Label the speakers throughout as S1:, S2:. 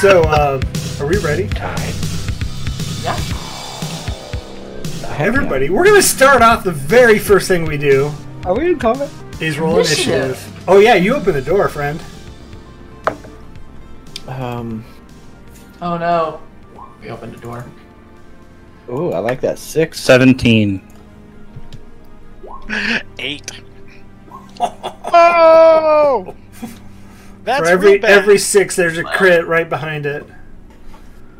S1: So, uh, are we ready?
S2: Time.
S3: Yeah.
S1: Everybody, we're going to start off the very first thing we do
S2: Are we in combat?
S1: is roll
S3: Initiative.
S1: initiative. Oh, yeah, you open the door, friend.
S2: Um.
S3: Oh no. We opened the door.
S2: Ooh, I like that six.
S4: 17.
S5: Eight. oh! That's
S1: For every
S5: real bad.
S1: every six, there's a crit right behind it.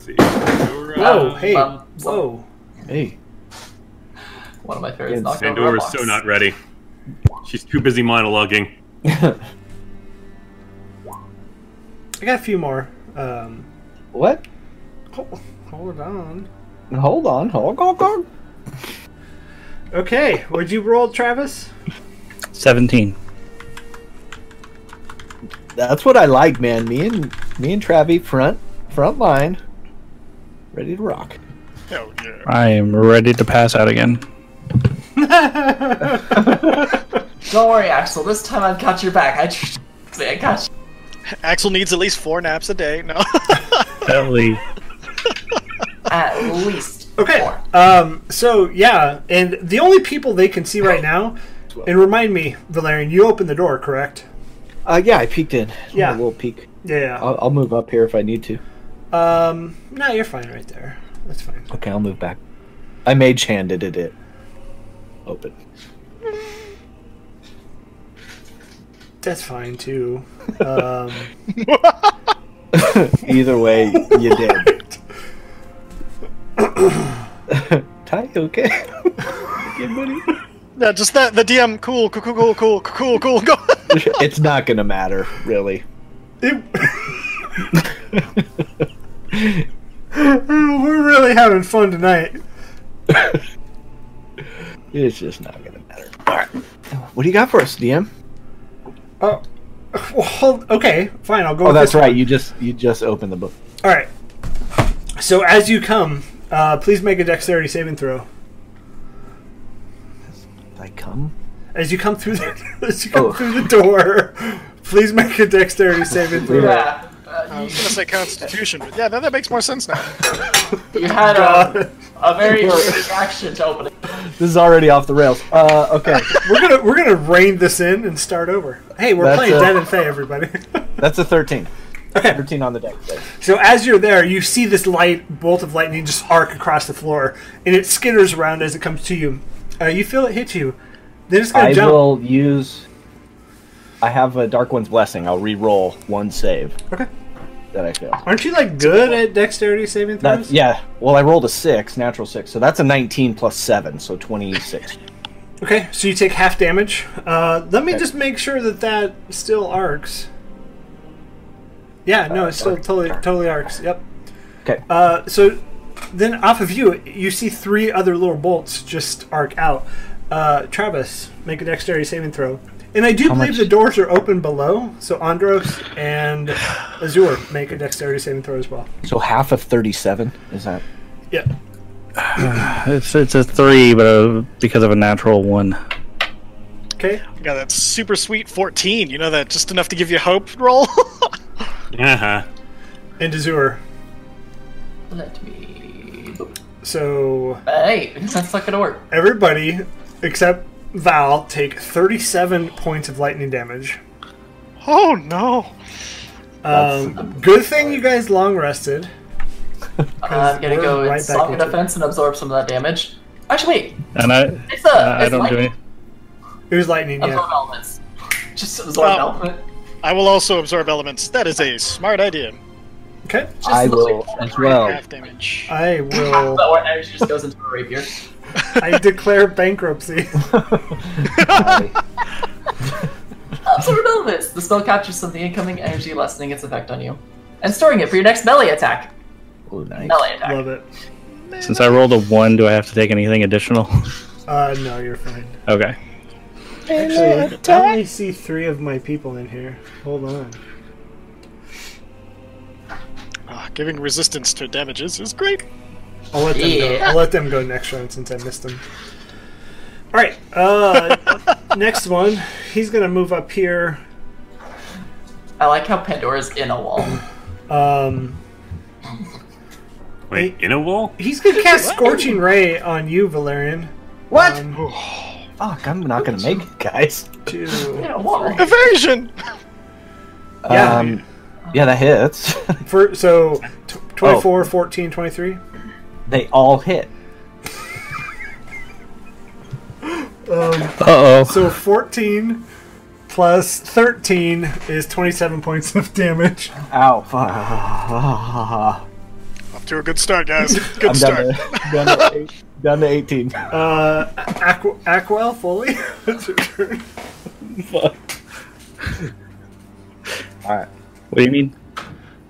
S6: See, Pandora,
S1: Whoa,
S3: Um,
S1: hey,
S3: um,
S1: whoa.
S2: Hey,
S3: One of my favorites.
S2: Yes.
S3: Knocked over our
S6: Pandora's
S3: box.
S6: so not ready. She's too busy monologuing.
S1: I got a few more. Um,
S2: what?
S1: ho- hold on.
S2: Hold on. Hold on. Hold
S1: Okay, would you roll, Travis?
S4: 17.
S2: That's what I like, man. Me and me and Travi front front line, ready to rock.
S5: Hell yeah.
S4: I am ready to pass out again.
S3: Don't worry, Axel. This time I've got your back. I tr- I got you.
S5: Axel needs at least four naps a day. No.
S4: Ellie.
S3: At least.
S1: Okay.
S3: Four.
S1: Um, so yeah, and the only people they can see right now. And remind me, Valerian, you opened the door, correct?
S2: Uh, yeah, I peeked in.
S1: Yeah.
S2: a little peek.
S1: Yeah.
S2: I'll, I'll move up here if I need to.
S1: Um, no, you're fine right there. That's fine.
S2: Okay, I'll move back. I mage handed it it. Open.
S1: That's fine too. Um,
S2: Either way, you did. Ty, you okay? Good buddy.
S5: no, just that. The DM. Cool, cool, cool, cool, cool, cool, cool.
S2: It's not gonna matter, really.
S1: it- we're really having fun tonight.
S2: It's just not gonna matter. All right. What do you got for us, DM?
S1: Oh, well, hold, okay, fine. I'll go.
S2: Oh,
S1: with
S2: that's
S1: this one.
S2: right. You just you just opened the book.
S1: All right. So as you come, uh, please make a dexterity saving throw.
S2: Did I come.
S1: As you come through the as you come
S2: Oh.
S1: through the door, please make a dexterity saving throw.
S3: Yeah.
S5: I
S3: Uh,
S5: was gonna say Constitution, but yeah, no, that makes more sense now.
S3: you, you had
S1: God.
S3: a, a very good reaction to opening.
S2: This is already off the rails. Uh, okay.
S1: We're gonna we're gonna rein this in and start over. Hey, we're
S2: That's
S1: playing
S2: a-
S1: Dead and Fey, everybody.
S2: That's a thirteen.
S1: okay.
S2: Thirteen on the deck.
S1: So as you're there, you see this light bolt of lightning just arc across the floor, and it skitters around as it comes to you. Uh, you feel it hit you. Then it's gonna
S2: I
S1: jump.
S2: will use. I have a dark one's blessing. I'll re-roll one save.
S1: Okay.
S2: That I failed.
S1: Aren't you like good at dexterity saving throws?
S2: That's yeah. Well, I rolled a six, natural six, so that's a nineteen plus seven, so twenty-six.
S1: Okay, so you take half damage. Uh, let me
S2: Okay.
S1: just make sure that that still arcs. Yeah, no,
S2: Uh,
S1: it's still
S2: arc,
S1: totally
S2: arc.
S1: totally arcs. Yep.
S2: Okay.
S1: Uh, so then off of you, you see three other little bolts just arc out. Uh, Travis, make a dexterity saving throw. And I do believe
S2: much-
S1: the doors are open below, so Andros and Azure make a dexterity saving throw as well.
S2: so half of thirty-seven is that?
S1: Yeah.
S4: It's, it's a 3, but uh, because of a natural 1.
S1: Okay.
S5: Yeah, that's super sweet. Fourteen. You know that just enough to give you hope roll.
S6: Uh huh.
S1: And Azure.
S3: Let me.
S1: So
S3: Hey, that's not gonna work.
S1: everybody except Val take 37 points of lightning damage.
S5: oh no.
S1: Um, good thing you guys long rested.
S3: I'm gonna
S1: we're
S3: go
S1: right
S3: in
S1: back
S3: socket
S1: into it.
S3: defense and absorb some of that damage. Actually, wait.
S4: And I
S3: It's a.
S4: I
S3: it's
S4: don't do
S3: lightning.
S4: any.
S1: It was lightning,
S3: Absorb
S1: yeah. Um,
S3: elements. Just absorb
S5: Oh.
S3: element.
S5: I will also absorb elements. That is a smart idea.
S1: Okay.
S3: Just
S2: I
S3: literally
S2: will
S3: right
S2: as well.
S5: Half damage.
S1: I
S3: Half
S1: will.
S3: of our energy just goes into a rapier.
S1: I declare bankruptcy.
S2: I-
S3: Absorb elements. The spell captures some of the incoming energy, lessening its effect on you, and storing it for your next melee attack.
S2: oh, nice.
S3: Melee attack.
S1: Love it.
S4: Since I rolled a 1, do I have to take anything additional?
S1: Uh, no, you're fine.
S4: okay.
S1: Actually, I only see three of my people in here. Hold on.
S5: Ah, giving resistance to damages is great.
S1: I'll let them go.
S3: Yeah.
S1: I'll let them go next round since I missed them. All right. Uh, next one. He's gonna move up here.
S3: I like how Pandora's in a wall.
S1: Um,
S6: Wait, in a wall?
S1: He's gonna cast Scorching Ray on you, Valerian.
S2: What?
S1: Um,
S2: Fuck, I'm not gonna make it, guys.
S1: two.
S3: Yeah, wall.
S5: Evasion!
S1: Yeah.
S2: Um, yeah, that hits.
S1: For, so t- 24, 14, 23.
S2: they all hit.
S4: Uh oh.
S1: So 14 plus 13 is 27 points of damage.
S2: Ow, fuck.
S5: Off to a good start, guys. Good
S2: I'm
S5: start.
S2: down to, down, to eight, down to 18.
S1: Uh, Aqu- Aquel fully. That's your turn.
S2: Alright.
S4: What do you mean?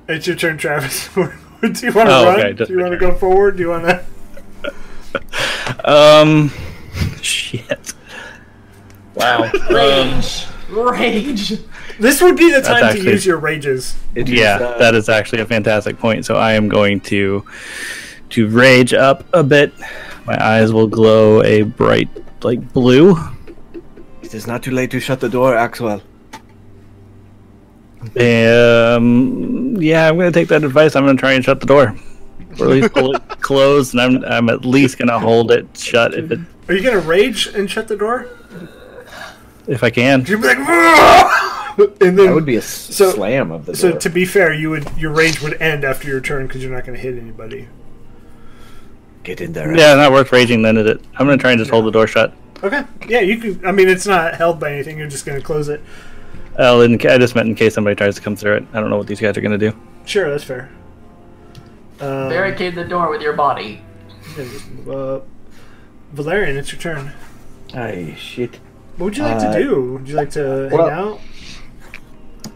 S1: It's your turn, Travis. do you want to
S4: Oh,
S1: run?
S4: okay, just
S1: do you want to
S4: making-
S1: go forward? Do you want to?
S4: Um. Shit.
S7: Wow. Um,
S3: Rage. Rage.
S1: This would be the time to
S4: actually-
S1: use your rages.
S2: It
S4: Yeah, that is actually a fantastic point. So I am going to to rage up a bit. My eyes will glow a bright like blue.
S2: It is not too late to shut the door, Axwell.
S4: Um, yeah, I'm gonna take that advice. I'm gonna try and shut the door, or at least pull it closed, and I'm I'm at least gonna hold it shut if it
S1: Are you gonna rage and shut the door?
S4: if I can.
S1: You'd be like, "Whoa!" and then
S2: That would be a s-
S1: So-
S2: slam of the
S1: So
S2: door.
S1: to be fair, you would your rage would end after your turn because you're not going to hit anybody.
S2: Get in there.
S4: Yeah, not worth raging then, is it? I'm gonna try and just hold the door shut.
S1: Okay. Yeah, you could. I mean, it's not held by anything. You're just going to close it.
S4: Oh, in, ca- I just meant in case somebody tries to come through it. I don't know what these guys are gonna do.
S1: Sure, that's fair. Um,
S3: Barricade the door with your body.
S1: yeah, just move up. Valerian, it's your turn.
S2: Ay, shit.
S1: What would you like
S2: Uh,
S1: to do? Would you like to hang
S2: well-
S1: out?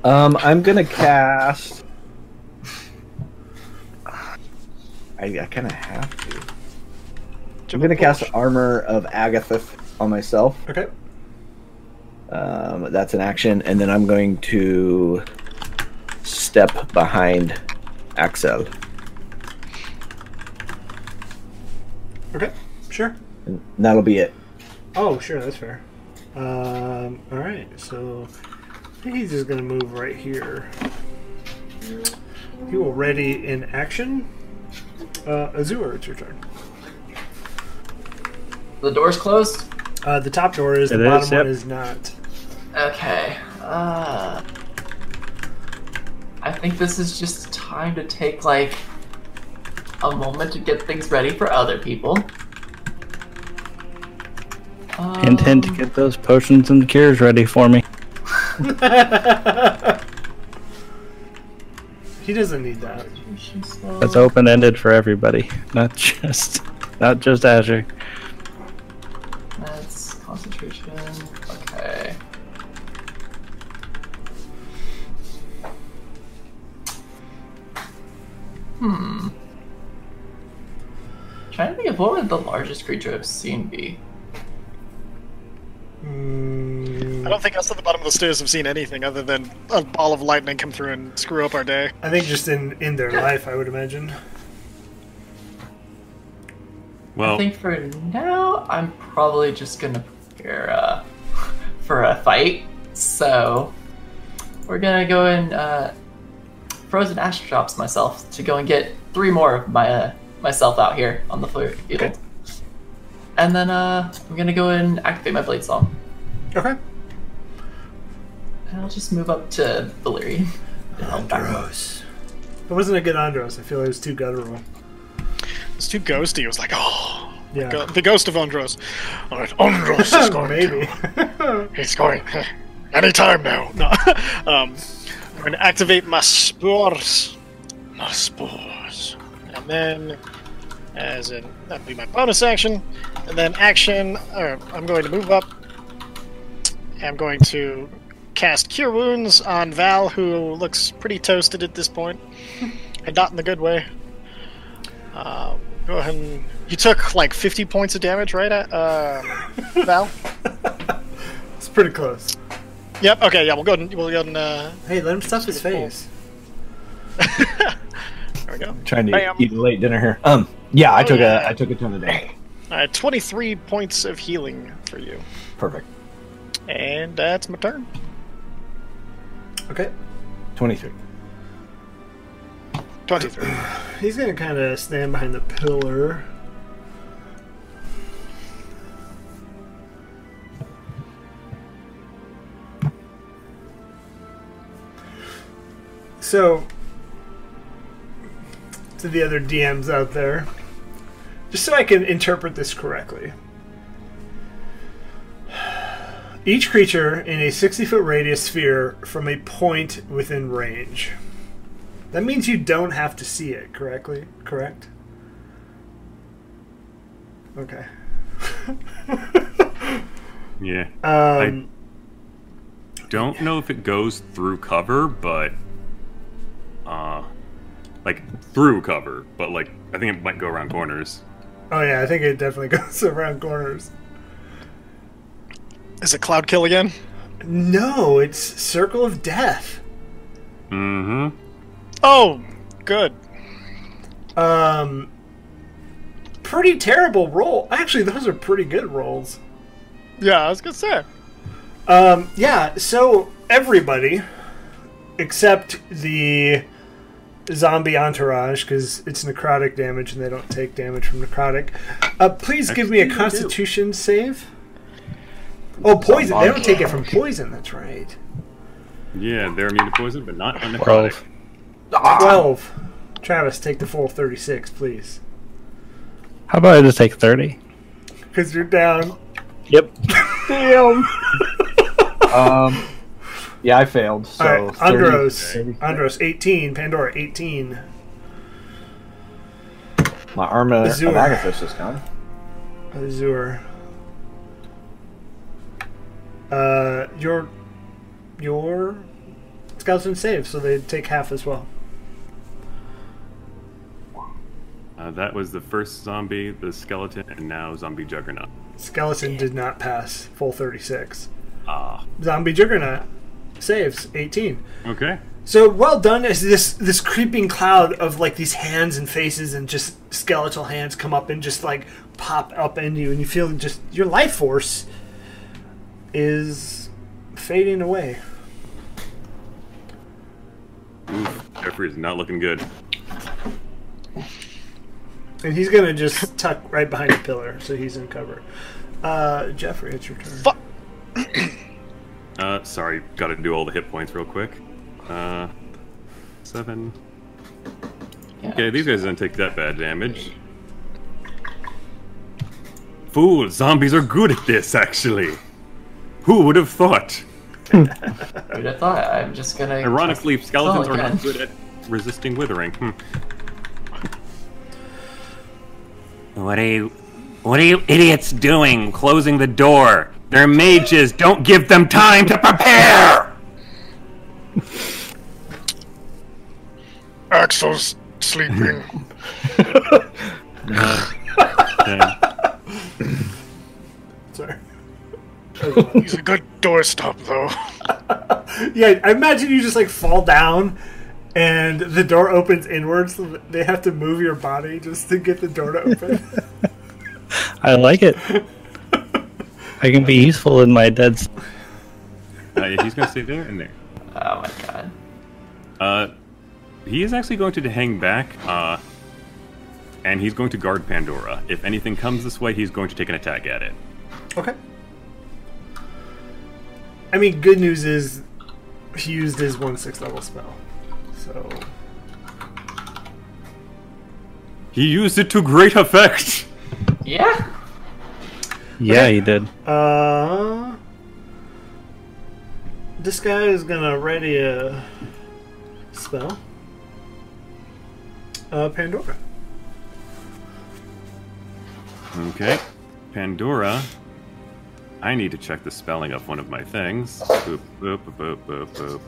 S2: Um, I'm gonna cast. I, I kind of have to. I'm gonna cast Armor of Agathith on myself.
S1: Okay.
S2: Um, that's an action, and then I'm going to step behind Axel,
S1: Okay. Sure.
S2: and that'll be it.
S1: Oh, sure, that's fair. Um, all right, so I think he's just gonna move right here. He will ready in action. Uh, Azure, it's your turn.
S3: The door's closed.
S1: Uh, the top door is, the
S4: It
S1: bottom
S4: is,
S1: one
S4: yep.
S1: is not.
S3: Okay. Uh, I think this is just time to take like a moment to get things ready for other people. Um,
S4: Hint, hint, get those potions and cures ready for me.
S1: He doesn't need that.
S3: Um,
S4: That's open ended for everybody, not just not just Azure.
S3: That's concentration. Okay. Hmm. Trying to think of what would the largest creature I've seen be.
S1: Mm,
S5: I
S1: I,
S5: don't think us at the bottom of the stairs have seen anything other than a ball of lightning come through and screw up our day.
S1: think just in in their life, I would imagine.
S3: I
S6: Well,
S3: think for now, I'm probably just gonna prepare uh, for a fight. So we're gonna go and uh, frozen ash drops myself to go and get three more of my uh, myself out here on the fl- field. And then uh, I'm gonna go and activate my blade song,
S1: Okay.
S3: and I'll just move up to Valyria.
S1: It wasn't a good Andros. I feel it was too guttural.
S5: It's too ghosty. It was like, oh,
S1: Yeah.
S5: go- the ghost of Andros. All right, Andros is going to.
S1: Maybe.
S5: He's going anytime now. No, um, I'm going to activate my spores. My spores, and then as in that'll be my bonus action, and then action. Uh, I'm going to move up. I'm going to cast Cure Wounds on Val, who looks pretty toasted at this point, and not in the good way. Uh, go ahead. And, you took like 50 points of damage, right, uh, um, Val?
S1: it's pretty close.
S5: Yep. Okay. Yeah. We'll go. And, we'll go. And, uh,
S1: Hey, let him stuff his face.
S5: there we go.
S2: trying to
S5: Bam. Oh,
S2: eat a late dinner here. Um, yeah, I took
S5: yeah.
S2: a I took a ton of damage.
S5: Uh, Twenty-three points of healing for you,
S2: Perfect.
S5: and that's my turn.
S1: Okay.
S2: Twenty three.
S5: Twenty-three.
S1: he's gonna kind of stand behind the pillar. So, to the other DMs out there, just so I can interpret this correctly. Each creature in a 60 foot radius sphere from a point within range. That means you don't have to see it correctly, correct? Okay.
S6: Yeah.
S1: Um,
S6: Don't know if it goes through cover, but uh, like through cover, but like I think it might go around corners.
S1: oh, yeah, I think it definitely goes around corners.
S5: Is it cloud kill again?
S1: No, it's Circle of Death.
S6: Mm-hmm.
S5: Oh, good.
S1: Um, pretty terrible roll. Actually, those are pretty good rolls.
S5: Yeah, I was gonna say.
S1: Um, yeah, so everybody except the zombie entourage, because it's necrotic damage and they don't take damage from necrotic. Uh, please give me a
S6: Actually, they do.
S1: constitution save. Oh, poison. They don't take it from poison, that's right.
S6: Yeah, they're immune to poison, but not necrotic.
S4: Twelve.
S1: 12. Travis, take the full 36, please.
S4: How about I just take thirty?
S1: Because you're down.
S4: Yep.
S1: Damn.
S2: Um, yeah, I failed. So
S1: All right,
S2: 30
S1: Andros.
S2: 30.
S1: Andros, 18. Pandora, 18.
S2: My armor of
S1: Azure.
S2: Agathis is gone.
S1: Azure. Uh, your your scouts didn't save, so they take half as well.
S6: Uh, that was the first zombie, the skeleton, and now zombie juggernaut.
S1: Skeleton did not pass full thirty six.
S6: Ah,
S1: Zombie Juggernaut saves eighteen.
S6: okay.
S1: So well done as this this creeping cloud of like these hands and faces and just skeletal hands come up and just like pop up into you and you feel just your life force is fading away.
S6: Oof, Jeffrey is not looking good.
S1: And he's gonna just tuck right behind the pillar, so he's in cover. Uh, Jeffrey, it's your turn.
S5: Fuck.
S6: Uh, sorry, gotta do all the hit points real quick. Uh, seven.
S3: Yeah.
S6: Okay, these guys didn't take that bad damage. Fool, zombies are good at this, actually. Who would have thought?
S3: Who'd have thought? I'm just gonna.
S6: Ironically, skeletons
S3: Oh,
S6: are not
S3: God.
S6: good at resisting withering. Hmm. What are you, what are you idiots doing? Closing the door. They're mages. Don't give them time to prepare.
S5: Axel's sleeping.
S1: Sorry.
S5: He's a good doorstop, though.
S1: Yeah, I imagine you just like fall down, and the door opens inwards. So that they have to move your body just to get the door to open.
S4: I like it. I can be useful in my dead. s-
S6: Uh, yeah, he's gonna stay there and there.
S3: Oh my god.
S6: Uh, he is actually going to hang back, uh, and he's going to guard Pandora. If anything comes this way, he's going to take an attack at it.
S1: okay. I mean, good news is he used his one six level spell, so
S6: He used it to great effect.
S3: Yeah.
S4: Yeah, he did.
S1: Uh, this guy is gonna ready a spell. Uh, Pandora.
S6: Okay, Pandora. I need to check the spelling of one of my things. Boop, boop, boop, boop, boop.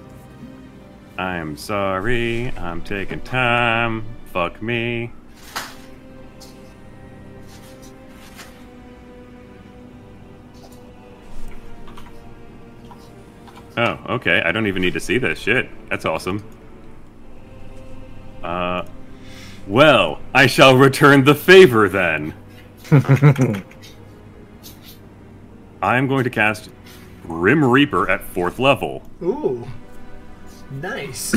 S6: I'm sorry. I'm taking time. Fuck me. Oh, okay. I don't even need to see this shit. That's awesome. Uh, well, I shall return the favor then. I'm going to cast Grim Reaper at fourth level,
S1: Ooh, nice.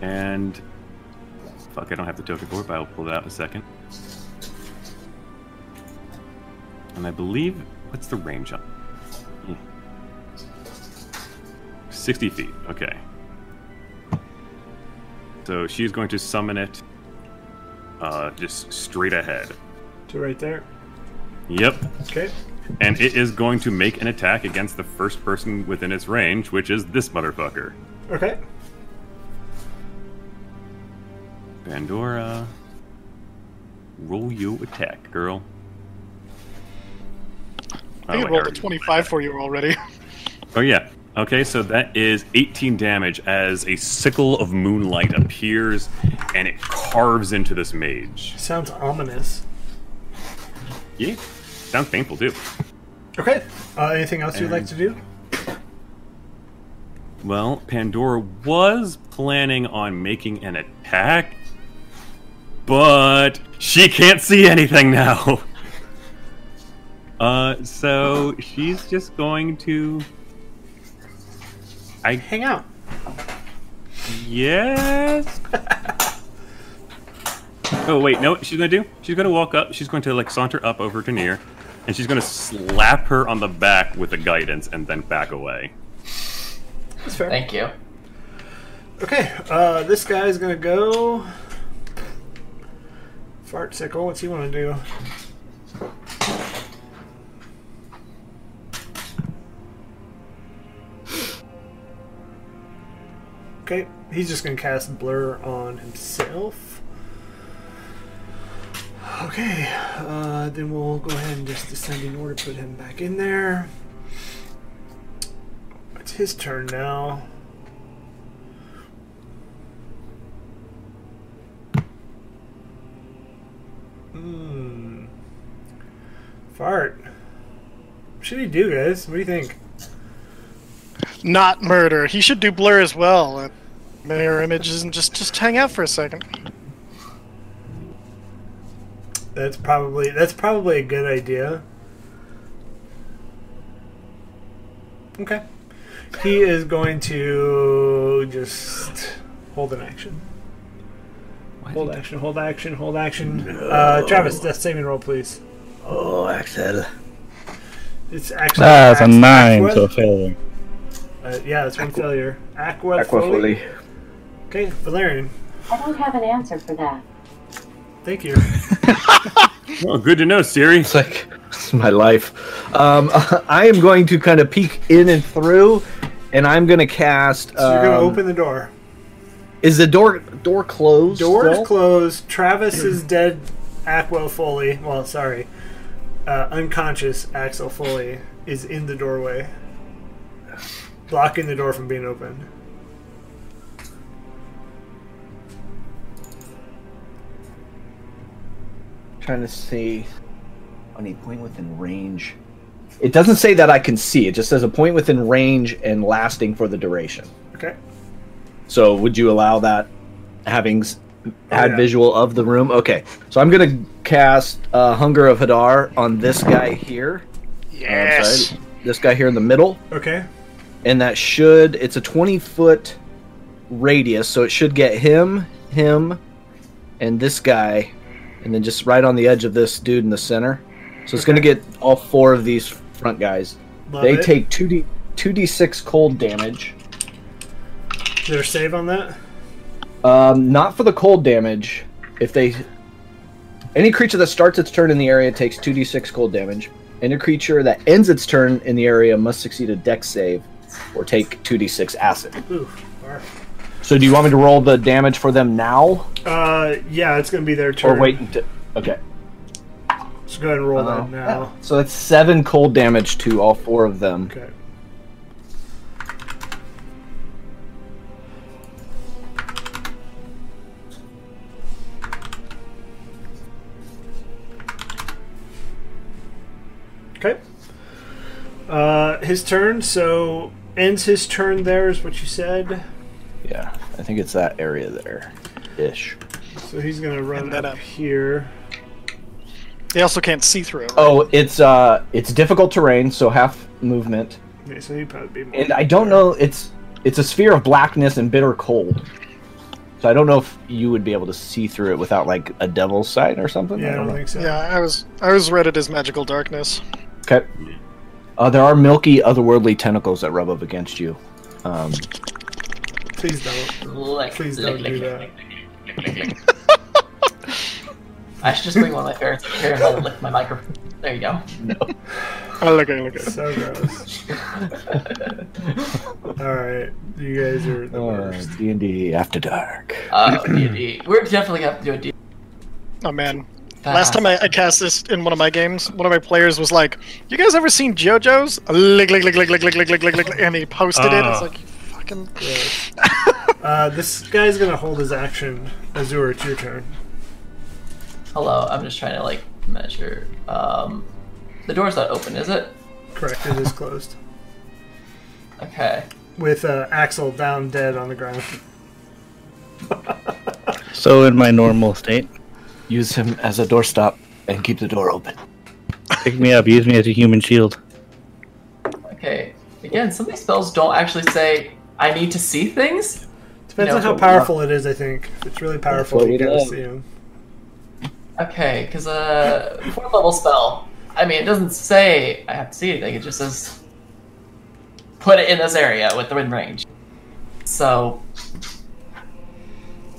S6: and Fuck, I don't have the token for it, but I'll pull it out in a second. And I believe, what's the range on? Hmm. 60 feet, okay. So she's going to summon it uh, just straight ahead.
S1: To right there.
S6: Yep.
S1: Okay.
S6: And it is going to make an attack against the first person within its range, which is this motherfucker.
S1: Okay.
S6: Pandora. Roll you attack, girl. Oh,
S5: I think
S6: I
S5: I rolled a
S6: already-
S5: 25 for you already.
S6: Oh yeah. Okay, so that is 18 damage as a sickle of moonlight appears and it carves into this mage.
S1: Sounds ominous.
S6: Yeah. Sounds painful too.
S1: Okay. Uh, anything else you'd like to do?
S6: Well, Pandora was planning on making an attack, but she can't see anything now. Uh, so she's just going to. I
S1: Hang out.
S6: Yes. oh wait, no. She's gonna do. She's gonna walk up. She's going to like saunter up over to Nier, and she's gonna slap her on the back with a guidance, and then back away.
S1: That's fair.
S3: Thank you.
S1: Okay, uh, this guy's gonna go. Fart sickle, what's he wanna do? Okay, he's just gonna cast Blur on himself. Okay, uh, then we'll go ahead and just descending order put him back in there. It's his turn now. Hmm. Fart. What should he do, guys? What do you think?
S5: Not murder. He should do blur as well. And mirror images and just just hang out for a second.
S1: That's probably that's probably a good idea. Okay. He is going to just hold an action. Hold action, hold action, hold action. Uh, Travis, death saving roll, please.
S2: Oh, Axel.
S1: It's actually
S4: Ah, it's a
S1: Ax-
S4: nine, so
S1: Aquath-
S4: failure.
S1: uh, yeah, that's one failure. Aqua
S2: Aquafolly.
S1: Okay, Valerian.
S8: I don't have an answer for that.
S1: Thank you.
S6: Well, Oh, good to know, Siri.
S2: It's like it's my life. Um, I am going to kind of peek in and through, and I'm going to cast.
S1: So you're gonna
S2: um,
S1: open the door.
S2: Is the door door closed?
S1: Door
S2: still?
S1: is closed. Travis is dead. Aqua Foley, well, sorry, uh, unconscious Axel Foley is in the doorway, blocking the door from being open.
S2: Trying to see on a point within range. It doesn't say that I can see. It just says a point within range and lasting for the duration.
S1: Okay.
S2: So would you allow that having s- had
S1: Oh, yeah.
S2: visual of the room? Okay. So I'm going to cast uh, Hunger of Hadar on this guy here. Uh, I'm
S5: Yes.
S2: sorry, this guy here in the middle.
S1: Okay.
S2: And that should, it's a 20 foot radius. So it should get him, him, and this guy. And then just right on the edge of this dude in the center. So it's going to get all four of these front guys.
S1: Love
S2: they
S1: it.
S2: take 2D, 2d6 cold damage.
S1: their save on that.
S2: Um, not for the cold damage. If they any creature that starts its turn in the area takes two d six cold damage. Any creature that ends its turn in the area must succeed a Dex save or take two d six acid.
S1: Ooh. alright.
S2: So do you want me to roll the damage for them now
S1: Uh, yeah, it's gonna be their
S2: or
S1: turn.
S2: wait? Until, okay.
S1: So go ahead and roll
S2: Uh,
S1: that now.
S2: So that's seven cold damage to all four of them.
S1: Okay. Okay. Uh, his turn. So ends his turn. There is what you said.
S2: Yeah, I think it's that area there, ish.
S1: So he's gonna run
S5: And then
S1: up
S5: up.
S1: here.
S5: They also can't see through it. right?
S2: Oh, it's uh, it's difficult terrain, so half movement.
S1: Okay, so he'd probably be more.
S2: and I don't know. It's it's a sphere of blackness and bitter cold. So I don't know if you would be able to see through it without like a devil's sight or something.
S1: Yeah, I don't
S2: know.
S1: think so.
S5: Yeah, I was I was read it as magical darkness.
S2: Okay. Uh, there are milky, otherworldly tentacles that rub up against you. Um,
S1: Please don't.
S3: Lick,
S1: Please don't
S3: lick,
S1: do
S3: lick,
S1: that.
S3: lick, lick, lick, lick, lick. I should just bring one of my parents over here and let them lick my microphone. There you go.
S5: Oh, okay, okay.
S1: So gross. All right, you guys are the worst.
S2: D and D After Dark.
S3: Uh, D&D. We're definitely gonna have to do a D.
S5: Oh man. Last time I, I cast this in one of my games, one of my players was like, "You guys ever seen JoJo's?" Lick, lick, lick, lick, lick, lick, lick, lick, lick, lick, and he posted it. It's
S6: Ah.
S5: like, you fucking.
S1: Uh, this guy's gonna hold his action. Azure, it's your turn.
S3: Hello, I'm just trying to like measure. Um, the door's not open, is it?
S1: Correct, it is closed.
S3: Okay.
S1: With uh, Axel down dead on the ground.
S4: So in my normal state,
S2: Use him as a doorstop and keep the door open.
S4: pick me up, use me as a human shield.
S3: Okay. Again, some of these spells don't actually say I need to see things.
S1: Depends
S3: No,
S1: on how
S3: but-
S1: powerful it is, I think. If it's really powerful,
S2: what
S1: you
S2: we
S1: gotta
S2: love.
S1: see him.
S3: Okay, because uh, fourth level spell. I mean, it doesn't say I have to see anything. It just says put it in this area with the wind range. So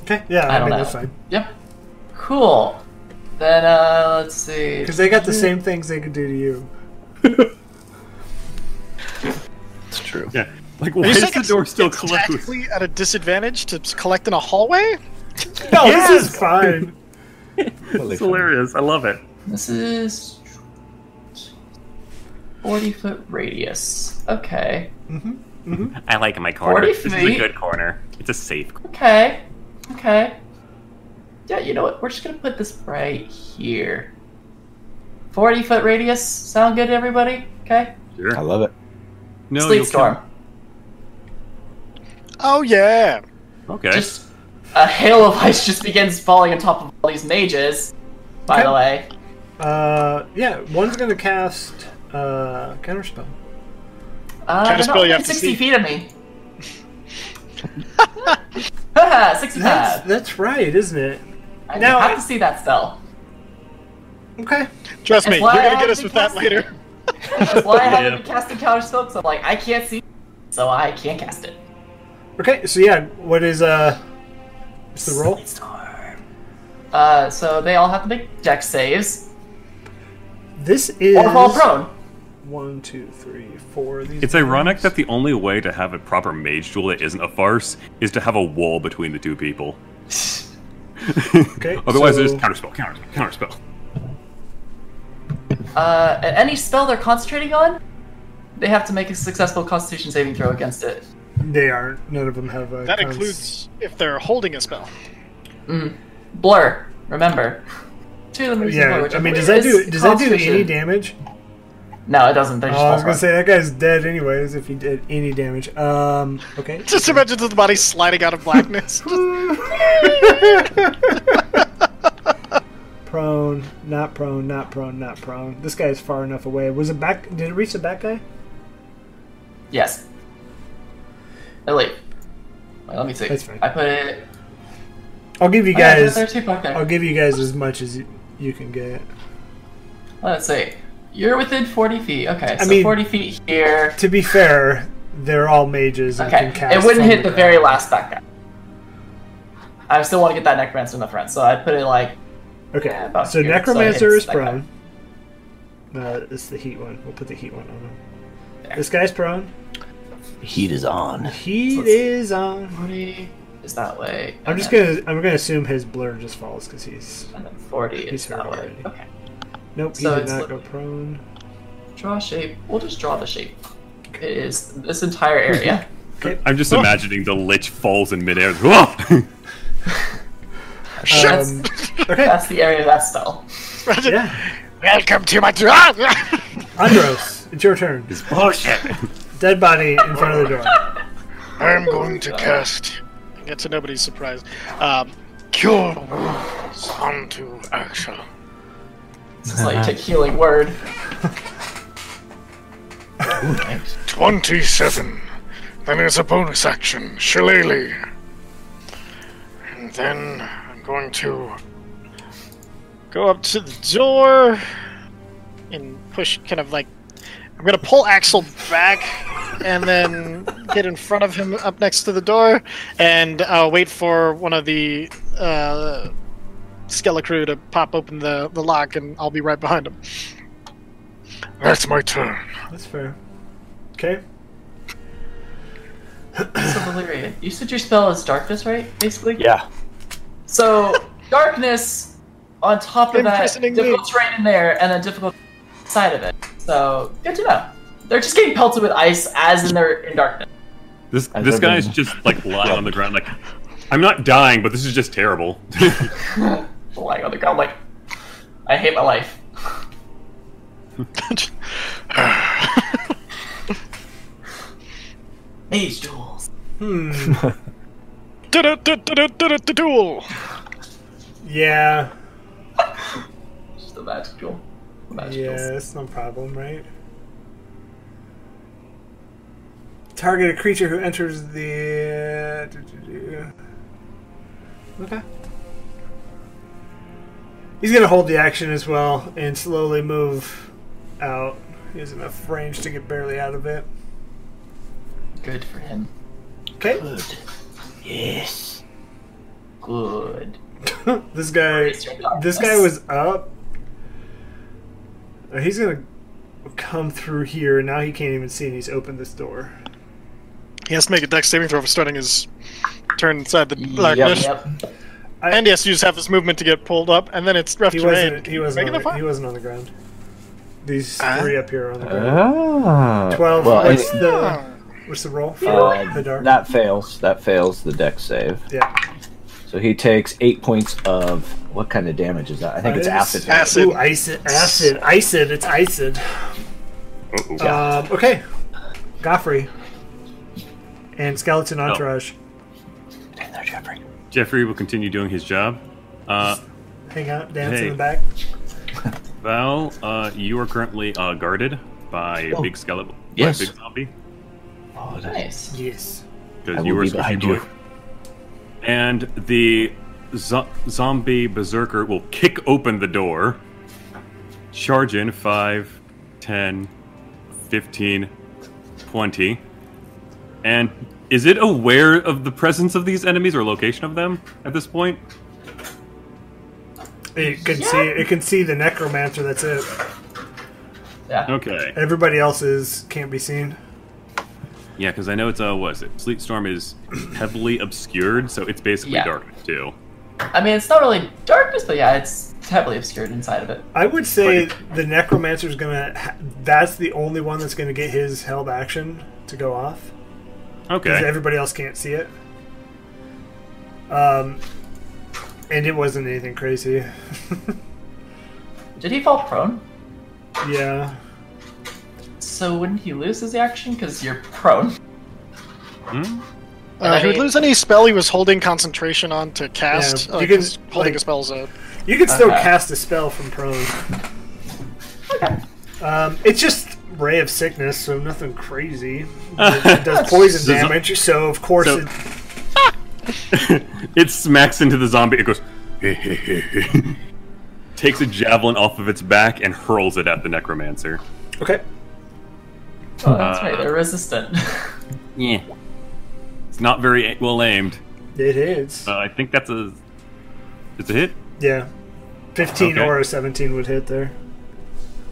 S1: Okay, yeah,
S3: I
S1: I,
S3: don't
S1: mean,
S3: know.
S1: that's fine.
S3: Yep. Cool. Then uh, let's see.
S1: Because they got the same things they could do to you.
S2: It's true.
S6: Yeah. Like, why
S5: Are
S6: is
S5: you saying
S6: the door
S5: it's-
S6: still
S5: it's
S6: closed?
S5: Tactically at a disadvantage to s- collect in a hallway.
S1: No, this is fine.
S6: It's hilarious. I love it.
S3: This is 40 foot radius. Okay.
S6: I like my corner.
S3: 40
S6: This is a
S3: feet.
S6: good corner. It's a safe corner.
S3: Okay. Okay. Yeah, you know what? We're just gonna put this right here. 40 foot radius. Sound good to everybody? Okay.
S2: I love it.
S6: No,
S3: Sleet
S6: you'll
S3: storm.
S5: Oh yeah.
S6: kill- Okay.
S3: Just a hail of ice just begins falling on top of all these mages. By the way.
S1: Uh, yeah, one's gonna cast uh, counterspell.
S3: Uh,
S5: Kinda
S3: they're
S5: spell
S3: not
S5: you have
S3: within
S5: to
S3: 60
S5: see.
S3: feet of me. Haha, 65.
S1: That's that's right, isn't it?
S3: I
S1: now
S3: have
S1: I-
S3: to see that spell.
S1: Okay.
S5: Trust me,
S3: That's
S5: you're
S3: why I
S5: gonna get
S3: haven't
S5: us
S3: been
S5: with that
S3: casting
S5: later.
S3: That's why I haven't
S6: Yeah.
S3: been casting counter spell because I'm like, I can't see, so I can't cast it.
S1: Okay. So yeah, what is uh, what's the roll?
S3: Storm. Uh, so they all have to make deck saves
S1: This is
S3: or fall prone.
S1: one, two, three, four. These.
S6: It's ironic that the only way to have a proper mage duel that isn't a farce is to have a wall between the two people.
S1: Okay,
S6: Otherwise,
S1: so-
S6: there's counterspell, counterspell, counterspell.
S3: Uh, and any spell they're concentrating on, they have to make a successful Constitution saving throw against it.
S1: they are. None of them have. A
S5: That
S1: cons-
S5: includes if they're holding a spell.
S3: Blur. Remember. Two of them are using blur,
S1: Yeah,
S3: which
S1: I mean, does
S3: believe
S1: that
S3: is
S1: do does that do any
S3: Constitution.
S1: damage?
S3: No, it doesn't. They just
S1: Oh, I
S3: fall
S1: was gonna
S3: prone.
S1: say that guy's dead anyways. If he did any damage, um, okay.
S5: Just imagine the body sliding out of blackness. Just-
S6: Um,
S1: prone, not prone, not prone, not prone. This guy is far enough away. Was it back? Did it reach the back guy?
S3: Yes. Oh, wait. Wait, let me see.
S1: That's fine.
S3: I put it.
S1: I'll give you
S3: Oh, yeah,
S1: guys.
S3: they're two back there.
S1: I'll give you guys as much as you, you can get.
S3: Let's see. You're within 40 feet. Okay, so
S1: mean-
S3: 40 feet here.
S1: To be fair, they're all mages and
S3: Okay,
S1: can cast.
S3: it wouldn't
S1: from
S3: hit the very last back guy. I still want to get that necromancer in the front, so I put it like
S1: Okay,
S3: Yeah, about
S1: so
S3: here,
S1: necromancer
S3: so
S1: is
S3: Oh, it's like
S1: prone. Uh, it's the heat one. We'll put the heat one on him. This guy's prone.
S2: Heat is on.
S1: Heat
S3: Let's-
S1: is on.
S3: 40 is that way.
S1: I'm
S3: and
S1: just
S3: then-
S1: gonna. I'm gonna assume his blur just falls because he's.
S3: And then 40
S1: He's
S3: is that
S1: hurt
S3: way.
S1: already.
S3: Okay.
S1: Nope, he
S3: So
S1: did
S3: it's
S1: not
S3: li-
S1: go prone.
S3: Draw shape. We'll just draw the shape. It is this entire area.
S6: I'm just imagining the lich falls in midair. Whoa!
S1: Um, okay,
S3: That's the area of that spell.
S1: yeah.
S5: Welcome to my draw.
S1: Andros, it's your turn.
S6: Bullshit!
S1: Dead body in front of the door.
S5: I'm going to cast. I get to nobody's surprise. Um, cure wounds onto Axel.
S3: It's just like take healing word.
S5: 27. Then as a bonus action, Shillelagh. Then I'm going to go up to the door and push, kind of like. I'm going to pull Axel back and then get in front of him up next to the door, and I'll wait for one of the uh, Skelecrew to pop open the, the lock, and I'll be right behind him. That's my turn.
S1: That's fair. Okay.
S3: So Valyria, you said your spell is darkness, right? Basically.
S4: Yeah.
S3: So darkness on top of that
S5: Imprisoning me.
S3: difficult terrain in there, and a difficult side of it. So good to know. They're just getting pelted with ice as in they're in darkness.
S6: This
S2: I've
S6: this
S2: heard
S6: guy's
S2: them.
S6: just like lying on the ground, like I'm not dying, but this is just terrible.
S3: Lying on the ground, like I hate my life. Mage duels.
S1: Hmm.
S5: Duel!
S1: Yeah.
S3: Just the magic duel. The magic
S1: Yeah,
S3: duels.
S1: that's no problem, right? Target a creature who enters the. Okay. He's gonna hold the action as well and slowly move out. He has enough range to get barely out of it.
S3: Good for him.
S1: Okay.
S3: Yes. Good.
S1: this guy. This guy was up. Uh, He's gonna come through here. Now he can't even see, and he's opened this door.
S5: He has to make a dex saving throw for starting his turn inside the blackness.
S3: Yep.
S5: And he has to use half his movement to get pulled up, and then it's rough
S1: He
S5: terrain.
S1: wasn't. He wasn't.
S5: Regular
S1: On the,
S5: fire?
S1: he wasn't on the ground. These
S5: Ah.
S1: three up here are on the ground.
S9: Ah.
S1: Twelve.
S9: Well,
S1: what's
S9: it-
S1: the what's the roll? For
S9: uh,
S1: the dark.
S9: that fails. That fails the deck save.
S1: yeah.
S9: So he takes eight points of what kind of damage is that? I think it's
S1: Ice?
S9: acid. damage.
S5: Acid.
S1: Ooh, acid. Acid. Acid. It's acid. Um, okay. Goffrey. And
S9: Oh.
S1: skeleton entourage.
S6: Jeffrey will continue doing his job. Uh,
S1: Hang out. Dance
S6: Hey.
S1: in the back.
S6: Val, uh, you are currently uh, guarded by a big skeleton,
S2: Yes.
S6: by a big zombie,
S9: Oh, that-
S3: Nice.
S1: Yes.
S9: I
S6: because
S9: will
S6: you were
S9: be
S6: supposed to
S9: behind
S6: be
S9: you.
S6: blue. And the zo- zombie berserker will kick open the door, charge in 5, 10, 15, 20. And is it aware of the presence of these enemies or location of them at this point?
S1: It can see. It can see the necromancer. That's it.
S3: Yeah.
S6: Okay.
S1: Everybody else is can't be seen.
S6: Yeah, because I know it's uh, what is it? Sleet Storm is heavily obscured, so it's basically
S3: Yeah.
S6: darkness too.
S3: I mean, it's not really darkness, but yeah, it's heavily obscured inside of it.
S1: I would say
S6: Like-
S1: the necromancer's gonna. ha- That's the only one that's gonna get his held action to go off. because
S6: Okay.
S1: everybody else can't see it. Um, and it wasn't anything crazy.
S3: Did he fall prone?
S1: yeah,
S3: So wouldn't he lose his action? Because you're prone.
S6: Hmm?
S5: Uh, he would lose any spell he was holding concentration on to cast.
S1: Yeah,
S5: like,
S1: you can,
S5: he's holding
S1: like-
S5: a spell zone.
S1: you can still
S3: Okay.
S1: cast a spell from prone. Um, it's just ray of sickness, so nothing crazy. It does poison
S6: So-
S1: damage, so of course
S6: so-
S1: it,
S6: it smacks into the zombie. It goes, takes a javelin off of its back and hurls it at the necromancer.
S1: okay.
S3: Oh, that's right.
S6: Uh.
S3: They're resistant.
S6: Yeah. It's not very a- well aimed.
S1: It hits.
S6: Uh, I think that's a. It's a hit.
S1: yeah, fifteen
S6: Okay.
S1: or a seventeen would hit there.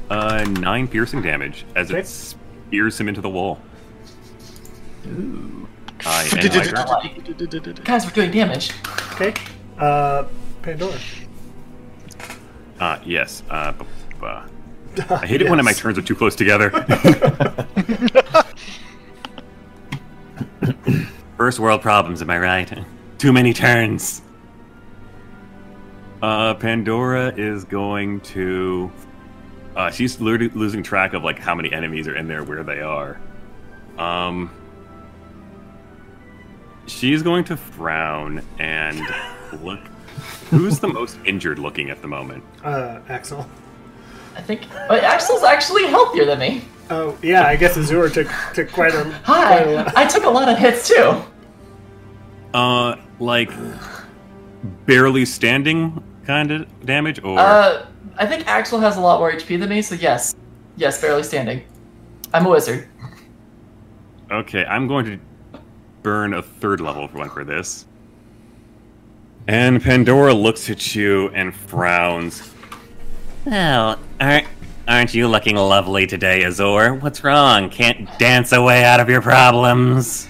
S6: Uh, nine piercing damage as
S1: Okay.
S6: it spears him into the wall. Ooh. I am Iger.
S3: Guys, we're doing damage.
S1: Okay, uh, Pandora.
S6: Uh, yes. Uh, b- b- uh, I hate it when my turns are too close together. First world problems, am I right? Too many turns. Uh, Pandora is going to. Uh, she's literally losing track of like how many enemies are in there, where they are. Um, she's going to frown and look. Who's the most injured looking at the moment?
S1: Uh, Axel.
S3: I think. But Axel's actually healthier than me.
S1: Oh yeah, I guess Azura took took quite a
S6: Oh,
S1: quite a
S3: Hi.
S1: lot.
S3: I took a lot of hits too.
S6: Uh, like barely standing kind of damage, or
S3: Uh, I think Axel has a lot more HP than me, so yes, yes, barely standing. I'm a wizard.
S6: okay, I'm going to burn a third level for one for this. And Pandora looks at you and frowns. Well, aren't aren't you looking lovely today, Azor? What's wrong? Can't dance away out of your problems.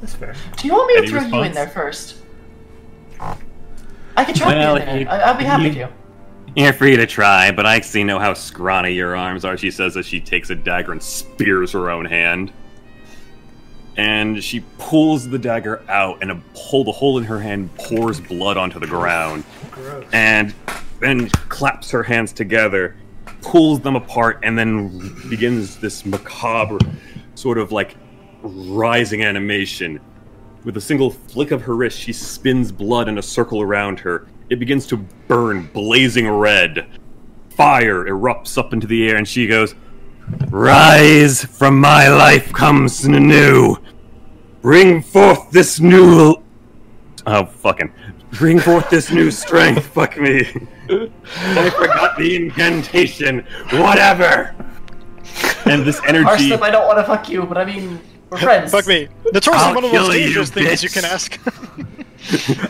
S1: That's fair.
S3: Do you want me
S6: Any
S3: to throw you in
S6: response?
S3: there first? I can try
S6: Well,
S3: you in there.
S6: you-
S3: I, I'll be happy
S6: you-
S3: to.
S6: You're free to try, but I see know how scrawny your arms are, she says as she takes a dagger and spears her own hand. And she pulls the dagger out, and a hole, the hole in her hand pours blood onto the ground,
S1: Gross.
S6: and then claps her hands together, pulls them apart, and then begins this macabre sort of like rising animation. With a single flick of her wrist, she spins blood in a circle around her. It begins to burn blazing red. Fire erupts up into the air, and she goes, Rise, from my life comes new. Bring forth this new. Oh, fucking. Bring forth this new strength. Fuck me. I forgot the incantation. Whatever. And this energy.
S3: Arslip, I don't want to fuck you, but I mean, we're friends.
S5: Fuck me. The Taurus
S6: I'll
S5: is one of those
S6: kill you,
S5: dangerous things you
S6: bitch.
S5: can ask.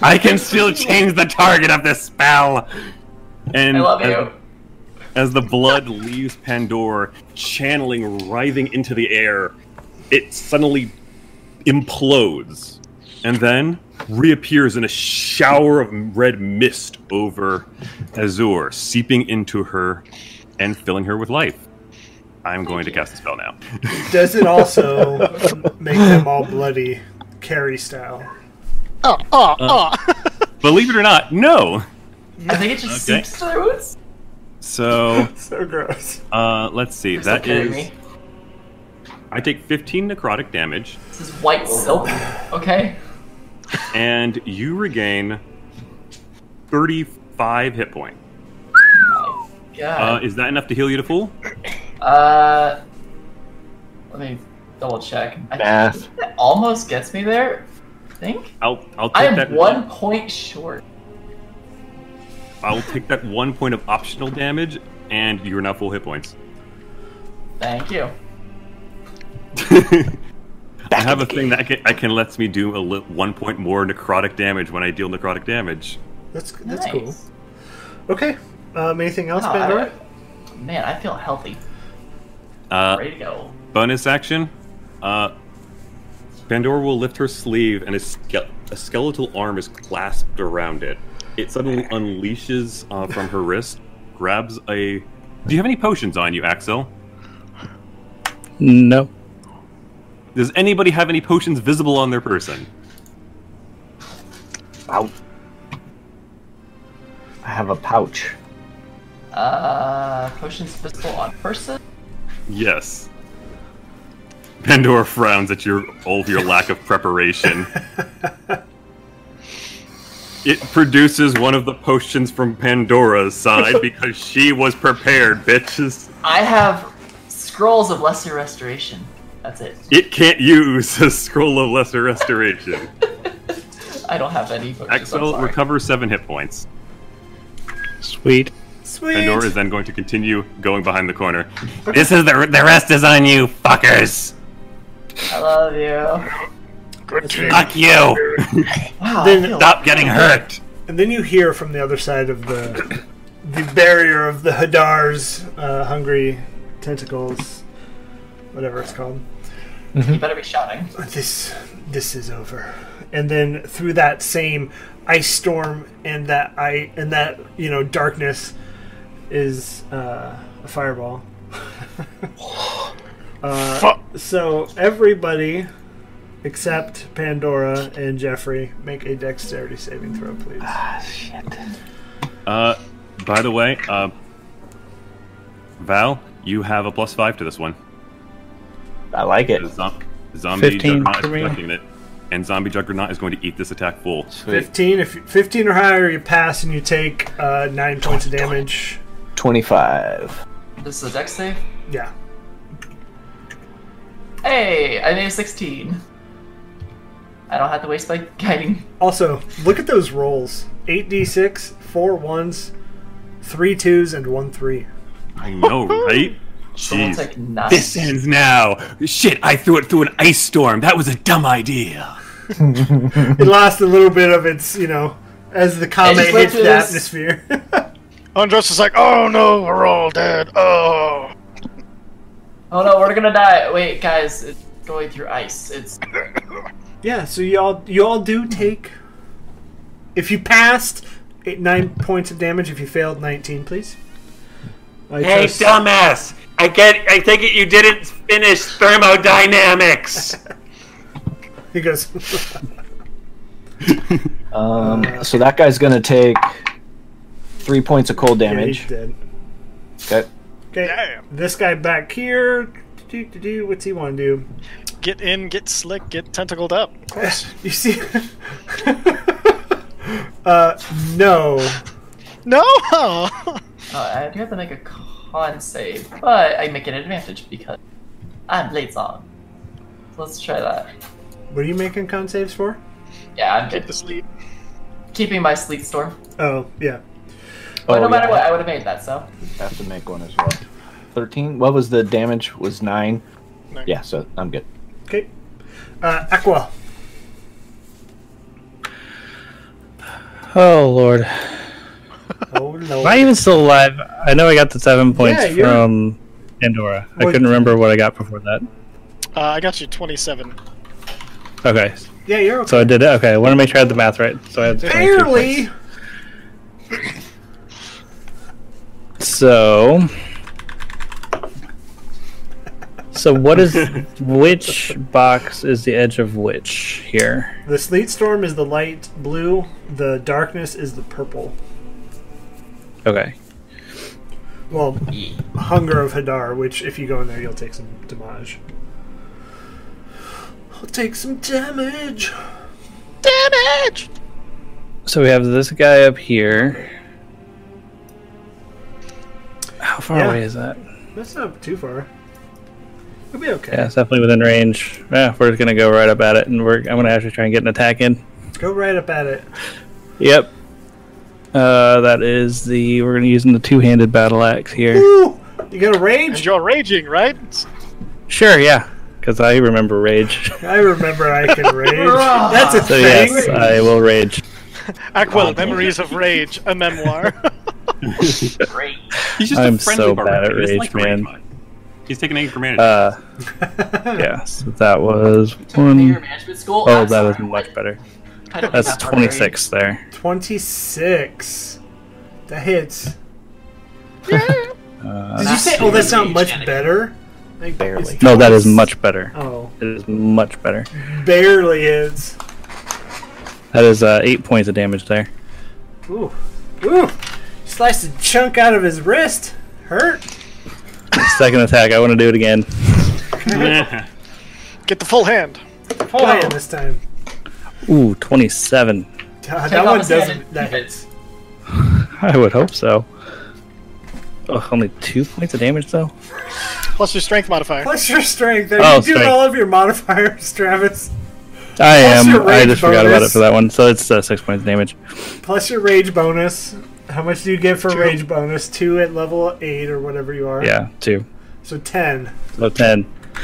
S6: I can still change the target of this spell. And
S3: I love
S6: as,
S3: you.
S6: as the blood leaves Pandora, channeling, writhing into the air, it suddenly implodes and then reappears in a shower of red mist over Azure, seeping into her and filling her with life. I'm going to cast a spell now.
S1: Does it also make them all bloody, carry style?
S5: Oh, oh, oh.
S6: Believe it or not, no.
S3: I think it just
S6: Okay.
S3: seeps to their wounds.
S6: So,
S1: So gross.
S6: uh, let's see.
S3: Stop
S6: That
S3: kidding
S6: is.
S3: me.
S6: I take 15 necrotic damage,
S3: This is white silk. Okay.
S6: and you regain 35 hit point. Uh,
S3: Yeah.
S6: is that enough to heal you to full?
S3: Uh, let me double check. I
S9: Math.
S3: think that almost gets me there. I think
S6: I'll I'll take
S3: I am
S6: that
S3: one point short.
S6: I'll take that one point of optional damage, and you're now full hit points.
S3: Thank you.
S6: I have a thing that I can, I can lets me do a li- one point more necrotic damage when I deal necrotic damage.
S1: That's that's
S3: nice.
S1: cool. Okay. Um, anything else,
S3: Oh,
S1: Pandora?
S3: I- man, I feel healthy.
S6: Uh,
S3: Ready to go.
S6: bonus action, uh, Pandora will lift her sleeve, and a, ske- a skeletal arm is clasped around it. It suddenly unleashes uh, from her wrist, grabs a. Do you have any potions on you, Axel?
S4: No.
S6: Does anybody have any potions visible on their person?
S9: I have a pouch.
S3: Uh, potions visible on person.
S6: Yes. Pandora frowns at your all of your lack of preparation. It produces one of the potions from Pandora's side because she was prepared, bitches.
S3: I have scrolls of lesser restoration. That's it.
S6: It can't use a scroll of lesser restoration.
S3: I don't have any. potions, I'm
S6: Axel
S3: sorry.
S6: recovers seven hit points.
S4: Sweet.
S1: Sweet.
S6: Pandora is then going to continue going behind the corner. This is the the rest is on you, fuckers.
S3: I love you.
S5: Good team.
S6: Fuck you.
S3: Wow. Oh, I
S1: Then
S3: feel-
S6: Stop getting hurt.
S1: And then you hear from the other side of the the barrier of the Hadar's uh, hungry tentacles, whatever it's called.
S3: You better be shouting.
S1: This this is over. And then through that same ice storm and that I and that you know darkness is uh, a fireball. Uh,
S5: Fuck.
S1: So everybody except Pandora and Jeffrey make a dexterity saving throw, please.
S6: Uh, by the way, uh, Val, you have a plus five to this one.
S9: I like it.
S6: The zom- zombie
S4: 15
S6: juggernaut is
S4: for me.
S6: protecting it, and zombie juggernaut is going to eat this attack full.
S9: Sweet.
S1: 15 if you- 15 or higher you pass and you take uh, 9 points of damage
S9: Twenty-five.
S3: This is a dex save.
S1: yeah
S3: Hey, I made a 16. I don't have to waste my guiding.
S1: Also, look at those rolls: eight d6, four ones, three twos, and one three.
S6: I know, right?
S3: Someone
S6: Jeez.
S3: take nine.
S6: This ends now. Shit, I threw it through an ice storm. That was a dumb idea.
S1: It lost a little bit of its, you know, as the comet
S3: just went
S1: hits
S3: through
S1: the
S3: this-
S1: atmosphere.
S5: Andros is like, oh no, we're all dead. Oh.
S3: Oh no, we're gonna die. Wait, guys, it's going through ice. It's
S1: yeah. So y'all, y'all do take. If you passed, eight, nine points of damage. If you failed, nineteen, please. I
S7: Hey,
S1: trust-
S7: dumbass! I get. I take it you didn't finish thermodynamics.
S1: He goes.
S9: Um,
S1: Uh,
S9: so that guy's gonna take three points of cold
S1: yeah, he's
S9: damage.
S1: dead.
S9: Okay.
S1: Okay.
S5: Damn.
S1: This guy back here. Do, do, do, what's he want to do?
S5: Get in, get slick, get tentacled up. Of course.
S1: You see? uh, no.
S5: no!
S3: Uh, I do have to make a con save, but I make an advantage because I'm late on. Let's try that.
S1: What are you making con saves for?
S3: Yeah, I'm
S5: get to
S3: good.
S5: sleep.
S3: keeping my sleep storm.
S1: Oh, yeah.
S3: But
S9: Oh,
S3: no matter
S9: yeah.
S3: what, I would have made that. So
S9: Have to make one as well. Thirteen. What was the damage? Was nine.
S5: Nine.
S9: Yeah, so I'm good.
S1: Okay. Uh, Aqua.
S4: Oh lord.
S1: Oh, no.
S4: Am I even still alive? I know I got the seven points
S1: Yeah, you're-
S4: from Pandora. I
S1: What-
S4: couldn't remember what I got before that.
S5: Uh, I got you 27.
S4: Okay,
S1: Yeah, you're okay.
S4: so I did it. Okay, I want to make sure I had the math right. So I had 22
S1: Barely.
S4: points. So. So what is which box is the edge of which here?
S1: The sleet storm is the light blue. The darkness is the purple.
S4: Okay.
S1: Well, hunger of Hadar, which if you go in there, you'll take some damage. I'll take some damage.
S5: Damage!
S4: So we have this guy up here. How far
S1: Yeah.
S4: away is that?
S1: That's not too far. You'll be okay.
S4: Yeah, it's definitely within range. Yeah, we're just gonna go right up at it, and we're I'm gonna actually try and get an attack in.
S1: Go right up at it.
S4: Yep. Uh, that is the we're gonna use in the two-handed battle axe here.
S1: Ooh, you got a
S5: And
S1: rage?
S5: you're raging, right?
S4: Sure, yeah, because I remember rage.
S1: I remember I can rage. That's a
S4: So
S1: thing.
S4: yes, I will rage.
S5: Aquila, Memories of Rage, a memoir.
S3: great.
S6: He's just
S4: I'm
S6: a friendly
S4: so
S6: barbarian.
S4: bad at
S6: He doesn't
S4: rage,
S6: like rage
S4: man.
S6: much. He's taking anger for granted.
S4: Uh, yeah, so that was
S3: Player
S4: one.
S3: management school.
S4: Oh,
S3: I'm
S4: that is
S3: sorry.
S4: much better.
S3: I don't think
S4: That's
S3: barbarian.
S4: 26 there.
S1: 26. That hits.
S4: Uh,
S1: Did you say, oh, that's not much better? Like,
S9: Barely.
S1: it's-
S4: no, that is much better.
S1: Oh,
S4: It is much better.
S1: barely hits.
S4: That is uh, eight points of damage there.
S1: Ooh. Ooh. Sliced a chunk out of his wrist. Hurt.
S4: Second attack. I want to do it again.
S5: Get the full hand.
S1: Full hand this time.
S4: Ooh, 27.
S1: God,
S3: Take
S1: that
S3: off
S1: one
S3: his hand
S1: doesn't.
S3: and
S1: That
S3: keep it.
S1: hits.
S4: I would hope so. Ugh, only two points of damage though.
S5: Plus your strength modifier.
S1: Plus your strength. Are
S4: Oh,
S1: you doing
S4: strength.
S1: all of your modifiers, Travis?
S4: I
S1: Plus your
S4: am. I
S1: rage
S4: just forgot about it
S1: bonus.
S4: for that one. So it's uh, six points of damage.
S1: Plus your rage bonus. How much do you get for rage bonus? Two at level eight or whatever you are.
S4: Yeah, two.
S1: So ten.
S4: So ten. Oh, Um,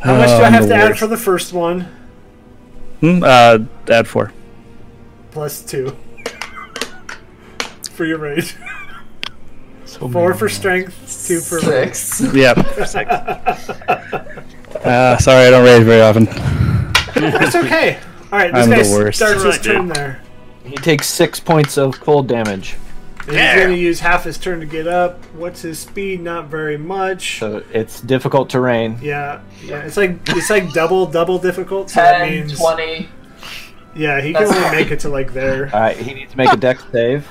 S1: How much do I have to add for the first one?
S4: Hmm, uh, add four.
S1: Plus two. For your rage. Four for strength, two for rage.
S3: Six.
S4: Yeah. uh, sorry, I don't rage very often.
S1: That's okay. All right, this
S4: I'm
S1: guy
S4: the worst.
S1: starts his
S6: Right, dude.
S1: turn there.
S9: He takes six points of cold damage.
S1: And He's going to use half his turn to get up. What's his speed? Not very much.
S2: Uh,
S9: So it's difficult terrain.
S1: Yeah, yeah. It's like it's like double double difficult. So that
S3: 10,
S1: means
S3: 20.
S1: yeah, he can
S3: That's
S1: only
S3: fine.
S1: make it to like there.
S9: All right, he needs to make a dex save.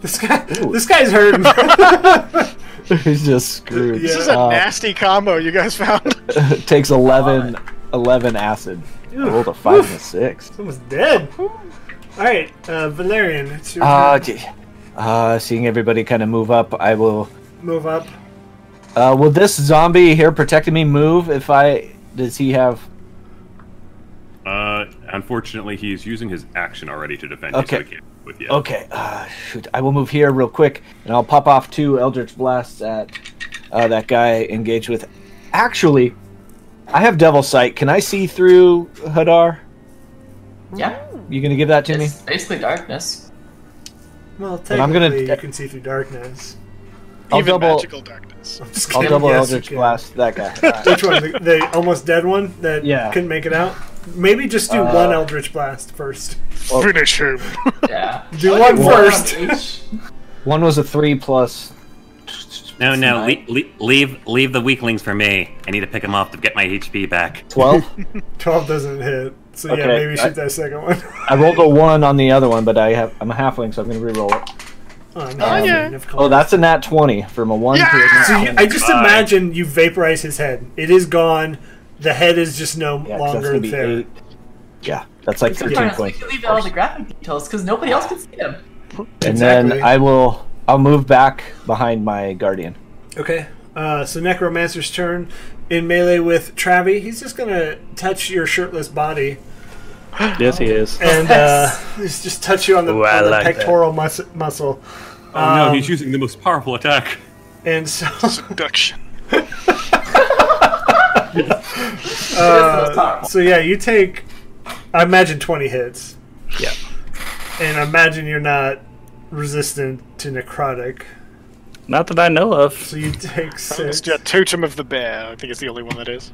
S1: This guy, this guy's hurting. That's
S9: He's just screwed.
S1: This
S5: This is a
S9: Uh,
S5: nasty combo you guys found.
S9: takes 11, 11 acid. I rolled a five and a six.
S1: almost dead. All right, uh, Valerian, it's your
S9: Uh,
S1: turn.
S9: gee. uh, seeing everybody kind of move up, I will.
S1: move up.
S9: Uh, will this zombie here protecting me move if I. Does he have.
S6: Uh, Unfortunately, he is using his action already to defend
S2: Okay.
S6: you, so he can't move with you.
S2: Okay, uh, shoot. I will move here real quick, and I'll pop off two Eldritch Blasts at uh, that guy engaged with. Actually, I have Devil Sight. Can I see through Hadar?
S3: Yeah,
S2: You gonna give that to me?
S3: it's basically darkness.
S1: Well,
S2: But I'm gonna-
S1: technically, you can see through darkness.
S2: I'll
S5: Even
S2: double-
S5: magical darkness.
S1: I'm just
S2: I'll
S1: kidding.
S2: double
S1: Yes,
S2: Eldritch
S1: you can.
S2: Blast that guy. All right.
S1: Which one? The, the almost dead one that
S2: Yeah.
S1: couldn't make it out. Maybe just do
S2: Uh,
S1: one Eldritch Blast first.
S5: Finish him.
S3: Yeah.
S1: Do
S3: I'll
S1: one
S3: do
S1: first.
S3: on each.
S2: One was a three plus.
S6: No, no,
S2: Tonight?
S6: leave, leave the weaklings for me. I need to pick them off to get my HP back.
S2: Twelve.
S1: Twelve doesn't hit, so yeah,
S2: Okay,
S1: maybe
S2: I-
S1: shoot that second one.
S2: I rolled a one on the other one, but I have I'm a halfling, so I'm gonna re-roll it.
S1: oh,
S5: Oh, yeah.
S2: Oh, that's a nat twenty from a one to a nat
S1: So you,
S2: 20.
S1: I just imagine you vaporize his head. It is gone. The head is just no
S2: Yeah, 'cause that's
S1: longer
S2: gonna be
S1: there.
S2: eight. Yeah, that's like
S3: It's
S2: thirteen
S3: darkness. We
S2: points.
S3: can leave out all the graphic details because nobody else can see them.
S2: And
S1: Exactly.
S2: then I will I'll move back behind my guardian.
S1: Okay. Uh, so Necromancer's turn in melee with Travi. He's just gonna touch your shirtless body
S4: Yes, he is.
S1: and uh, he's just touch you on the,
S4: Ooh, I
S1: on the
S4: like that.
S1: pectoral mus- muscle. Um,
S6: Oh no, he's using the most powerful attack.
S1: And so
S5: Seduction.
S1: Uh, so yeah, you take. I imagine twenty hits,
S4: Yeah.
S1: and I imagine you're not resistant to necrotic.
S4: Not that I know of.
S1: So you take
S5: It's
S1: six.
S5: the totem of the bear. I think it's the only one that is.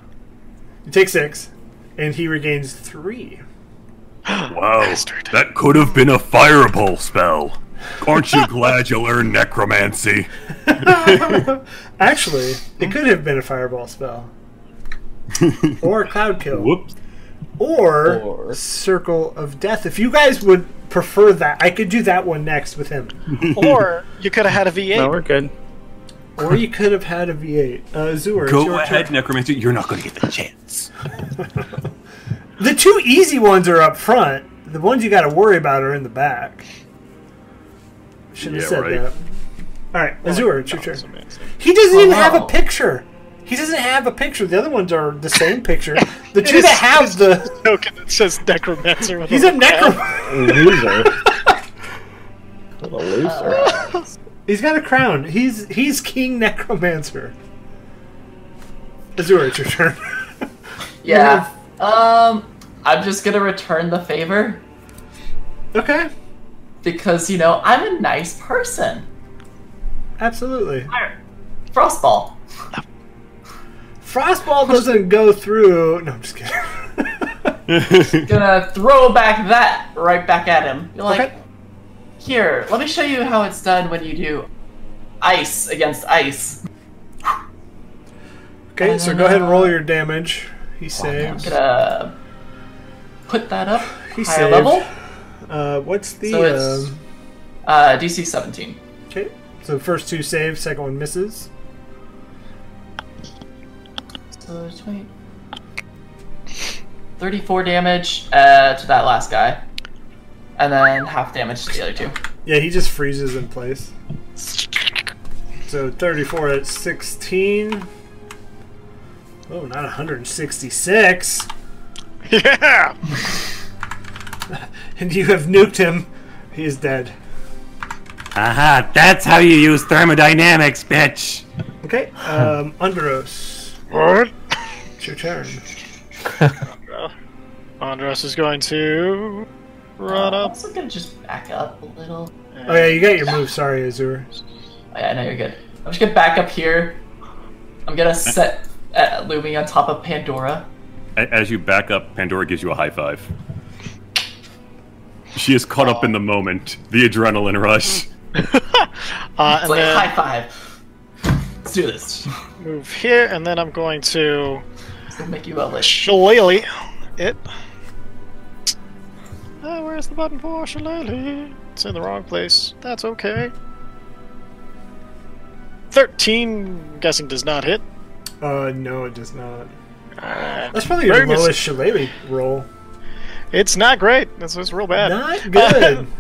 S1: You take six, and he regains three.
S6: Wow, that could have been a fireball spell. Aren't you glad you learned necromancy?
S1: Actually, it could have been a fireball spell, or a cloud kill,
S6: Whoops.
S1: Or,
S2: Or-
S1: circle of death. If you guys would prefer that, I could do that one next with him.
S5: Or you could have had a V8.
S4: No, we're good.
S1: Or you could have had a V8. Uh, Zuer, it's
S6: Go
S1: your
S6: ahead,
S1: turn.
S6: necromancy. You're not going to get the chance.
S1: The two easy ones are up front. The ones you got to worry about are in the back. Should have
S6: Yeah,
S1: said
S6: right.
S1: that. All right, Azure, it's your
S5: That's
S1: turn.
S5: amazing.
S1: He doesn't even have a
S3: Wow.
S1: picture. He doesn't have a picture. The other ones are the same picture. The two that have the
S5: Token that says necromancer. With
S1: he's a
S5: little crown.
S1: necro.
S2: Loser. What a loser.
S1: He's got a crown. He's he's King Necromancer. Azure, it's your turn.
S3: Yeah. Um, I'm just gonna return the favor
S1: okay,
S3: because you know I'm a nice person.
S1: absolutely.
S3: Frostball.
S1: Frostball doesn't go through. No, I'm just kidding.
S3: Gonna throw back that right back at him. You're like,
S1: Okay.
S3: here, let me show you how it's done when you do ice against ice.
S1: Okay, so go ahead and roll your damage. He saves.
S3: Gonna put that up
S1: He
S3: higher
S1: saved.
S3: level.
S1: Uh, what's the?
S3: So it's-
S1: um,
S3: Uh, DC 17.
S1: okay, so first two save, second one misses.
S3: So there's 20. 34 damage uh, to that last guy. And then half damage to the other two.
S1: Yeah, he just freezes in place. So 34 at 16. Oh, not 166.
S5: Yeah!
S1: And you have nuked him. He is dead.
S6: Aha, that's how you use thermodynamics, bitch.
S1: Okay, um, Unveros,
S5: What?
S1: it's your turn.
S5: Uh, Andros is going to run
S3: I'm
S5: up.
S3: also gonna just back up a little.
S1: Oh, yeah, you got your move. Sorry, Azur.
S3: Oh, yeah, I know you're good. I'm just gonna back up here. I'm gonna set uh, Lumi on top of Pandora.
S6: As you back up, Pandora gives you a high five. She is caught up in the moment, the adrenaline rush.
S5: Uh,
S3: It's
S5: and
S3: like
S5: then
S3: high five. Let's do this.
S5: move here, and then I'm going to
S3: It's gonna make you a lich.
S5: shillelagh it. Oh, where's the button for shillelagh? It's in the wrong place. That's okay. 13, guessing, does not hit.
S1: Uh, no, it does not.
S5: Uh,
S1: That's probably your
S5: Very mis-
S1: lowest shillelagh roll.
S5: it's not great. It's, it's real bad.
S1: Not good.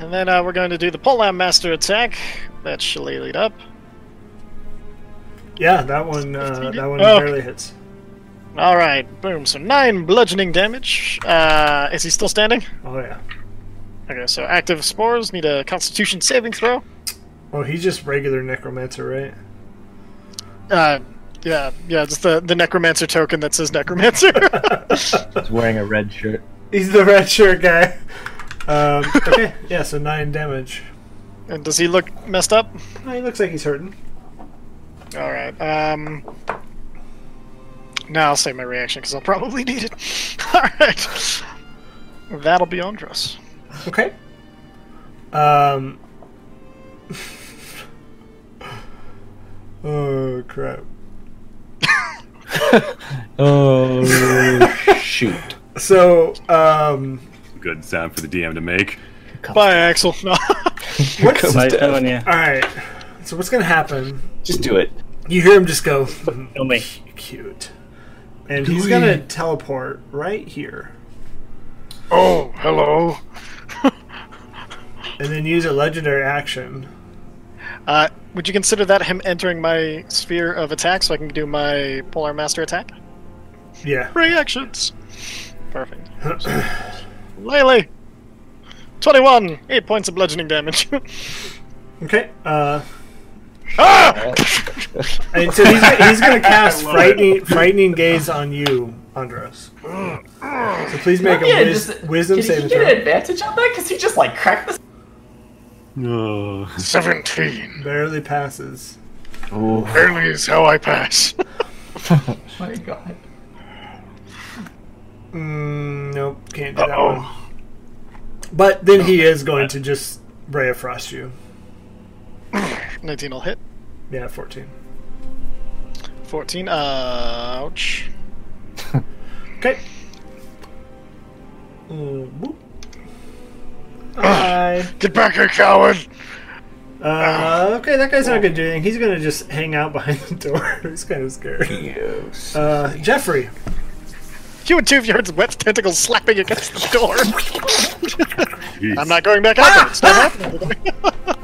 S5: And then uh, we're going to do the polearm master attack. That's shillelagh'd up.
S1: yeah, that one. Uh, that one
S5: Oh.
S1: barely hits.
S5: All right, boom. So nine bludgeoning damage. Uh, is he still standing?
S1: Oh yeah.
S5: Okay, so active spores need a Constitution saving throw.
S1: Oh, he's just regular necromancer, right?
S5: Uh, yeah, yeah, just the, the necromancer token that says necromancer.
S4: He's wearing a red shirt.
S1: He's the red shirt guy. Um, okay, yeah, so nine damage.
S5: and does he look messed up?
S1: Oh, he looks like he's hurting.
S5: All right. Um. Now I'll save my reaction because I'll probably need it. All right. That'll be Andros.
S1: Okay. Um. oh crap.
S2: Oh shoot!
S1: So, um,
S6: Good sound for the DM to make.
S5: Bye, Axel. No.
S1: what's all
S4: Nice knowing you.
S1: right? So what's gonna happen?
S9: Just do it.
S1: You hear him just go
S4: Kill me.
S1: cute, and he's gonna teleport right here,
S5: oh, hello.
S1: and then use a legendary action.
S5: Uh, would you consider that him entering my sphere of attack so I can do my Polar Master attack?
S1: Yeah.
S5: Reactions. Perfect. Lele. Twenty-one. Eight points of bludgeoning damage.
S1: Okay. Uh,
S5: ah!
S1: and so he's, he's gonna cast frightening, frightening gaze on you, Andros. So please make
S3: yeah,
S1: a wis-
S3: just,
S1: wisdom
S3: did he
S1: saving
S3: get an
S1: throw.
S3: advantage on that? Because he just like cracked this.
S6: Oh.
S5: Seventeen.
S1: Barely passes.
S5: Barely is how I pass.
S3: Oh my god.
S1: Mm, nope, can't do that
S5: Uh-oh.
S1: one. But then he is going to just Ray of Frost you.
S5: Nineteen will hit.
S1: Yeah, 14.
S5: 14. Ouch.
S1: Okay. Uh, whoop. Bye.
S5: Get back here, coward!
S1: Uh, okay, that guy's not gonna do anything. He's gonna just hang out behind the door. He's kind of scared.
S9: Yes.
S1: Uh, Jeffrey.
S5: You and two of your wet tentacles slapping against the door.
S6: Jeez.
S5: I'm not going back out there. It's not happening. Ah!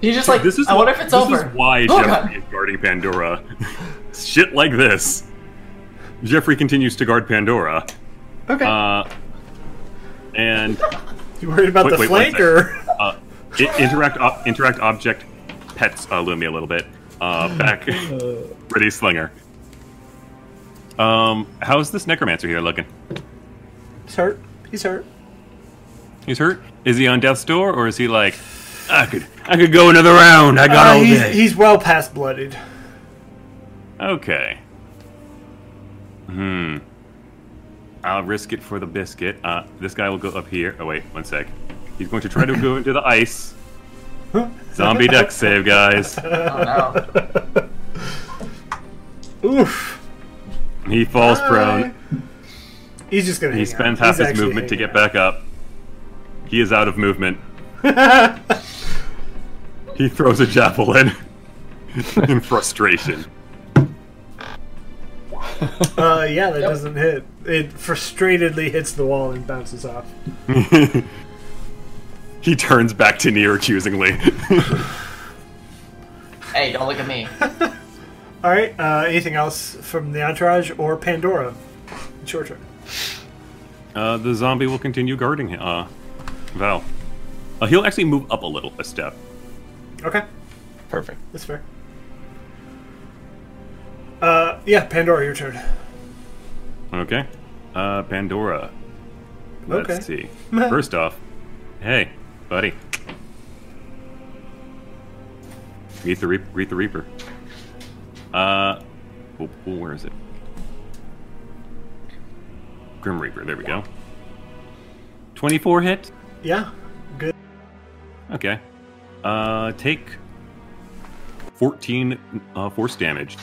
S3: He just like.
S6: This is
S3: I wonder if it's
S6: this
S3: over.
S6: is why
S3: Oh, God.
S6: Jeffrey is guarding Pandora. Shit like this. Jeffrey continues to guard Pandora.
S1: Okay.
S6: Uh, and
S1: you worried about
S6: wait,
S1: the
S6: wait, one
S1: flank
S6: sec.
S1: or?
S6: uh, i- interact ob- interact object pets uh, Lumi a little bit. Uh, back, ready slinger. Um, how's this necromancer here looking?
S1: He's hurt. He's hurt.
S6: He's hurt. Is he on death's door, or is he like, I could I could go another round. I got
S1: Uh,
S6: all
S1: he's,
S6: day.
S1: he's well past blooded.
S6: Okay. Hmm. I'll risk it for the biscuit. Uh, this guy will go up here. Oh wait, one sec. He's going to try to go into the ice. Zombie duck save, guys.
S3: Oh no.
S1: Oof.
S6: He falls prone.
S1: He's just gonna.
S6: He spends half his movement to get back up. He is out of movement.
S1: back.
S6: He throws a javelin in frustration.
S1: uh, yeah, that doesn't hit. It frustratedly hits the wall and bounces off.
S6: he turns back to Nier accusingly.
S3: Hey, don't look at me.
S1: All right. Uh, anything else from the entourage or Pandora? It's your turn.
S6: Uh, the zombie will continue guarding him. Uh, Val. Uh, he'll actually move up a little, a step.
S1: Okay,
S9: Perfect.
S1: that's fair. Uh, yeah, Pandora, your turn.
S6: Okay. Uh, Pandora. Let's
S1: Okay.
S6: see. First off, hey, buddy. Meet the, Reap- Meet the Reaper. Uh, oh, oh, where is it? Grim Reaper, there we go. 24 hit?
S1: Yeah, good.
S6: Okay. Uh, take 14 uh, force damage.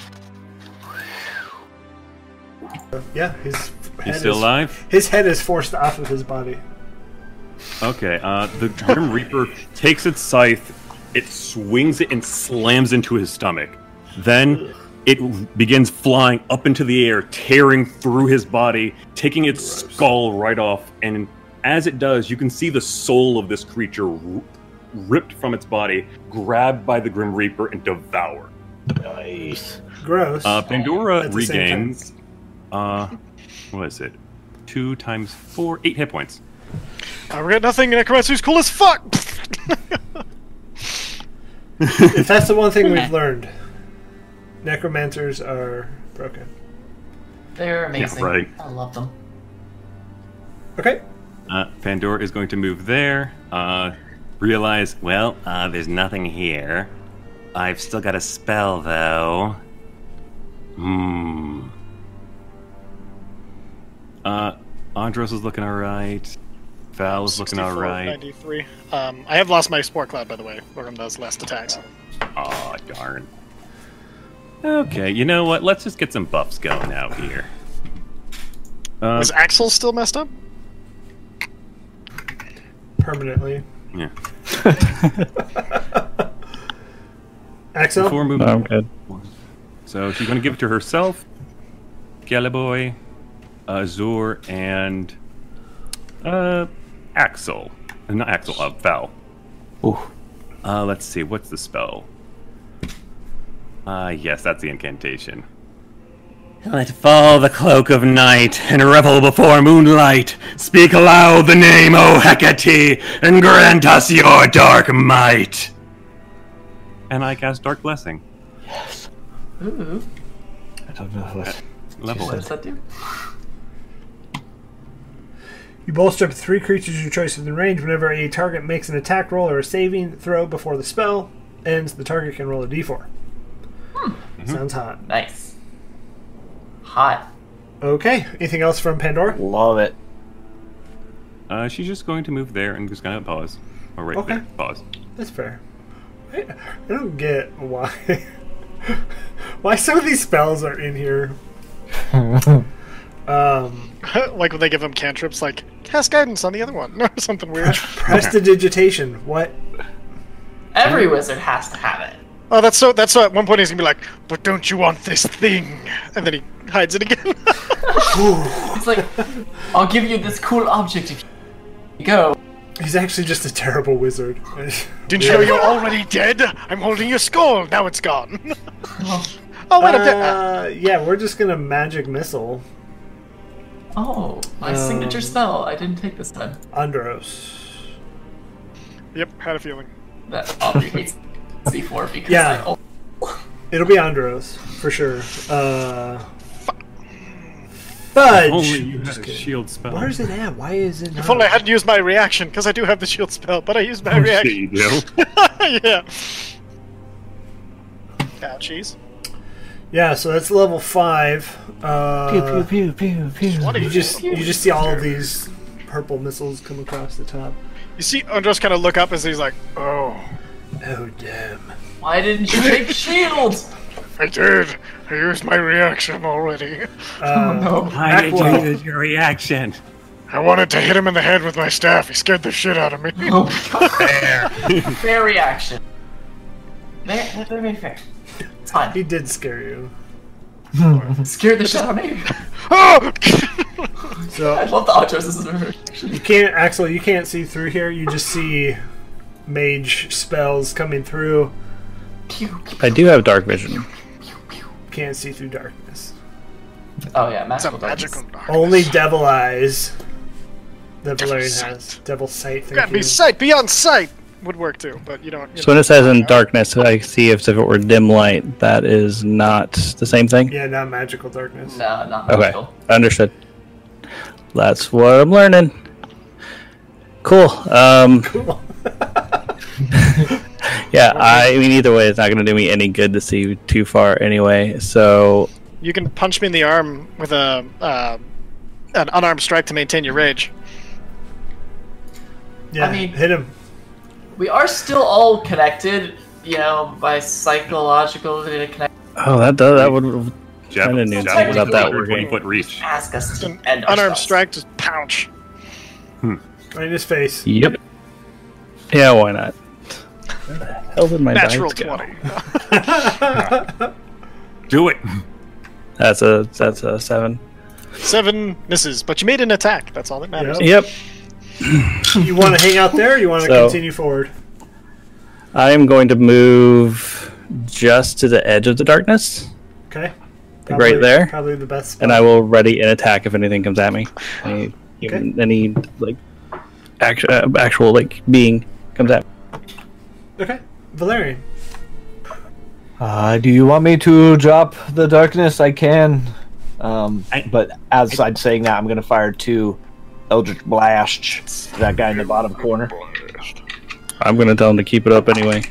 S1: Yeah, his head
S6: He's still
S1: is,
S6: alive?
S1: His head is forced off of his body.
S6: Okay, uh, the Grim Reaper takes its scythe, it swings it and slams into his stomach. Then it begins flying up into the air, tearing through his body, taking its skull right off. And as it does, you can see the soul of this creature r- ripped from its body, grabbed by the Grim Reaper, and devoured.
S9: Nice.
S1: Gross.
S6: Uh, Pandora
S1: At the same time.
S6: regains Uh, what is it? Two times four, eight hit points.
S5: I regret nothing. Necromancer's cool as fuck.
S1: If that's the one thing we've learned, necromancers are broken.
S3: They're amazing.
S6: right.
S3: I love them.
S1: Okay.
S6: Uh, Pandora is going to move there. Uh, realize, well, uh, there's nothing here. I've still got a spell, though. Hmm. Uh, Andros is looking alright. Val is looking
S5: 64,
S6: alright.
S5: 93. Um, I have lost my sport cloud, by the way, from those last attacks.
S6: Aw, darn. Okay, you know what? Let's just get some buffs going out here. Uh,
S5: Is Axel still messed up?
S1: Permanently.
S6: yeah.
S1: Axel?
S6: Before
S4: No,
S6: moving
S4: I'm good.
S6: So she's going to give it to herself, Galaboy, Azur, and uh, Axel. Uh, Not Axel, uh, Val. Ooh. Uh, let's see, what's the spell? Uh, yes, that's the incantation. Let fall the cloak of night and revel before moonlight. Speak aloud the name, O Hecate, and grant us your dark might. And I cast Dark Blessing.
S3: Ooh,
S9: I don't know. What,
S6: Level.
S3: what does that do?
S1: You bolster up three creatures of your choice within range. Whenever a target makes an attack roll or a saving throw before the spell ends, the target can roll a d4.
S5: Hmm.
S1: Sounds hot.
S3: Nice. Hot.
S1: Okay. Anything else from Pandora?
S9: love it.
S6: Uh, she's just going to move there and just gonna pause. Or right
S1: Okay.
S6: there, pause.
S1: That's fair. I, I don't get why why some of these spells are in here. um,
S5: like when they give him cantrips, like cast guidance on the other one, or something weird.
S1: prestidigitation. What?
S3: Every wizard has to have it.
S5: oh, that's so. That's so. At one point, he's gonna be like, "But don't you want this thing?" And then he hides it again.
S3: It's like, I'll give you this cool object if you go.
S1: He's actually just a terrible wizard.
S5: Didn't you know you're already dead? I'm holding your skull. Now it's gone. oh wait, I'm dead. Ah,
S1: Uh, yeah, we're just gonna magic missile
S3: Oh, my
S1: Um.
S3: signature spell. I didn't take this time.
S1: Andros.
S5: Yep, had a feeling.
S3: That Aubrey hates C4 because
S1: Yeah.
S3: I, oh,
S1: It'll be Andros for sure. Uh, fudge.
S6: Only you
S1: I'm
S6: had
S1: just
S6: a
S1: kidding.
S6: shield spell.
S1: Where's it at? Why is it?
S5: If
S1: not-
S5: only I hadn't used my reaction, because I do have the shield spell, but I used my
S6: There
S5: reaction.
S6: you go.
S5: yeah. Ah, Ouchies.
S1: Yeah, so that's level five. Uh,
S9: pew pew pew.
S5: What
S1: You just you just see all of these purple missiles come across the top.
S5: You see Andros kind of look up as he's like, "Oh,
S1: Oh damn!
S3: why didn't you take shield?
S5: I did. I used my reaction already.
S1: Uh,
S6: I
S1: did you
S6: use your reaction.
S5: I wanted to hit him in the head with my staff. He scared the shit out of me."
S3: Oh my god. fair reaction. Fair, fair, fair, fair. It's
S1: He
S3: fine.
S1: did scare you.
S3: Scared the shit out of me.
S5: Oh!
S3: I
S1: So
S3: love the autos. This is a reaction.
S1: you can't, Axel. You can't see through here. You just see mage spells coming through.
S3: Pew, pew.
S4: I do have dark vision.
S1: Can't see through darkness.
S3: Oh yeah,
S5: it's a
S3: magical darkness.
S5: magical darkness.
S1: Only devil eyes. That Valerian
S5: sight.
S1: has devil sight. Thank
S5: Gotta be
S1: you.
S5: sight beyond sight would work too, but you don't. You
S4: So when it says in darkness, I see if, if it were dim light, that is not the same thing.
S1: Yeah, not magical darkness.
S3: No, not
S4: Okay,
S3: magical.
S4: understood. That's what I'm learning. Cool. Um,
S1: Cool.
S4: yeah, I, I mean, either way, it's not going to do me any good to see too far anyway. So
S5: You can punch me in the arm with a uh, an unarmed strike to maintain your rage.
S1: Yeah,
S3: I mean-
S1: hit him.
S3: We are still all connected, you know, by psychological connection.
S4: Oh, that does, that would.
S6: Jeff,
S4: Kinda knew
S6: Jeff was
S3: about that
S6: that
S3: working.
S6: foot reach.
S3: Ask us to
S5: An
S3: end
S5: unarmed
S3: ourselves.
S5: strike, just pouch.
S1: Right in his face.
S4: Yep. Yeah, why not? Where the hell did my
S5: Natural
S4: dice go?
S5: twenty.
S6: Do it.
S4: That's a that's a seven.
S5: Seven misses, but you made an attack. That's all that matters.
S1: Yep.
S4: Yep.
S1: You want to hang out there? Or you want to
S4: So-
S1: continue forward?
S4: I am going to move just to the edge of the darkness
S1: Okay.
S4: like right there,
S1: Probably the best spot.
S4: and I will ready an attack if anything comes at me. Any,
S1: Okay.
S4: any like actual, uh, actual like being comes at. me.
S1: Okay, Valerian.
S2: Uh, do you want me to drop the darkness? I can. Um,
S6: I-
S2: but as I, am saying that, I'm going to fire two Eldritch Blasts to that guy in the bottom corner.
S4: I'm gonna tell him to keep it up anyway.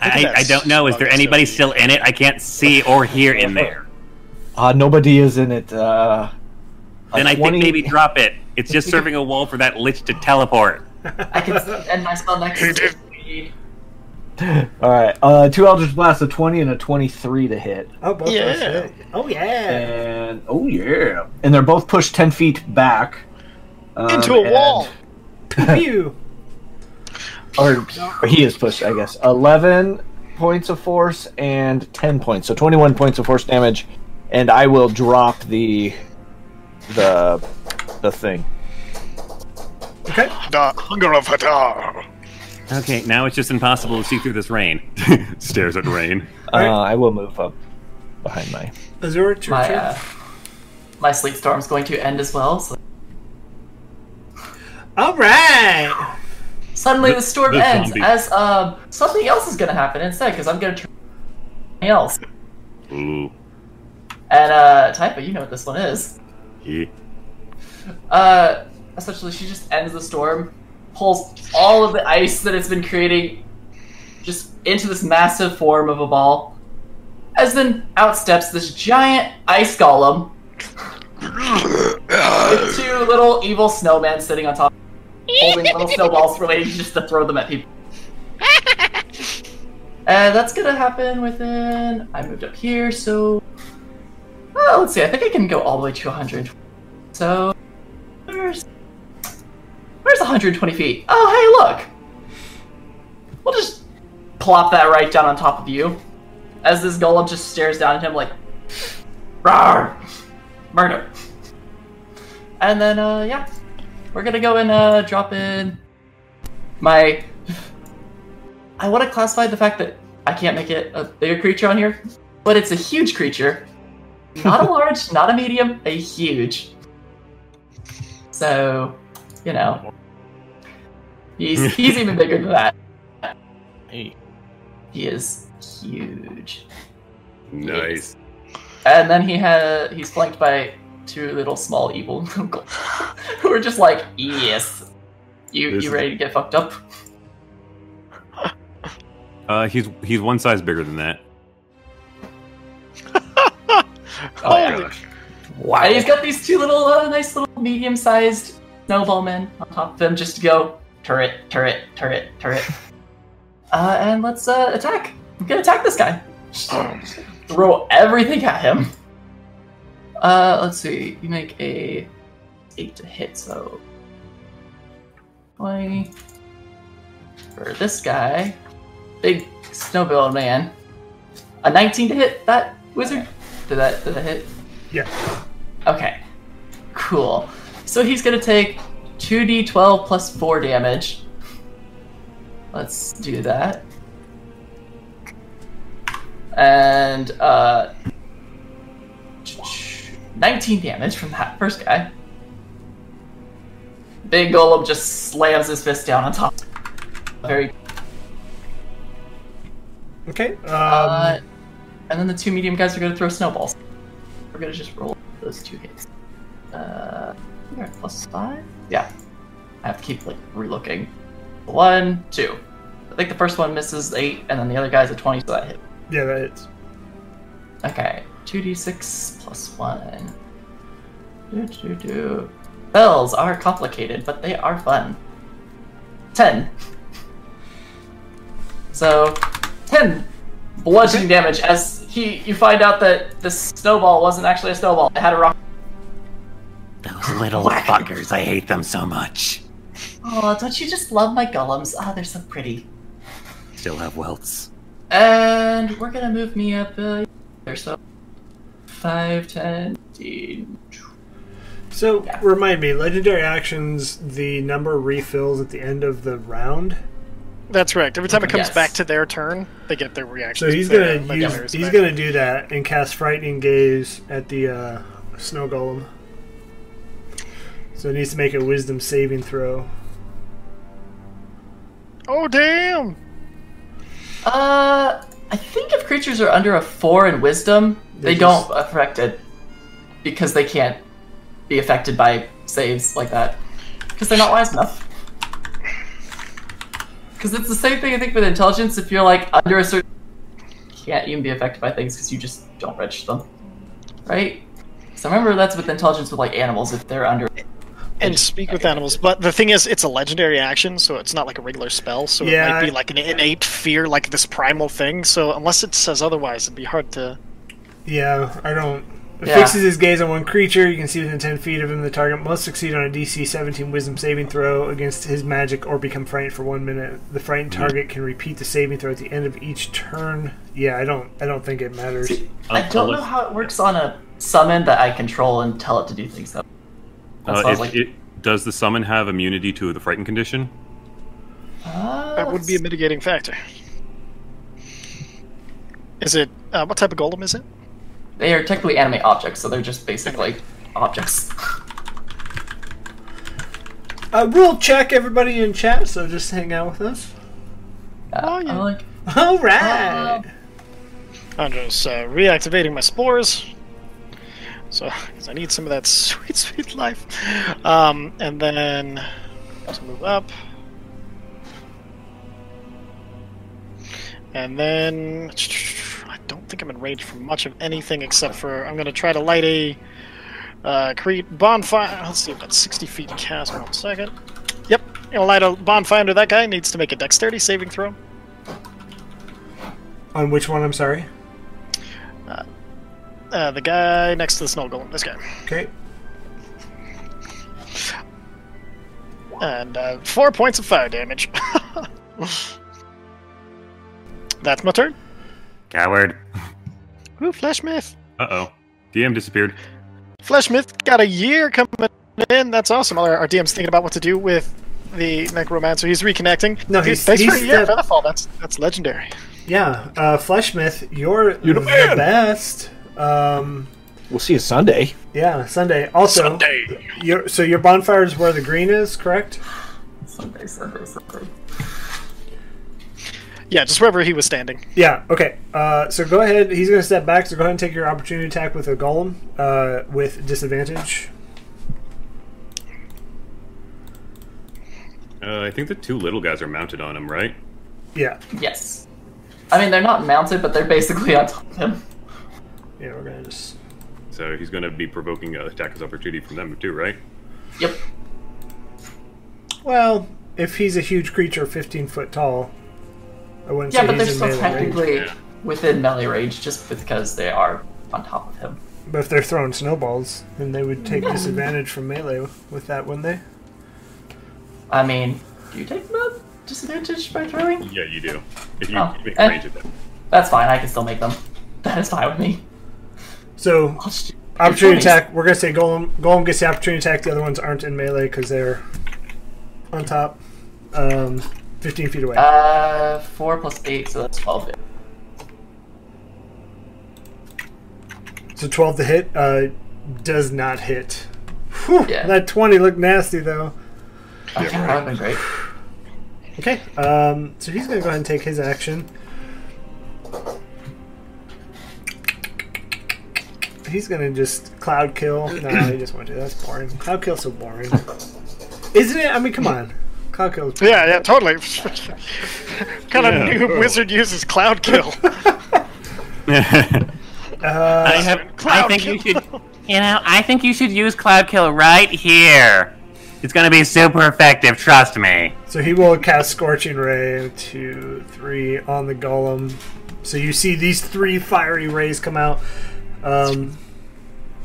S7: I, I don't know. Is there anybody still in it? I can't see or hear in there.
S2: Uh, nobody is in it. Uh, a
S7: Then I
S2: 20
S7: think maybe drop it. It's just serving a wall for that lich to teleport.
S3: I can end my spell next to bleed.
S2: All right. Uh, two Eldritch Blasts, a 20 and a 23 to hit.
S1: Oh, both
S5: Yeah.
S1: those hit. Oh yeah.
S2: And, oh, yeah. And they're both pushed 10 feet back. um,
S5: Into a
S2: and-
S5: wall.
S1: Pew.
S2: Or, or he is pushed, I guess. 11 points of force and 10 points. So 21 points of force damage. And I will drop the. the. the thing.
S1: Okay.
S5: The hunger of Hadar.
S6: Okay, now it's just impossible to see through this rain. Stares at rain.
S2: Uh,
S1: Alright.
S2: I will move up behind my.
S1: Azura, it's your
S3: My
S1: turn.
S3: uh, my sleep storm's going to end as well. So
S1: All right.
S3: suddenly
S6: The-
S3: the storm
S6: the
S3: ends
S6: zombie.
S3: as um something else is going to happen instead because I'm going to turn something else.
S6: Ooh.
S3: And uh, Typa, you know what this one is.
S6: He.
S3: Uh, essentially, she just ends the storm, pulls all of the ice that it's been creating just into this massive form of a ball, as then out steps this giant ice golem with two little evil snowmen sitting on top, holding little snowballs, waiting just to throw them at people. And that's gonna happen within. I moved up here, so. Oh, let's see. I think I can go all the way to 100. So, where's where's 120 feet? Oh, hey, look. We'll just plop that right down on top of you, as this golem just stares down at him like, "Rawr, murder." And then, uh, yeah, we're gonna go and uh, drop in my. I want to classify the fact that I can't make it a bigger creature on here, but it's a huge creature. Not a large, not a medium, a huge. So, you know, he's he's even bigger than that.
S5: Hey.
S3: He is huge.
S6: Nice.
S3: And then he had he's flanked by two little small evil golems who are just like, yes, you
S6: This
S3: you
S6: is-
S3: ready to get fucked up?
S6: Uh, he's he's one size bigger than that.
S3: Oh, yeah. And he's got these two little uh, nice little medium-sized snowball men on top of him just to go turret, turret, turret, turret. uh, and let's uh, attack. I'm gonna attack this guy. Throw everything at him. Uh, let's see. You make a eight to hit, so twenty for this guy. Big snowball man. A nineteen to hit that wizard. Did that did that hit?
S1: Yeah.
S3: Okay. Cool. So he's gonna take 2d12 plus 4 damage. Let's do that. And, uh. 19 damage from that first guy. Big Golem just slams his fist down on top. Very.
S1: Okay. Um,
S3: Uh, and then the two medium guys are gonna throw snowballs. We're gonna just roll those two hits. Uh, we're at plus five. Yeah, I have to keep like relooking. One, two. I think the first one misses eight, and then the other guy's a twenty, so that hit.
S1: yeah, that hits.
S3: Okay, two d six plus one. Do do do. Spells are complicated, but they are fun. Ten. So, ten bludgeoning damage as he you find out that the snowball wasn't actually a snowball. It had a rock.
S7: Those little fuckers. I hate them so much.
S3: Oh, don't you just love my golems? Ah, they're so pretty.
S7: Still have welts.
S3: And we're gonna move me up uh, there, so 5, 10, 15,
S1: So
S3: Yeah.
S1: remind me, legendary actions. The number refills at the end of the round.
S5: That's correct. Every time it comes
S3: Yes.
S5: back to their turn, they get their reaction.
S1: So he's
S5: their
S1: gonna use,
S5: legendaries
S1: he's
S5: back.
S1: gonna do that and cast frightening gaze at the uh, snow golem. So it needs to make a wisdom saving throw.
S5: Oh damn!
S3: Uh, I think if creatures are under a four in wisdom, they
S1: They're
S3: don't affect it because they can't be affected by saves like that because they're not wise enough. Because it's the same thing I think with intelligence. If you're like under a certain, can't even be affected by things because you just don't register them, right? So remember that's with intelligence with like animals if they're under.
S5: And speak with animals, but the thing is, it's a legendary action, so it's not like a regular spell. So
S1: Yeah,
S5: it might
S1: I-
S5: be like an innate fear, like this primal thing. So unless it says otherwise, it'd be hard to.
S1: Yeah, I don't. It
S3: Yeah.
S1: fixes his gaze on one creature you can see within 10 feet of him. The target must succeed on a DC 17 wisdom saving throw against his magic or become frightened for one minute. The frightened target can repeat the saving throw at the end of each turn. Yeah, I don't I don't think it matters.
S3: I don't know how it works on a summon that I control and tell it to do things. Though. That
S6: Uh,
S3: sounds
S6: if
S3: like-
S6: it- does the summon have immunity to the frightened condition?
S3: Uh,
S5: That would be a mitigating factor. Is it uh, what type of golem is it?
S3: They are technically anime objects, so they're just basically objects.
S1: Uh, we'll check everybody in chat, so just hang out with us.
S3: oh, yeah. I'm like, Oh,
S1: All right.
S5: I'm just uh, reactivating my spores. So, 'cause I need some of that sweet, sweet life. Um, and then let's move up. And then I don't think I'm in range for much of anything except for I'm going to try to light a uh, create bonfire. Let's see, I've got 60 feet to cast. One second. Yep, I'll light a bonfire under that guy. Needs to make a dexterity saving throw.
S1: On which one? I'm sorry.
S5: Uh, the guy next to the snow golem. This guy.
S1: Okay.
S5: and uh, four points of fire damage. That's my turn.
S6: Coward.
S5: Ooh, Fleshmith.
S6: Uh oh. DM disappeared.
S5: Fleshmith got a year coming in. That's awesome. Our, our DM's thinking about what to do with the necromancer. He's reconnecting.
S1: No,
S5: Dude,
S1: he's-
S5: thanks for
S1: he's
S5: the year,
S1: the-
S5: Featherfall. That's that's legendary.
S1: Yeah, uh, Fleshmith, you're, the, best. Um,
S2: We'll see you Sunday.
S1: yeah, Sunday. Also, Sunday. Your, so your bonfire is where the green is, correct?
S3: Sunday, Sunday, Sunday.
S5: Yeah, just wherever he was standing.
S1: Yeah. Okay. Uh, so go ahead. He's going to step back. So go ahead and take your opportunity attack with a golem uh, with disadvantage.
S6: Uh, I think the two little guys are mounted on him, right?
S1: Yeah.
S3: Yes. I mean, they're not mounted, but they're basically on top of him.
S1: Yeah. We're gonna just.
S6: So he's going to be provoking a attack of opportunity from them too, right?
S3: Yep.
S1: Well, if he's a huge creature, fifteen foot tall, I wouldn't
S3: Yeah,
S1: say
S3: but they're
S1: he's in melee
S3: still
S1: range.
S3: technically
S6: yeah.
S3: within melee range just because they are on top of him.
S1: But if they're throwing snowballs, then they would take disadvantage from melee with that, wouldn't they?
S3: I mean, do you take them out disadvantage by throwing?
S6: Yeah, you do. If you
S3: Oh,
S6: make
S3: eh.
S6: range of them.
S3: That's fine. I can still make them. That is fine with me.
S1: So
S3: I'll just-
S1: opportunity
S3: it's funny.
S1: attack. We're gonna say golem. Golem gets the opportunity attack. The other ones aren't in melee because they're on top, um, fifteen feet away.
S3: Uh, four plus eight, so that's twelve.
S1: So 12 to hit uh, does not hit. Whew,
S3: Yeah.
S1: That 20 looked nasty, though.
S3: Okay, that would been great.
S1: Okay. Um, so he's going to go ahead and take his action. He's going to just cloud kill. No, he just won't do that. That's boring. Cloud kill's so boring. Isn't it? I mean, come on. Cloud kill is
S5: Yeah, yeah, totally. kind of new
S6: cool.
S5: wizard uses cloud kill.
S1: Uh,
S7: I, have,
S5: Cloud
S7: think
S5: kill.
S7: you should. You know, I think you should use Cloud Kill right here. It's gonna be super effective. Trust me.
S1: So he will cast Scorching Ray, two, three, on the golem. So you see these three fiery rays come out. Um,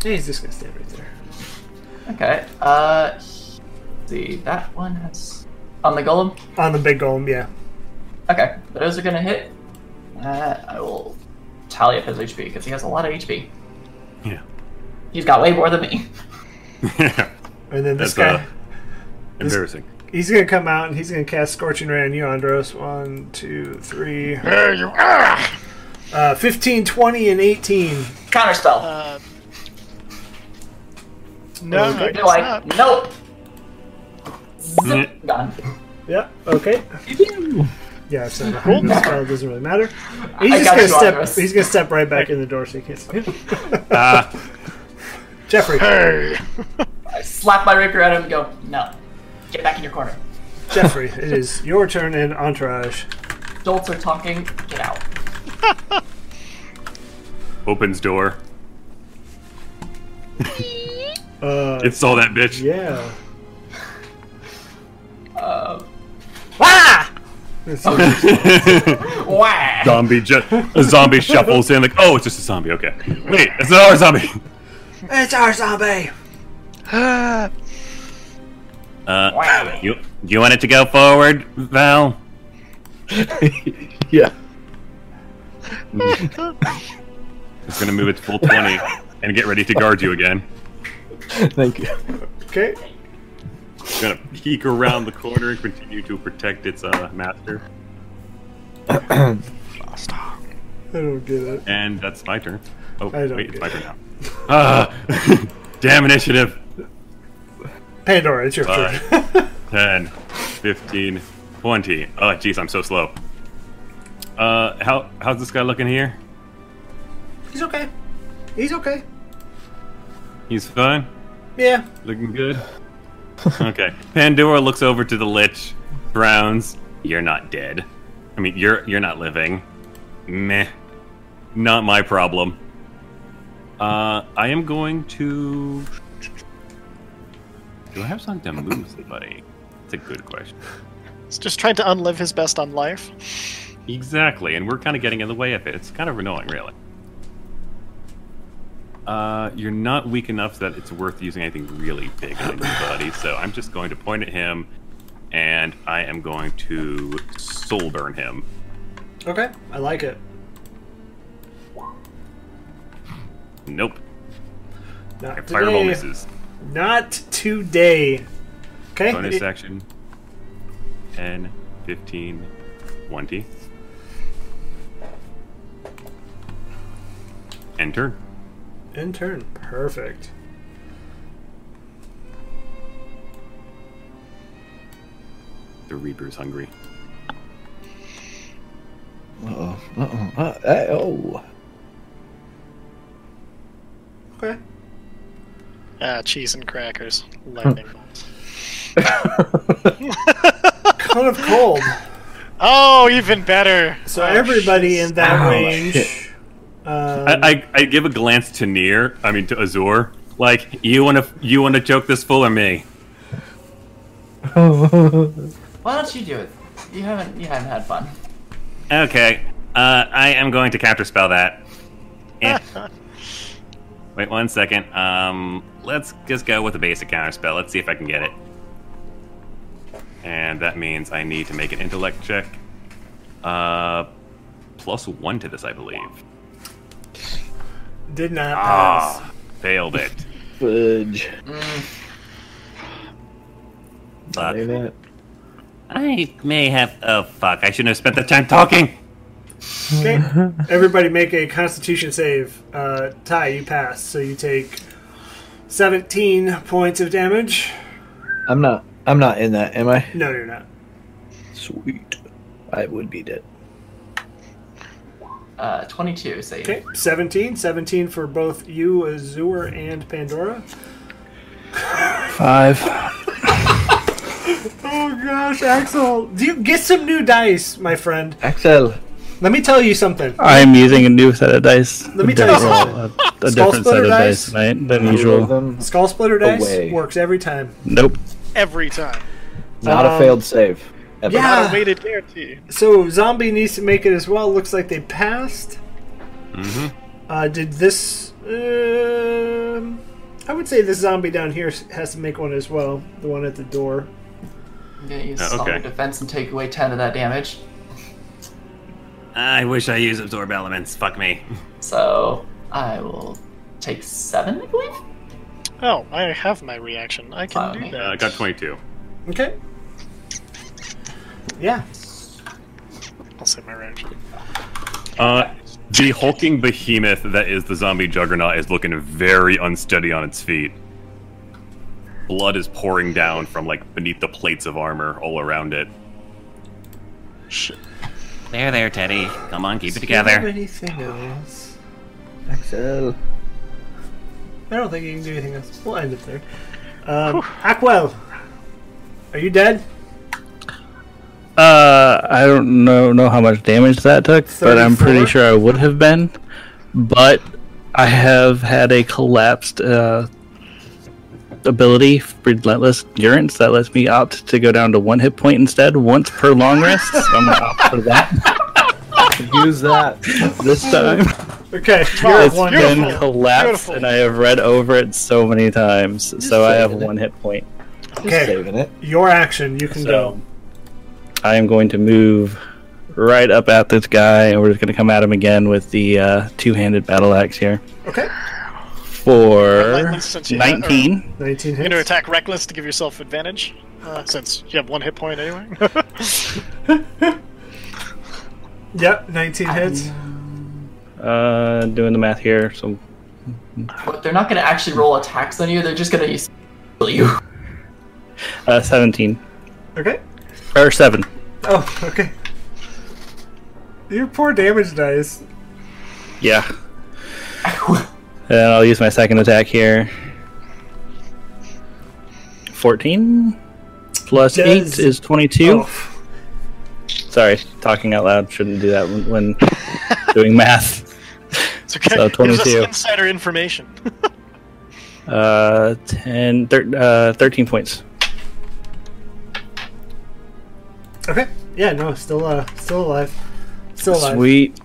S1: yeah, he's just gonna stand right there.
S3: Okay. Uh, let's see that one has on the golem.
S1: On the big golem, yeah.
S3: Okay, those are gonna hit. Uh, I will tally up his HP because he has a lot of HP.
S6: Yeah.
S3: He's got way more than me.
S6: yeah.
S1: And then this
S6: That's, uh,
S1: guy.
S6: Embarrassing.
S1: He's gonna come out and he's gonna cast Scorching Ray on you, Andros. One, two, three.
S5: There you are!
S1: Uh, 15, 20, and 18.
S3: Counter spell.
S5: Uh, no, I guess
S3: They're like,
S5: not.
S3: nope. Zip, gone.
S1: Yep, okay. Yeah, it's not a
S5: Cool.
S1: hundred spell, it doesn't really matter. He's
S3: I
S1: just
S3: got
S1: gonna
S3: you,
S1: step
S3: Andros.
S1: he's gonna step right back in the door so you can't see him.
S4: Ah,
S1: Jeffrey.
S5: Hey!
S3: I slap my rapier at him and go, no. Get back in your corner.
S1: Jeffrey, it is your turn in Entourage.
S3: Adults are talking. Get out.
S6: Opens door.
S1: Uh,
S6: It's all that bitch.
S1: yeah.
S3: Uh,
S1: Let's see.
S3: wah!
S6: zombie ju- a zombie shuffles in like oh it's just a zombie okay wait it's not our zombie
S1: it's our zombie!
S5: Ah,
S6: uh, you you want it to go forward Val
S2: Yeah.
S6: it's gonna move its full 20 and get ready to guard you again
S2: Thank you.
S1: Okay.
S6: it's gonna peek around the corner and continue to protect its uh, master
S1: I don't get it.
S6: and that's my turn oh
S1: I don't
S6: wait it's
S1: get
S6: my turn now Ah, damn initiative
S1: Pandora, it's your
S6: Five.
S1: turn.
S6: 10, 15, 20. Oh, jeez, I'm so slow. Uh, how how's this guy looking here?
S1: He's okay. He's okay.
S6: He's fine.
S1: Yeah.
S6: Looking good. okay. Pandora looks over to the lich. Browns, you're not dead. I mean, you're you're not living. Meh. Not my problem. Uh, I am going to. Do I have something to move somebody? That's a good question.
S5: He's just trying to unlive his best on life.
S6: Exactly, and we're kind of getting in the way of it. It's kind of annoying, really. Uh, you're not weak enough that it's worth using anything really big on anybody, so I'm just going to point at him, and I am going to soul burn him.
S1: Okay. I like it.
S6: Nope,
S1: Not
S6: my
S1: today.
S6: fireball misses.
S1: Not today. Okay.
S6: Bonus action 10, 15, 20. Enter.
S1: End turn. Perfect.
S6: The Reaper's hungry.
S2: Uh-oh. Uh-oh. Uh, eh, oh.
S1: Okay.
S5: Ah, cheese and crackers. Lightning bolts.
S1: Kind of cold.
S5: Oh, even better.
S1: So
S5: Oh,
S1: everybody
S5: shit.
S1: in that
S2: Ow.
S1: range. Um,
S6: I, I, I give a glance to Nier. I mean to Azor. Like you want to you want to choke this fool or me?
S3: Why don't you do it? You haven't you haven't had fun.
S6: Okay. Uh, I am going to counterspell that. Eh. Wait one second. Um, let's just go with a basic counterspell. Let's see if I can get it. And that means I need to make an intellect check. Uh, plus one to this, I believe.
S1: did not pass.
S6: Ah, failed it.
S2: Fudge.
S6: But
S2: Say that.
S6: I may have. Oh fuck! I shouldn't have spent that time talking.
S1: Okay. Everybody make a Constitution save. Uh, Ty, you pass, so you take seventeen points of damage.
S2: I'm not I'm not in that, am I?
S1: No, you're not.
S2: Sweet. I would be dead.
S3: Uh, 22, say.
S1: Okay, 17. 17 for both you, Azure, and Pandora.
S4: five.
S1: Oh gosh, Axel. Do you get some new dice, my friend?
S2: Axel.
S1: Let me tell you something.
S4: I'm using a new set of dice.
S1: Let me
S4: A
S1: tell you
S4: different-
S1: something.
S4: A,
S1: Skull
S4: a different set
S1: splitter
S4: of
S1: dice?
S4: dice tonight than
S2: Throw
S4: usual.
S2: them.
S1: Skull splitter dice
S2: Away.
S1: works every time.
S4: Nope.
S5: Every time.
S2: Not
S1: Um,
S2: a failed save. Ever.
S1: yeah.
S5: Not a weighted guarantee.
S1: So zombie needs to make it as well. Looks like they passed.
S6: Mm-hmm.
S1: Uh, did this? Um, I would say this zombie down here s- has to make one as well. The one at the door.
S3: I'm gonna use
S6: Uh,
S3: solid
S6: okay.
S3: defense and take away 10 of that damage.
S6: I wish I used absorb elements. Fuck me.
S3: So I will take 7, I believe?
S5: Oh, I have my reaction. I can
S3: Oh,
S5: do
S3: okay.
S5: that.
S6: Uh, I got 22.
S1: Okay. Yeah.
S5: I'll say my reaction.
S6: Uh, the hulking behemoth that is the zombie juggernaut is looking very unsteady on its feet. Blood is pouring down from like beneath the plates of armor all around it.
S7: There, there, Teddy. Come on, keep it
S1: Do you
S7: together.
S1: have anything else?
S2: Axel.
S1: I don't think you can do anything else. We'll end it there. Um, Hackwell, are you dead?
S4: Uh, I don't know know how much damage that took, but I'm
S1: 34?
S4: pretty sure I would have been. But I have had a collapsed uh, ability, relentless endurance, that lets me opt to go down to one hit point instead, once per long rest. so I'm gonna opt for that
S2: Use that.
S4: this time.
S1: Okay.
S4: It's
S1: one
S4: been collapsed,
S5: Beautiful.
S4: and I have read over it so many times, so I have
S2: saving it.
S4: one hit point.
S1: Okay.
S2: Just saving it.
S1: Your action. You can go.
S4: So I am going to move right up at this guy, and we're just going to come at him again with the uh, two-handed battle axe here
S1: Okay.
S4: for
S5: Relentless since you- or-
S4: nineteen.
S1: 19
S5: You're gonna
S1: hits.
S5: attack reckless to give yourself advantage, uh, since you have one hit point anyway.
S1: Yep. 19 hits.
S4: Uh, doing the math here, so
S3: But they're not gonna actually roll attacks on you. They're just gonna use kill you.
S4: uh, seventeen
S1: Okay.
S4: or seven.
S1: Oh. Okay. Your poor damage dice.
S4: Yeah, and I'll use my second attack here. Fourteen plus
S1: Does-
S4: eight is twenty-two.
S1: Oh.
S4: Sorry, talking out loud shouldn't do that when, when doing math.
S5: it's okay.
S4: So,
S5: Gives us
S4: 22.
S5: insider information.
S4: Uh, 10, thir- uh, 13 points.
S1: Okay. Yeah. No. Still. Uh. Still alive. Still alive.
S4: Sweet.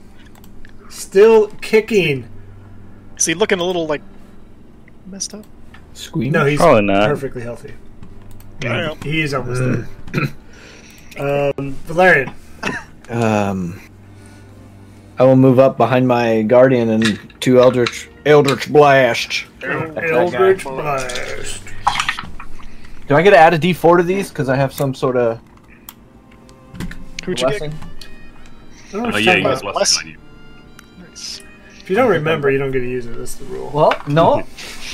S1: Still kicking.
S5: Is he looking a little like messed up?
S2: Squeam.
S1: No. He's
S4: Probably not. Mm.
S1: perfectly healthy.
S5: I don't know.
S1: He is almost there. um. Valerian.
S2: Um, I will move up behind my guardian and two eldritch eldritch blasts.
S1: Eldritch Blast.
S2: Do I get to add a D4 to these? Because I have some sort of
S5: Who'd you
S2: blessing.
S5: get?
S1: I don't know
S6: Oh
S1: what you're talking
S6: yeah, you
S1: about.
S6: guys less than I do.
S5: Nice.
S1: If you don't remember, you don't get to use it. That's the rule.
S2: Well, no,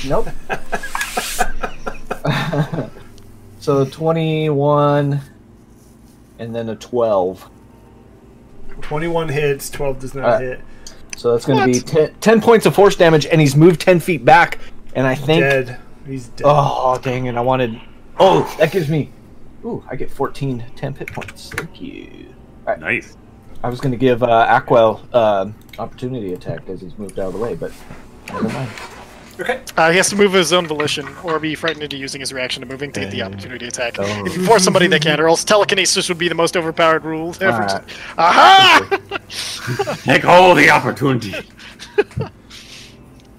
S2: nope. so twenty-one, and then a twelve.
S1: 21 hits, 12 does not
S2: Alright.
S1: hit.
S2: So that's going to be 10, 10 points of force damage, and he's moved ten feet back. And I think,
S1: Dead. He's dead.
S2: oh dang it, I wanted. Oh, that gives me. Ooh, I get 14 10 hit points. Thank you.
S6: Nice.
S2: I was going to give uh, Aquel um opportunity attack as he's moved out of the way, but never mind.
S5: Uh, he has to move of his own volition, or be frightened into using his reaction to moving to get the opportunity attack. If you force somebody, they can't, or else telekinesis would be the most overpowered rule ever.
S2: Alright.
S5: Aha!
S6: Take all the opportunity.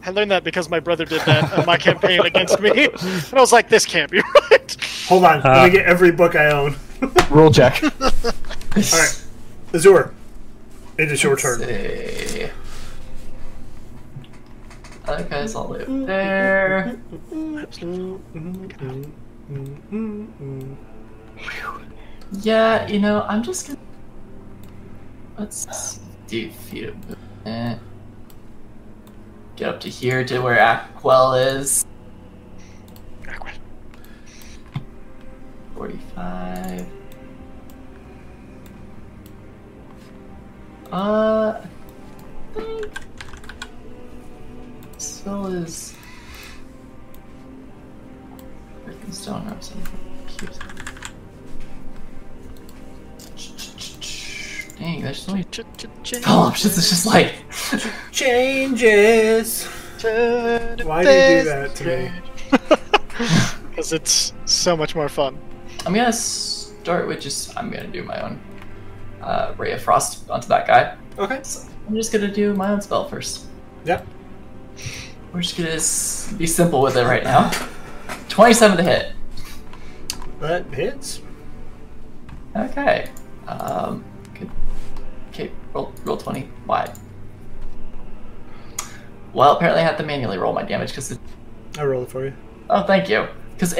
S5: I learned that because my brother did that on my campaign against me, and I was like, "This can't be right."
S1: Hold on.
S4: Uh.
S1: Let me get every book I own.
S2: Roll check.
S1: Alright. Azure. It is your turn.
S3: Say. That guy's all the way up there. Yeah, you know, I'm just gonna. Let's do feet of movement. eh. Get up to here to where Aquel is. 45. Uh. I think. Still is. Freaking stone or something. Cute. Dang, there's so many spell options. It's just like.
S1: Changes. Why do you do that to me?
S5: Because it's so much more fun.
S3: I'm gonna start with just. I'm gonna do my own uh, Ray of Frost onto that guy.
S1: Okay.
S3: So I'm just gonna do my own spell first.
S1: Yep.
S3: We're just gonna s- be simple with it right now. 27 to hit.
S1: That hits.
S3: Okay. Um, good. Okay, roll, roll 20. Why? Well, apparently I had to manually roll my damage because it.
S1: I roll it for you.
S3: Oh, thank you. Because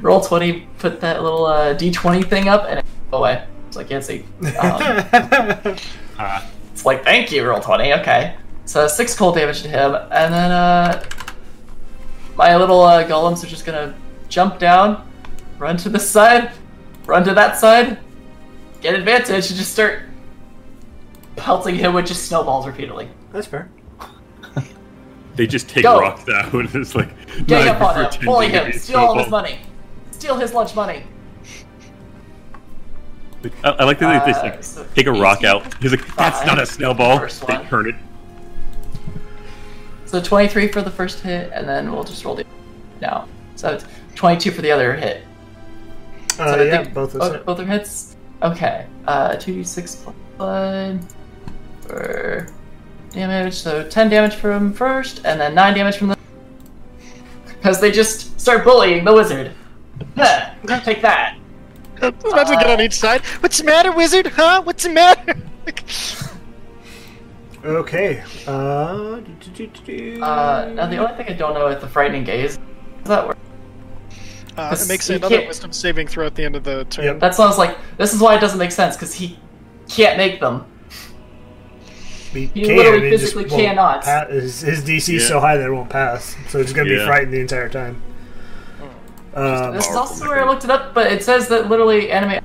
S3: roll 20 put that little uh, d20 thing up and it went away. so I can't see. Um,
S6: Uh,
S3: It's like, thank you, roll 20. Okay. So six cold damage to him, and then uh, my little uh, golems are just gonna jump down, run to this side, run to that side, get advantage, and just start pelting him with just snowballs repeatedly.
S1: That's fair.
S6: They just take
S3: Go.
S6: rocks out. It's like
S3: Gang
S6: "Nah,
S3: up
S6: you're
S3: on him,
S6: pretending
S3: bully
S6: to
S3: him,
S6: be
S3: steal all of his
S6: snowball."
S3: money, steal his lunch money.
S6: I, I like that they, they
S3: Uh,
S6: like,
S3: so
S6: take a rock
S3: 18,
S6: out. He's like, that's
S3: five,
S6: not a snowball.
S3: first
S6: They
S3: one.
S6: turn it.
S3: So 23 for the first hit, and then we'll just roll the now. So it's 22 for the other hit.
S1: Uh,
S3: So I
S1: yeah,
S3: think
S1: both of
S3: both,
S1: us.
S3: both are hits. Okay. Uh, two d six plus one for damage. So ten damage from first, and then nine damage from the because they just start bullying the wizard. Huh, Take that.
S5: Uh, about to get on each side. What's the matter, wizard? Huh? What's the matter? Uh,
S1: Okay. Uh, do, do, do, do.
S3: Uh, now the only thing I don't know is the frightening gaze. Does that work?
S5: Uh, it makes
S3: You
S5: another
S3: can't-
S5: wisdom saving throw at the end of the turn.
S3: That sounds like this is why it doesn't make sense because he can't make them.
S1: he
S3: literally physically cannot.
S1: Pass. His, his DC is
S6: Yeah.
S1: so high that it won't pass, so it's going to
S6: Yeah.
S1: be frightened the entire time.
S3: Hmm.
S1: Um,
S3: This is
S6: Powerful
S3: also where I
S6: mechanism.
S3: looked it up, but it says that literally anime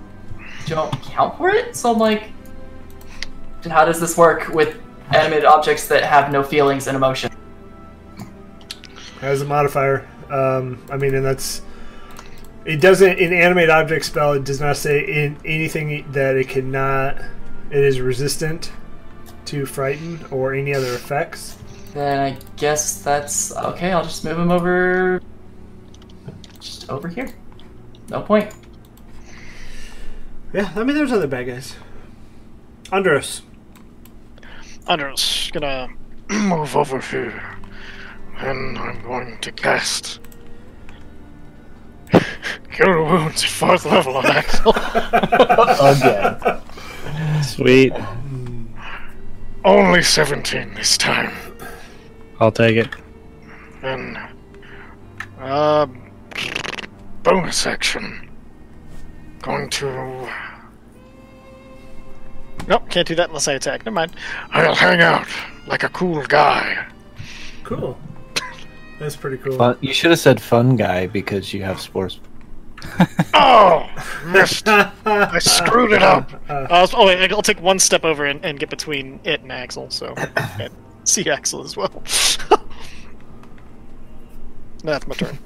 S3: don't count for it. So I'm like, how does this work with animated objects that have no feelings and emotion?
S1: as a modifier. Um, I mean, and that's it doesn't in animate object spell. It does not say in anything that it cannot. It is resistant to frighten or any other effects.
S3: Then I guess that's okay. I'll just move him over, just over here. No point.
S1: Yeah, I mean, there's other bad guys. Andros.
S5: Andros, gonna move over here. And I'm going to cast. Cure wounds at fourth level on Axel.
S9: Again.
S4: Sweet.
S5: Only 17 this time.
S4: I'll take it.
S5: And. Uh. Bonus action. Going to. Nope, can't do that unless I attack. Never mind. I'll hang out like a cool guy.
S1: Cool. That's pretty cool.
S9: Fun, you should have said fun guy because you have spores.
S5: Oh! Missed! I screwed it up! Uh, oh, wait, I'll take one step over and, and get between it and Axel, so. and see Axel as well. That's my turn.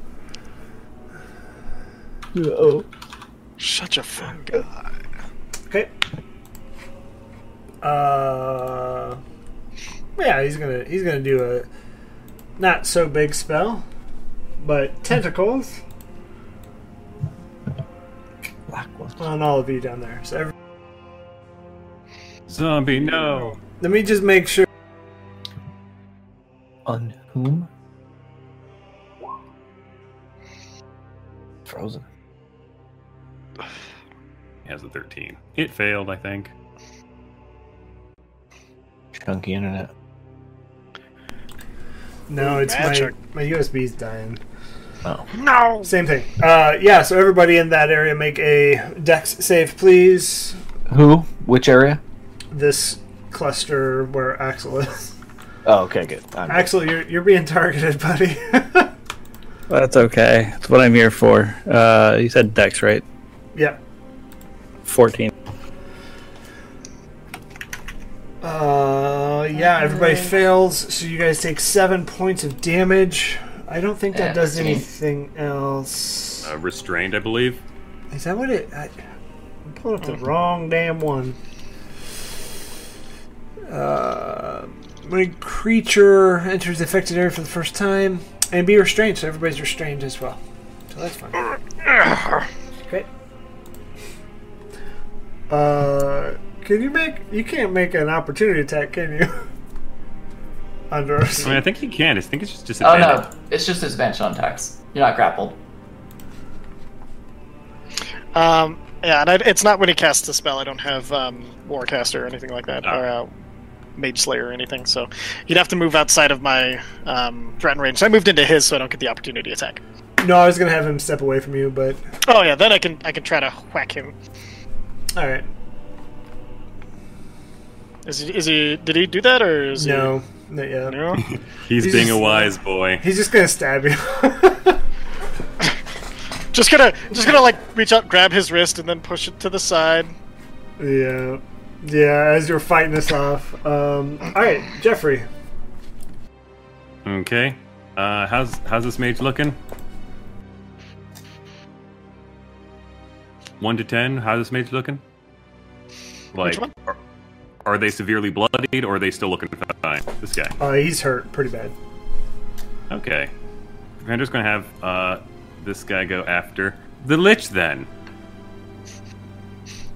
S5: Such a fun guy.
S1: Okay. Uh, yeah, he's gonna he's gonna do a not so big spell, but tentacles on all of you down there. So every,
S6: Zombie, no.
S1: let me just make sure.
S9: On whom? Frozen.
S6: He has a 13. It failed, I think.
S9: Chunky internet.
S1: No, it's
S5: magic.
S1: my my USB's dying.
S5: No!
S1: Same thing. Uh, yeah. So everybody in that area, make a Dex save, please.
S9: Who? Which area?
S1: This cluster where Axel is.
S9: Oh, okay, good. I'm-
S1: Axel, you're you're being targeted, buddy.
S4: That's okay. That's what I'm here for. Uh, you said Dex, right?
S1: yeah.
S4: 14.
S1: Uh, yeah, everybody fails, so you guys take seven points of damage. I don't think that does
S3: Seventeen.
S1: anything else.
S6: Uh, restrained, I believe.
S1: Is that what it? I, I'm pulling up the wrong damn one. Uh, when a creature enters the affected area for the first time, and be restrained, so everybody's restrained as well. So that's fine. Okay. Uh, can you make? You can't make an opportunity attack, can you? Andros.
S6: I mean, I think he can. I think it's just
S3: Oh
S6: disadvantage.
S3: no, it's just disadvantage on attacks. You're not grappled.
S5: Um, yeah, and I, it's not when he casts a spell. I don't have um, Warcaster or anything like that,
S6: Ah.
S5: or uh, Mage Slayer or anything. So you'd have to move outside of my um, threatened range. So I moved into his, so I don't get the opportunity attack.
S1: No, I was gonna have him step away from you, but
S5: Oh yeah, then I can I can try to whack him.
S1: all right.
S5: Is he? Is he? Did he do that or is
S1: No, not
S5: he?
S1: yet.
S5: No.
S6: He's,
S1: He's
S6: being
S1: just-
S6: a wise boy.
S1: He's just gonna stab you.
S5: Just gonna, just gonna like reach out, grab his wrist, and then push it to the side.
S1: yeah, yeah. As you're fighting this off, um, all right, Jeffrey.
S6: Okay. Uh, how's how's this mage looking? One to ten. How's this mage looking? Like,
S5: one?
S6: are, are they severely bloodied, or are they still looking fine? This guy.
S1: Uh, he's hurt pretty bad.
S6: Okay. Commander's gonna have uh, this guy go after the Lich then.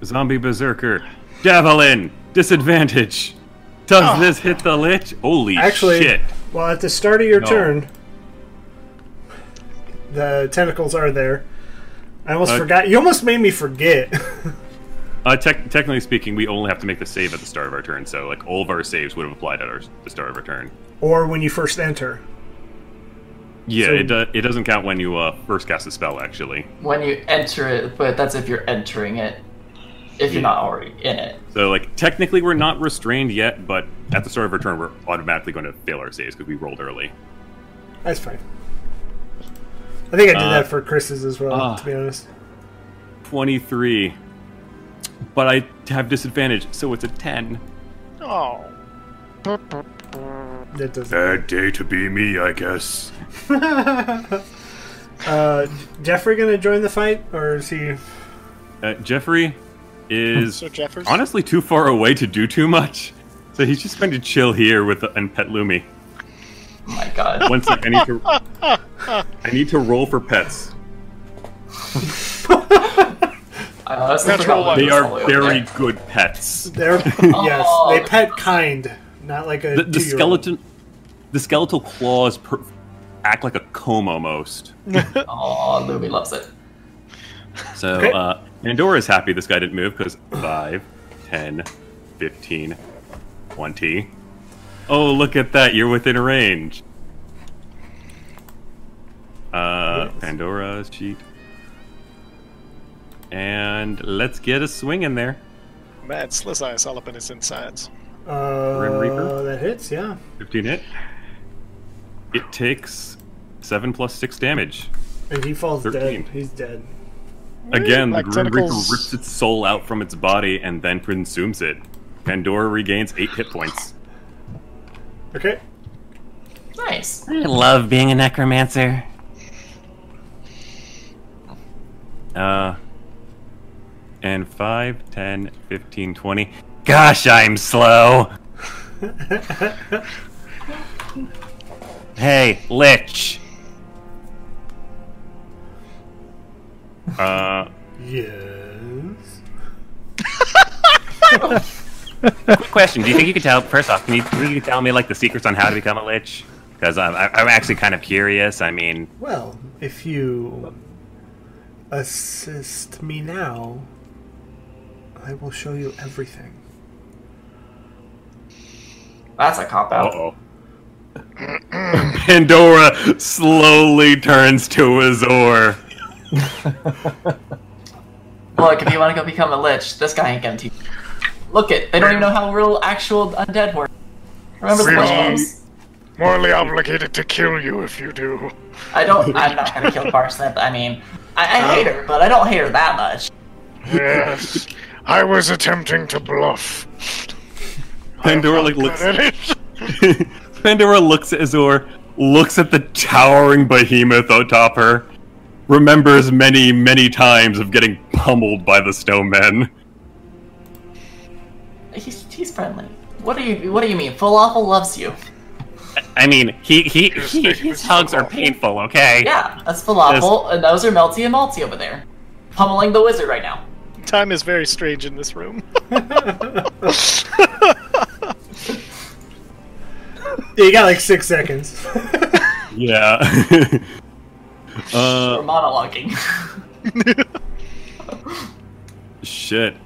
S6: Zombie Berserker. Javelin! Disadvantage! Does this hit the Lich? Holy
S1: Ah. Actually,
S6: shit.
S1: well, at the start of your
S6: No.
S1: turn, the tentacles are there. I almost
S6: Uh,
S1: forgot. You almost made me forget.
S6: Uh, tec- technically speaking, we only have to make the save at the start of our turn, so like all of our saves would have applied at our, the start of our turn.
S1: or when you first enter.
S6: Yeah,
S1: So-
S6: it, do- it doesn't count when you uh, first cast a spell, actually.
S3: When you enter it, but that's if you're entering it. If you're not already in it.
S6: So, like, technically we're not restrained yet, but at the start of our turn, we're automatically going to fail our saves because we rolled early.
S1: That's fine. I think I did
S6: Uh,
S1: that for Chris's as well,
S6: uh.
S1: to be honest.
S6: 23. But I have disadvantage, so it's a 10.
S5: Oh.
S1: That doesn't.
S6: Bad day to be me, I guess.
S1: Uh, Jeffrey gonna join the fight, or is he?
S6: Uh, Jeffrey is
S5: So Jeffers.
S6: honestly too far away to do too much. So he's just going to chill here with the, and pet Lumi.
S3: Oh my god.
S6: One sec, I need to I need to roll for pets.
S3: I honestly
S5: Natural
S3: forgot
S5: one.
S3: we
S6: They
S3: were all the way
S6: are
S3: over
S6: very
S3: there.
S6: good pets.
S1: They're yes, they pet kind, not like a
S6: The, the
S1: two-year-old.
S6: skeleton, the skeletal claws per, act like a comb almost.
S3: Aw, Lumi Oh, loves it.
S6: So
S1: Okay.
S6: uh, Pandora is happy this guy didn't move because 5, 10, 15, 20. Oh, look at that. You're within range. Uh, Pandora's cheat. And let's get a swing in there.
S5: Mad sliz eyes all up in his insides.
S1: Uh,
S6: Grim Reaper?
S1: That hits, yeah.
S6: 15 hit. It takes 7 plus 6 damage.
S1: And he falls
S6: Thirteen.
S1: dead. He's dead.
S6: Again,
S5: Like
S6: the Grim Reaper
S5: tentacles.
S6: rips its soul out from its body and then consumes it. Pandora regains 8 hit points.
S1: Okay.
S3: Nice.
S7: I love being a necromancer.
S6: Uh, and 5, 10, 15, 20. Gosh, I'm slow. hey, Lich. Uh,
S1: Yes.
S7: Quick
S6: question. Do you think you could tell, first off, can you, can you tell me, like, the secrets on how to become a Lich? Because I'm, I'm actually kind of curious. I mean,
S1: Well, if you assist me now, I will show you everything.
S3: That's a cop out.
S6: Uh-oh. Pandora slowly turns to Azor.
S3: Look, if you want to go become a lich, this guy ain't gonna teach. you. Look it, they don't even know how real actual undead work. Remember the
S5: Really?
S3: Mushrooms?
S5: Morally obligated to kill you if you do.
S3: I don't. I'm not gonna kill Parsnip. I mean, I,
S5: Uh-huh.
S3: I hate her, but I don't hate her that much.
S5: Yes. I was attempting to bluff.
S6: Pandora like looks.
S5: it.
S6: Pandora looks at Azor, looks at the towering behemoth atop her, remembers many, many times of getting pummeled by the stone men.
S3: He's, he's friendly. What do you What do you mean? Full awful loves you.
S7: I mean, he he, he
S5: thinking
S7: his
S5: it's
S7: hugs are
S5: awful.
S7: painful. Okay.
S3: Yeah, that's full awful, and those are melty and malty over there, pummeling the wizard right now.
S5: Time is very strange in this room.
S1: Yeah, you got like six seconds.
S6: Yeah. uh,
S3: We're monologuing.
S6: shit.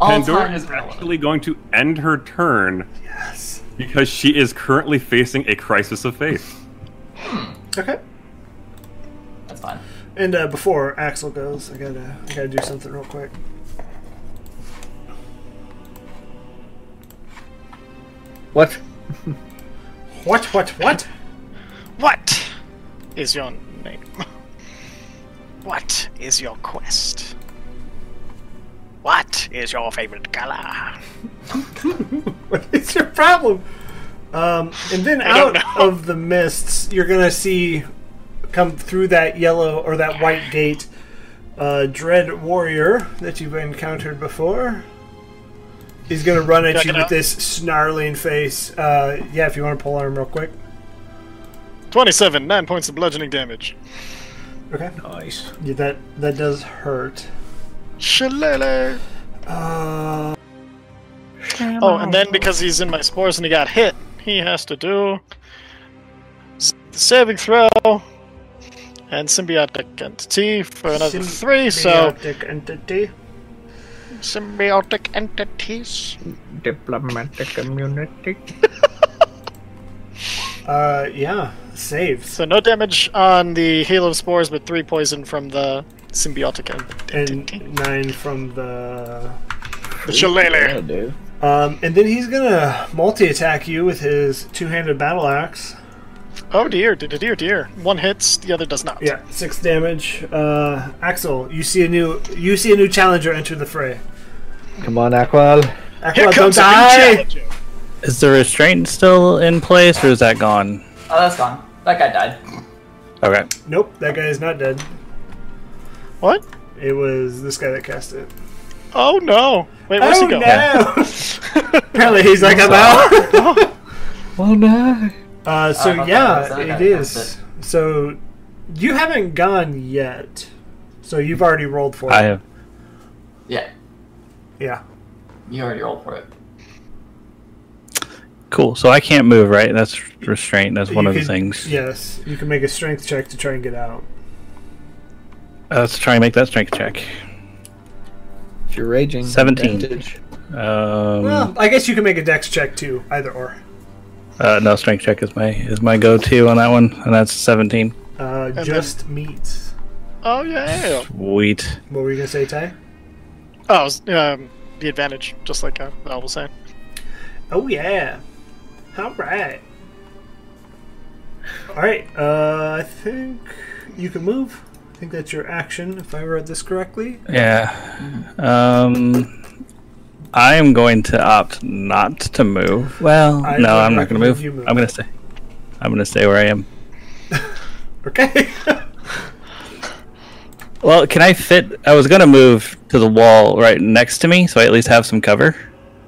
S3: All
S6: Pandora
S3: time
S6: is
S3: relevant.
S6: actually going to end her turn
S1: yes.
S6: because she is currently facing a crisis of faith.
S1: Okay.
S3: That's fine.
S1: And uh, before Axel goes, I gotta I gotta do something real quick.
S2: What?
S1: What, what, what?
S5: What is your name? What is your quest? What is your favorite color?
S1: what is your problem? Um, and then
S5: I don't
S1: out of the mists, you're gonna see come through that yellow or that white gate, uh, dread warrior that you've encountered before. He's gonna run at
S5: Check
S1: you
S5: it
S1: with
S5: out.
S1: this snarling face. Uh, yeah, if you want to pull arm real quick.
S5: 27, 9 points of bludgeoning damage.
S1: Okay.
S9: Nice.
S1: Yeah, that that does hurt.
S5: Shillelagh!
S1: Uh,
S5: Oh, and then because he's in my spores and he got hit, he has to do s- saving throw and symbiotic entity for another three. So
S1: symbiotic entity.
S5: symbiotic entities.
S2: Diplomatic immunity.
S1: Uh, yeah, saves
S5: So no damage on the hail of spores, but three poison from the symbiotic entity.
S1: and nine from the
S5: The shillelagh.
S9: Yeah, dude.
S1: Um, and then he's gonna multi-attack you with his two-handed battle axe.
S5: Oh dear, dear, dear, dear. One hits, the other does not.
S1: Yeah, six damage. Uh, Axel, you see a new you see a new challenger enter the fray.
S2: Come on, Aqual.
S1: Axel,
S5: Here
S1: don't
S5: comes a new
S1: die.
S5: challenger.
S4: Is the restraint still in place, or is that gone?
S3: Oh, that's gone. That guy died.
S4: Okay.
S1: Nope, that guy is not dead.
S5: What?
S1: It was this guy that cast it.
S5: Oh no! Wait, where's
S1: oh
S5: he go?
S1: no! Apparently, he's like I'm out.
S2: Oh no.
S1: Uh, so
S3: I thought that was
S1: yeah,
S3: that guy
S1: it
S3: that
S1: is.
S3: cast
S1: So you haven't gone yet. So you've already rolled for it.
S4: I have.
S3: Yeah,
S1: Yeah.
S3: you already rolled for it.
S4: Cool. So I can't move, right? That's restraint. That's one
S1: You
S4: of the
S1: can-
S4: things.
S1: Yes, you can make a strength check to try and get out.
S4: Uh, let's try and make that strength check.
S2: If you're raging.
S4: 17.
S2: advantage.
S4: Um,
S1: Well, I guess you can make a dex check too, either or.
S4: uh, no, strength check is my is my go to on that one, and that's seventeen.
S1: Uh,
S5: then-
S1: just meets.
S5: Oh yeah.
S4: Sweet.
S1: What were you gonna say, Ty?
S5: Oh, it was, um, the advantage, just like uh, I was saying.
S1: Oh yeah. All right. All right. Uh, I think you can move. I think that's your action, if I read this correctly.
S4: Yeah. Um, I am going to opt not to move. Well,
S1: I would
S4: no, I'm not going to
S1: recommend
S4: move.
S1: you move.
S4: I'm going to stay. I'm going to stay where I am.
S1: Okay.
S4: Well, can I fit? I was going to move to the wall right next to me, so I at least have some cover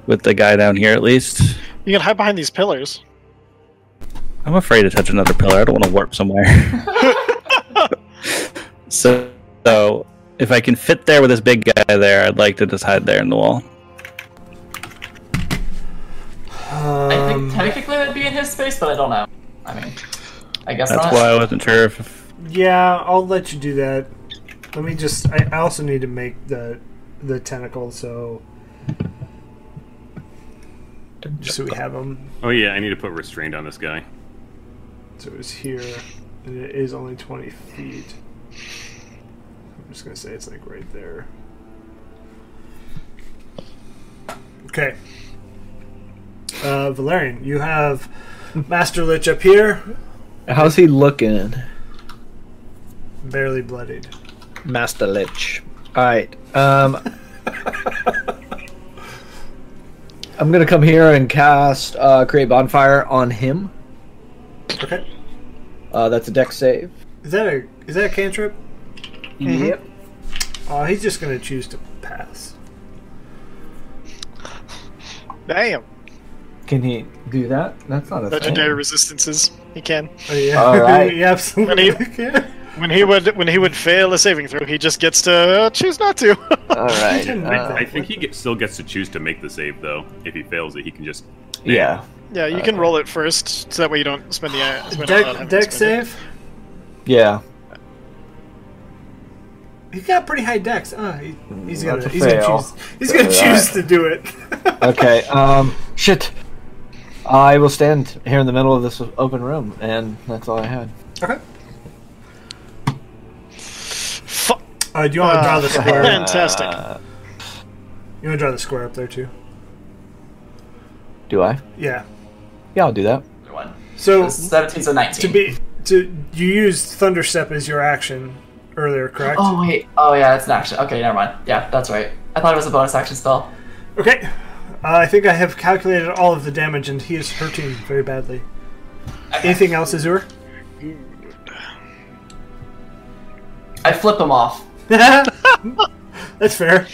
S4: with the guy down here. At least
S5: You can hide behind these pillars.
S4: I'm afraid to touch another pillar. I don't want to warp somewhere. so, so if I can fit there with this big guy there, I'd like to just hide there in the wall.
S3: I think
S1: Um,
S3: technically that'd be in his space, but I don't know. I mean, I guess
S4: That's
S3: not.
S4: why I wasn't sure if.
S1: yeah, I'll let you do that. Let me just. I, I also need to make the the tentacle, so just so we have them.
S6: Oh yeah, I need to put restraint on this guy.
S1: So it's here, and it is only 20 feet. I'm just gonna say it's like right there. Okay. Uh, Valerian, you have Master Lich up here,
S2: How's he looking?
S1: barely bloodied.
S2: Master Lich. Alright. Um I'm gonna come here and cast uh, create bonfire on him.
S1: Okay.
S2: Uh, that's a deck save.
S1: Is that a is that a cantrip?
S2: Yep.
S1: Uh, he's just gonna choose to pass.
S5: Damn.
S2: Can he do that? That's not a
S5: Legendary
S2: thing.
S5: resistances. He can.
S1: Oh, yeah.
S2: All right.
S1: yeah, absolutely.
S5: Ready?
S1: can.
S5: When he would when he would fail a saving throw, he just gets to uh, choose not to.
S2: All right.
S1: didn't
S2: uh,
S1: make that.
S6: I think he get, still gets to choose to make the save though. If he fails it, he can just
S2: yeah.
S5: yeah, you can roll it first, so that way you don't spend the uh, spend it without
S1: Deck,
S5: having to
S1: deck
S5: spend it.
S1: save.
S2: Yeah.
S1: He's got pretty high decks. Uh, he, he's gonna
S2: That's a
S1: he's gonna
S2: fail.
S1: choose he's gonna
S2: So,
S1: choose
S2: uh,
S1: to do it.
S2: Okay. Um. Shit. I will stand here in the middle of this open room, and that's all I had.
S1: Okay.
S5: Fuck.
S1: Uh, do you want to draw the
S5: Uh,
S1: square?
S5: Fantastic.
S2: Uh,
S1: You want to draw the square up there too?
S2: do I?
S1: Yeah.
S9: Yeah, I'll do that.
S3: Another one.
S1: So
S3: 17's a 19.
S1: to be to you used thunder step as your action earlier, correct?
S3: oh, wait. Oh, yeah, that's an action. Okay, never mind. Yeah, that's right. I thought it was a bonus action spell.
S1: Okay. Uh, I think I have calculated all of the damage, and he is hurting very badly. Anything else, Azur?
S3: I flip him off.
S1: That's fair.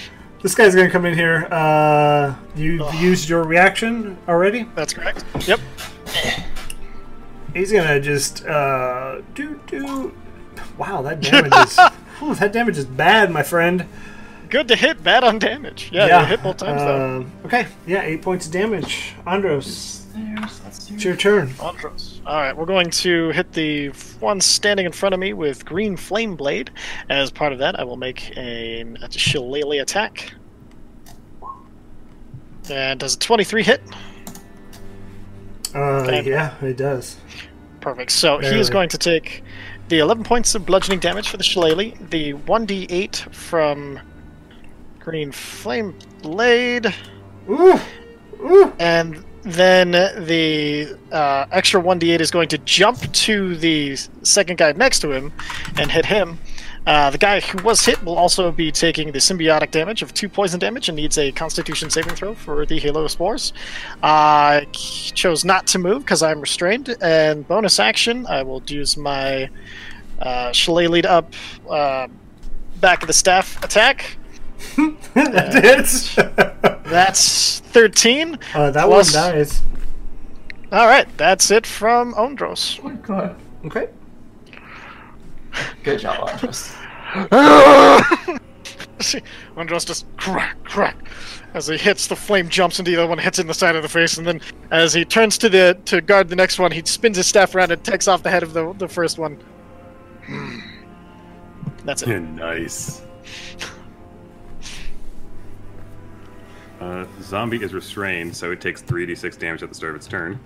S1: This guy's gonna come in here. Uh, you've used your reaction already.
S5: That's correct. Yep.
S1: He's gonna just uh, do do. Wow, that damage is. Ooh, that damage is bad, my friend.
S5: Good to hit, bad on damage. Yeah, you hit both times though.
S1: Um, Okay, yeah, eight points of damage. Andros,
S3: There's- that's
S1: it's
S3: two.
S1: your turn.
S5: Andros. All right, we're going to hit the one standing in front of me with green flame blade. As part of that, I will make an, a shillelagh attack. And does a 23 hit?
S1: Uh,
S5: Okay.
S1: yeah, it does.
S5: Perfect. So he
S1: Barely.
S5: is going to take the 11 points of bludgeoning damage for the shillelagh, the 1d8 from green flame blade,
S1: Ooh, ooh.
S5: and then the uh, extra 1d8 is going to jump to the second guy next to him and hit him. Uh, the guy who was hit will also be taking the symbiotic damage of two poison damage and needs a Constitution saving throw for the Halo spores. I c- chose not to move because I'm restrained, and bonus action, I will use my uh, shillelagh up uh, back of the staff attack.
S1: that hits.
S5: That's 13.
S1: uh, that
S5: Plus-
S1: one dies.
S5: All right, that's it from Ondros.
S3: Oh my god.
S1: Okay.
S3: Good job, Andros.
S5: Andros just crack, crack, as he hits the flame, jumps into the other one, hits it in the side of the face, and then as he turns to the to guard the next one, he spins his staff around and takes off the head of the the first one. Hmm. That's it.
S6: nice. Uh, zombie is restrained, so it takes 3d6 damage at the start of its turn.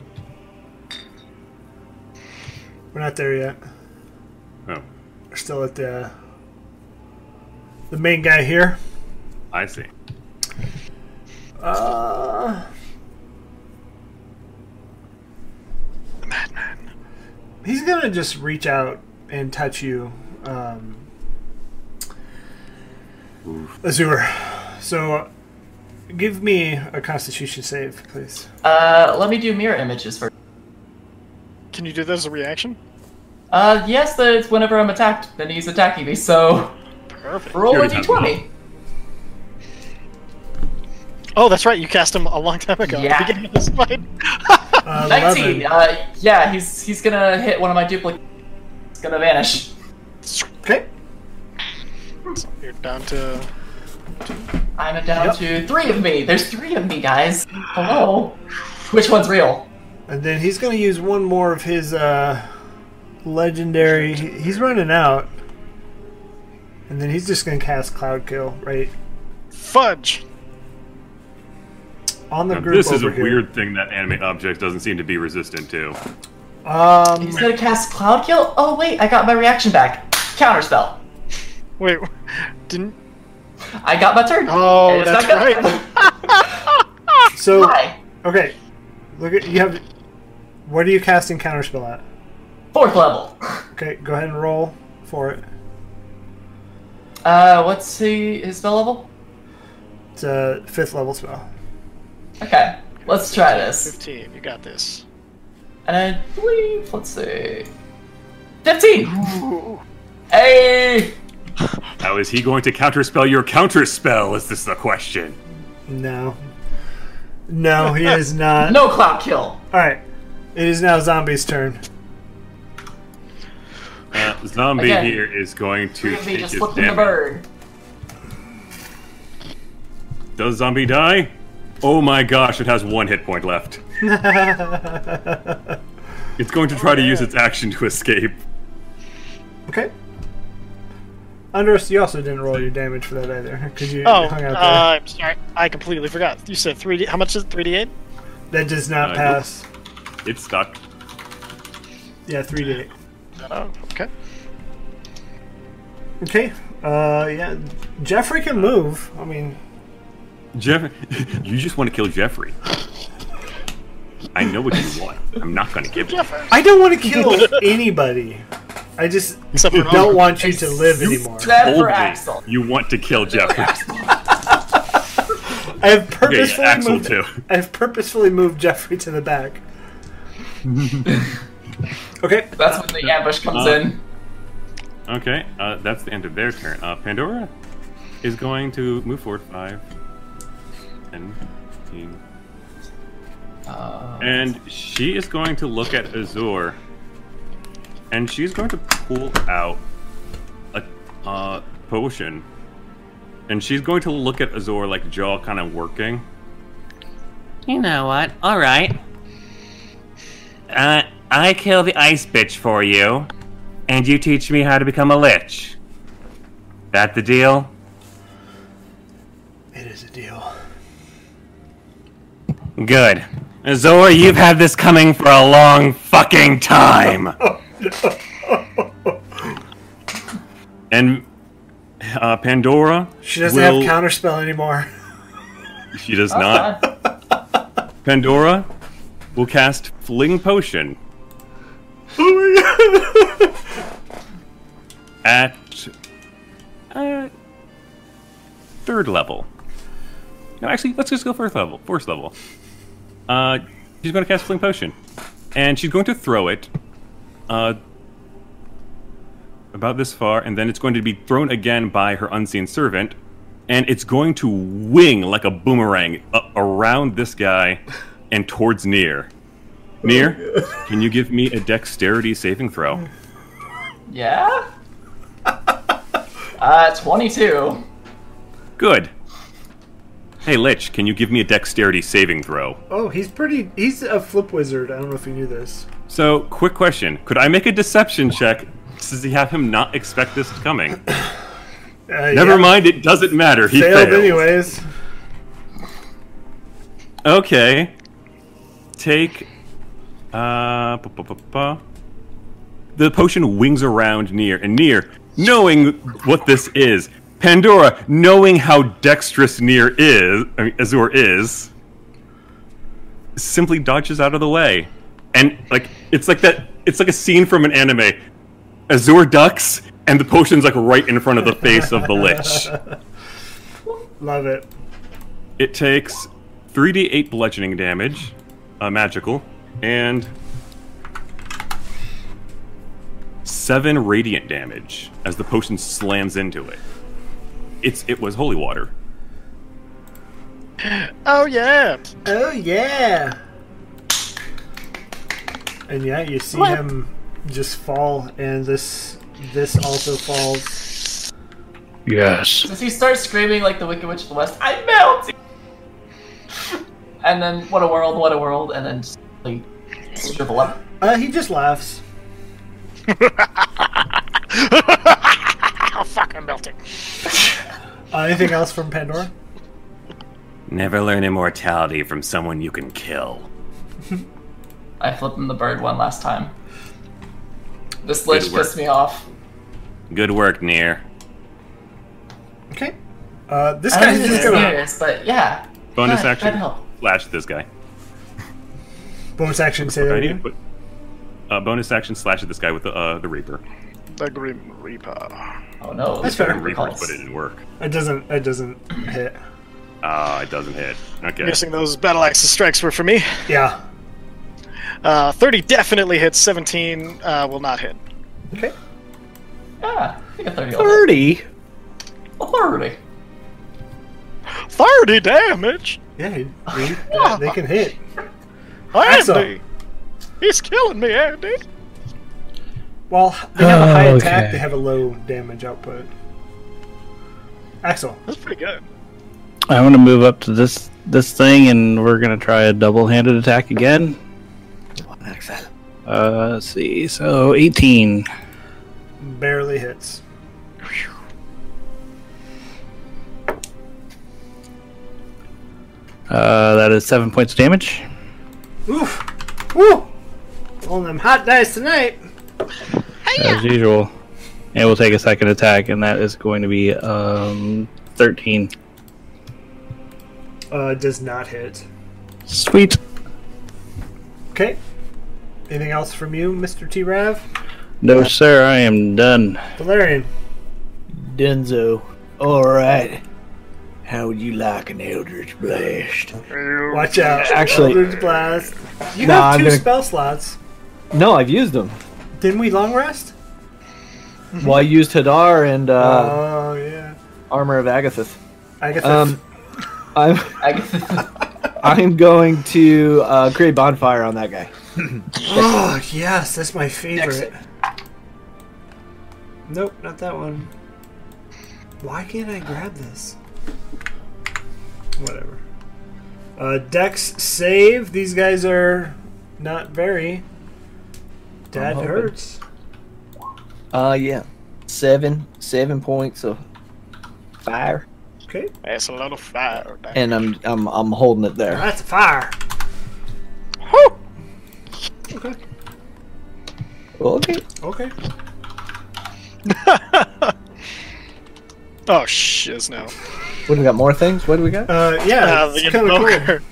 S1: We're not there yet.
S6: Oh,
S1: We're still at the uh, the main guy here.
S6: I see.
S1: Uh,
S5: The madman.
S1: he's gonna just reach out and touch you, um, Azure. So, uh, give me a Constitution save, please.
S3: Uh, let me do mirror images first.
S5: Can you do that as a reaction?
S3: Uh, yes, that it's whenever I'm attacked, then he's attacking me, so
S5: Perfect.
S3: roll a
S6: already have
S3: d20.
S5: Oh, that's right. You cast him a long time ago. At
S3: Yeah.
S5: the beginning of this fight.
S1: Uh,
S3: 19! Uh, yeah, he's he's gonna hit one of my duplicates. It's gonna vanish.
S1: Okay.
S5: You're down to
S3: I'm down to three of me. There's three of me, guys. Hello. Which one's real?
S1: And then he's going to use one more of his uh, legendary. he- He's running out. And then he's just going to cast Cloud Kill right
S5: fudge.
S1: on the
S6: Now,
S1: group.
S6: this is a
S1: over here.
S6: weird thing that anime object doesn't seem to be resistant to.
S1: Um,
S3: He's gonna cast Cloud Kill? Oh, wait, I got my reaction back. Counterspell.
S5: Wait, didn't?
S3: I got my turn.
S5: Oh,
S3: And it's not
S5: that's
S3: gonna-
S5: right.
S1: so
S3: Hi.
S1: okay, look at you have. What are you casting counterspell at?
S3: Fourth level.
S1: Okay, go ahead and roll for it.
S3: Uh, what's he, his spell level?
S1: It's a fifth level spell.
S3: Okay, let's try this.
S5: 15. You got this.
S3: And I believe, let's see. 15! Hey!
S6: How is he going to counterspell your counterspell? Is this the question?
S1: No, no, he is not.
S3: No cloud kill!
S1: All right, it is now zombie's turn.
S6: Uh, zombie
S3: Again.
S6: here is going
S3: Three
S6: to
S3: of me
S6: take
S3: just
S6: his
S3: looking to
S6: damage.
S3: burn.
S6: Does zombie die? Oh my gosh, it has one hit point left. It's going to try to use its action to escape.
S1: Okay. Andros, you also didn't roll your damage for that either, because you
S5: Oh,
S1: hung out there.
S5: uh, I'm sorry. I completely forgot. You said 3D. How much is it? 3D8?
S1: that does not
S6: uh,
S1: pass.
S6: It's stuck.
S1: Yeah, three d eight.
S5: Oh, okay.
S1: Okay. Uh, yeah, Jeffrey can move. I mean,
S6: Jeff, you just want to kill Jeffrey. I know what you want. I'm not going to give it.
S1: I don't want to kill anybody. I just
S5: Except for
S1: don't want you to live anymore.
S3: Except
S6: Told
S3: for
S6: me
S3: Axel.
S6: You want to kill Jeffers.
S1: I have
S6: Okay,
S1: purposefully
S6: Axel
S1: moved.
S6: too.
S1: I have purposefully moved Jeffrey to the back. okay.
S3: That's when the ambush comes
S6: Uh,
S3: in.
S6: Okay, uh, that's the end of their turn. Uh, Pandora is going to move forward 5, 10, 15.
S3: Uh,
S6: And she is going to look at Azor. And she's going to pull out a uh, potion. And she's going to look at Azor, like jaw kind of working.
S7: You know what? All right. Uh, I kill the ice bitch for you, and you teach me how to become a lich. That the deal?
S1: It is a deal.
S7: Good. Azor, you've had this coming for a long fucking time.
S6: And uh, Pandora.
S1: She doesn't
S6: will-
S1: have counterspell anymore.
S6: She does not. Pandora will cast Fling Potion
S1: Oh my god.
S6: at uh, third level. No, actually, let's just go first level. First level. Uh, she's going to cast Fling Potion, and she's going to throw it uh, about this far, and then it's going to be thrown again by her unseen servant, and it's going to wing like a boomerang a- around this guy and towards near. Near, can you give me a dexterity saving throw?
S3: yeah? uh, 22.
S6: Good. Hey, Lich, can you give me a dexterity saving throw?
S1: Oh, he's pretty. He's a flip wizard. I don't know if you knew this.
S6: So, quick question. Could I make a deception check Does he have him not expect this coming?
S1: Uh,
S6: Never
S1: yeah,
S6: mind, it doesn't matter. He
S1: Failed,
S6: failed.
S1: anyways.
S6: Okay. Take. Uh, bu- bu- bu- bu. The potion wings around near, and near, knowing what this is, Pandora, knowing how dexterous near is, I mean, Azor is, simply dodges out of the way, and like it's like that. It's like a scene from an anime. Azor ducks, and the potion's like right in front of the face of the lich.
S1: Love it.
S6: It takes 3d8 bludgeoning damage, uh, magical, and 7 radiant damage as the potion slams into it. It's It was holy water.
S5: Oh yeah.
S1: Oh yeah. And yeah, you see him just fall, and this this also falls.
S4: Yes.
S3: Does he start screaming like the Wicked Witch of the West? I'm melting! and then, what a world, what a world, and then just like, shrivel up.
S1: Uh, he just laughs.
S5: Oh fuck, I'm melting.
S1: Uh, anything else from Pandora?
S6: Never learn immortality from someone you can kill.
S3: I flip him the bird one last time. This lich
S6: Good work.
S3: pissed me off.
S6: Good work, Nier.
S1: Okay. Uh, this
S3: I don't
S1: guy's
S3: think it's
S1: just gonna
S3: serious, but yeah.
S6: Bonus
S3: Try- try to
S6: action.
S3: help.
S6: Slash this guy.
S1: bonus action say that
S6: I need to
S1: again.
S6: put. Uh, bonus action slash at this guy with the uh, the Reaper.
S5: The Grim Reaper.
S3: Oh no.
S1: That's
S3: these
S1: fair.
S3: are
S6: Reaper
S3: recalls.
S6: put it in work.
S1: It doesn't. It doesn't hit.
S6: Ah, it doesn't hit. Okay.
S5: Missing those battle axe strikes were for me.
S1: Yeah.
S5: Uh, 30 definitely hits. 17 uh, will not hit.
S1: Okay.
S3: Yeah, I think a 30 will hit.
S2: Thirty.
S3: A 30.
S5: 30 damage.
S1: Yeah. He, he- uh, they can hit.
S5: Andy,
S1: Excellent.
S5: he's killing me, Andy.
S1: Well, they have a high
S4: Oh,
S1: attack.
S4: okay.
S1: They have a low damage output. Axel.
S5: That's pretty good.
S4: I'm gonna move up to this this thing, and we're gonna try a double-handed attack again. Uh, let's see. So 18.
S1: barely hits.
S4: Uh, that is seven points of damage.
S1: Oof. Woo! On them hot dice tonight.
S4: as usual. And we'll take a second attack, and that is going to be um, 13.
S1: Uh, does not hit.
S4: Sweet.
S1: Okay. Anything else from you, Mr. T Rav?
S4: No, sir, I am done.
S1: Valerian.
S2: Denzo. All right. How would you like an Eldritch Blast?
S1: Watch out.
S2: Actually-
S1: Eldritch Blast. You
S2: Nah,
S1: have
S2: I'm
S1: 2
S2: gonna-
S1: spell slots.
S2: No, I've used them.
S1: Didn't we long rest?
S2: Well, I used Hadar and Mhm. uh,
S1: oh, yeah.
S2: Armor of Agathith.
S1: I guess that's.
S2: Um, I'm
S3: I guess
S2: I'm going to uh, create bonfire on that guy.
S1: oh, yes. That's my favorite. Nope, not that one. Why can't I grab this? Whatever. Uh, Dex save. These guys are not very. Dad
S2: hoping.
S1: hurts.
S2: Uh, yeah, seven seven points of fire,
S1: Okay.
S5: That's a little fire. Doc.
S2: and I'm I'm I'm holding it there.
S1: That's fire.
S5: Whew!
S2: Okay.
S1: Okay.
S5: oh shiz no.
S2: What do we got? More things? What do we got?
S1: Uh, yeah,
S5: Uh,
S1: it's
S5: the
S1: kind of cool.
S5: invoker.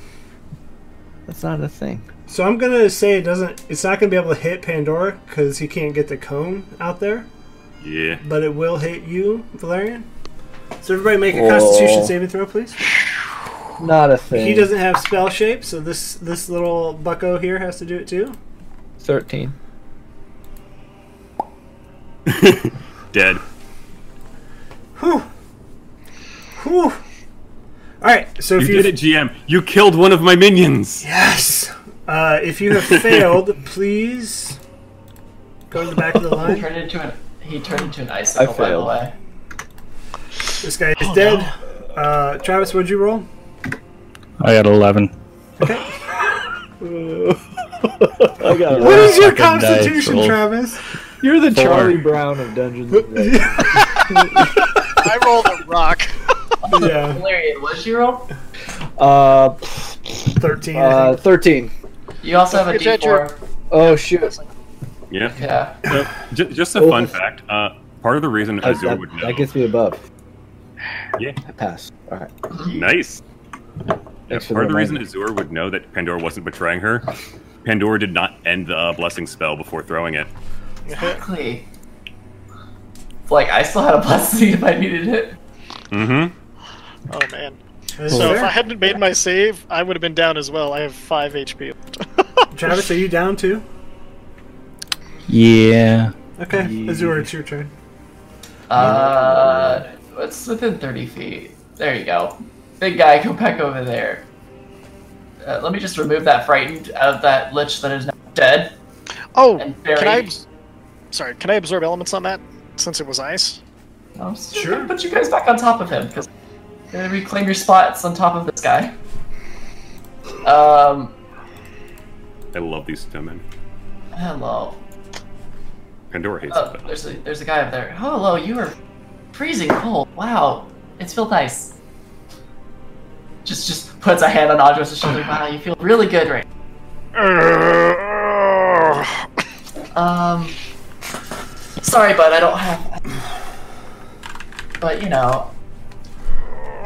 S2: That's not a thing.
S1: So I'm gonna say it doesn't. It's not gonna be able to hit Pandora because he can't get the cone out there,
S6: Yeah.
S1: but it will hit you, Valerian. So everybody make a
S2: Oh.
S1: Constitution saving throw, please.
S2: Not a thing.
S1: He doesn't have spell shape, so this this little bucko here has to do it too.
S2: Thirteen.
S6: Dead.
S1: Whew. Whew. All right. So if
S6: You
S1: you,
S6: did it, GM. You killed one of my minions.
S1: yes, uh, if you have failed, please go to the back of the
S3: he
S1: line.
S3: turned into an he turned into an icicle by the
S2: failed.
S3: way.
S1: This guy is dead. Uh, Travis, what'd you roll?
S4: I got 11.
S2: I got
S1: What is your
S4: fucking dice
S1: constitution,
S4: roll.
S1: Travis?
S2: You're the Charlie Brown of Dungeons. and Dragons.
S5: I rolled a rock.
S1: yeah,
S3: Valerian, what's your roll?
S2: uh,
S1: thirteen. I
S2: uh,
S1: think.
S2: thirteen.
S3: You also have a
S5: Is that your-
S3: D4.
S2: Oh shoot!
S6: Yeah.
S3: Yeah.
S6: So, ju- just a
S4: Oh.
S6: fun fact. Uh, part of the reason
S2: That,
S6: Azure would
S2: that,
S6: know.
S2: that gets me above.
S6: Yeah.
S2: I pass. All right.
S6: Nice. Yeah,
S2: Thanks for
S6: part of
S2: the
S6: the reason
S2: reminder.
S6: Azure would know that Pandora wasn't betraying her. Pandora did not end the uh, blessing spell before throwing it.
S3: Exactly. Like I still had a blessing if I needed it.
S6: Mm-hmm.
S5: Oh man.
S1: That's
S5: So if
S1: fair.
S5: I hadn't made my save, I would have been down as well. I have five HP.
S1: Travis, are you down too?
S4: Yeah.
S1: Okay, Azura, it's your turn.
S3: Uh, it's within 30 feet. There you go. Big guy, go back over there. Uh, let me just remove that frightened out of that lich that is now dead.
S5: Oh,
S3: And
S5: can I?
S3: buried.
S5: abs- Sorry, can I absorb elements on that? Since it was ice.
S3: I'm just gonna
S1: Sure.
S3: Put you guys back on top of him because gonna reclaim your spots on top of this guy. Um,
S6: I love these snowmen.
S3: hello.
S6: Pandora hates
S3: Oh,
S6: them.
S3: there's a there's a guy up there. Oh, hello, you are freezing cold. Wow, it's felt nice. Just just puts a hand on Audra's shoulder. Wow, you feel really good right. Um, sorry, bud, I don't have. But you know,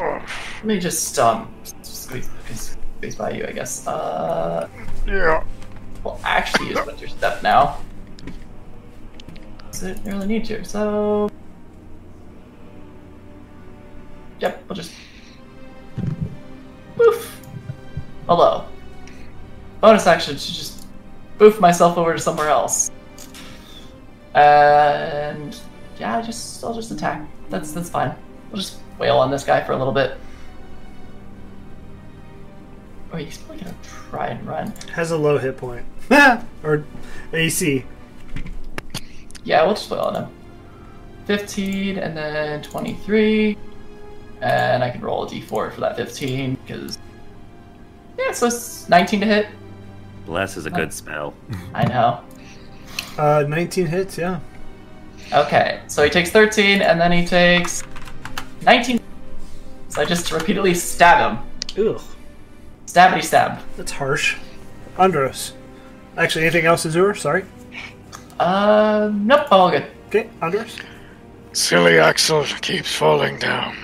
S3: let me just um squeeze squeeze, squeeze by you, I guess. Uh,
S5: Yeah.
S3: well, actually, use Winter Step now. So I didn't really need to. So, yep, we'll just. Boof. Hello. Bonus action to just boof myself over to somewhere else. And yeah, I just I'll just attack. That's that's fine. We'll just wail on this guy for a little bit. Wait, he's probably gonna try and run.
S1: Has a low hit point. or AC.
S3: Yeah, we'll just play all of them. 15 and then 23. And I can roll a d4 for that 15 because. Yeah, so it's 19 to hit.
S6: Bless is a good spell.
S3: I know.
S1: Uh, 19 hits, yeah.
S3: Okay, so he takes 13 and then he takes 19. So I just repeatedly stab him.
S1: Ugh,
S3: Stabbity stab.
S1: that's harsh. Andros. Actually, anything else, Azura? Sorry.
S3: Uh, nope, I'm all good.
S1: Okay, Andros.
S5: Silly Axel keeps falling down.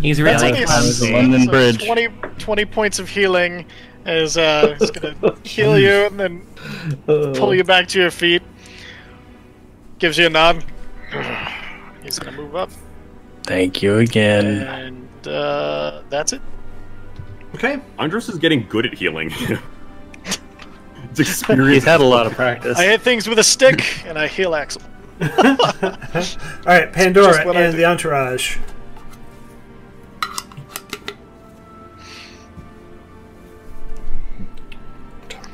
S7: He's
S5: That's
S7: really
S5: only a
S7: clumsy.
S5: s-
S4: London
S5: it's a
S4: Bridge.
S5: 20, 20 points of healing is uh, is going to heal you and then pull you back to your feet. Gives you a nod. He's going to move up.
S4: Thank you again.
S5: And uh, that's it.
S1: Okay.
S6: Andros is getting good at healing. it's experience.
S4: He's had a lot of practice.
S5: I hit things with a stick and I heal Axel.
S1: All right, Pandora
S5: Just what I
S1: and
S5: do.
S1: the Entourage.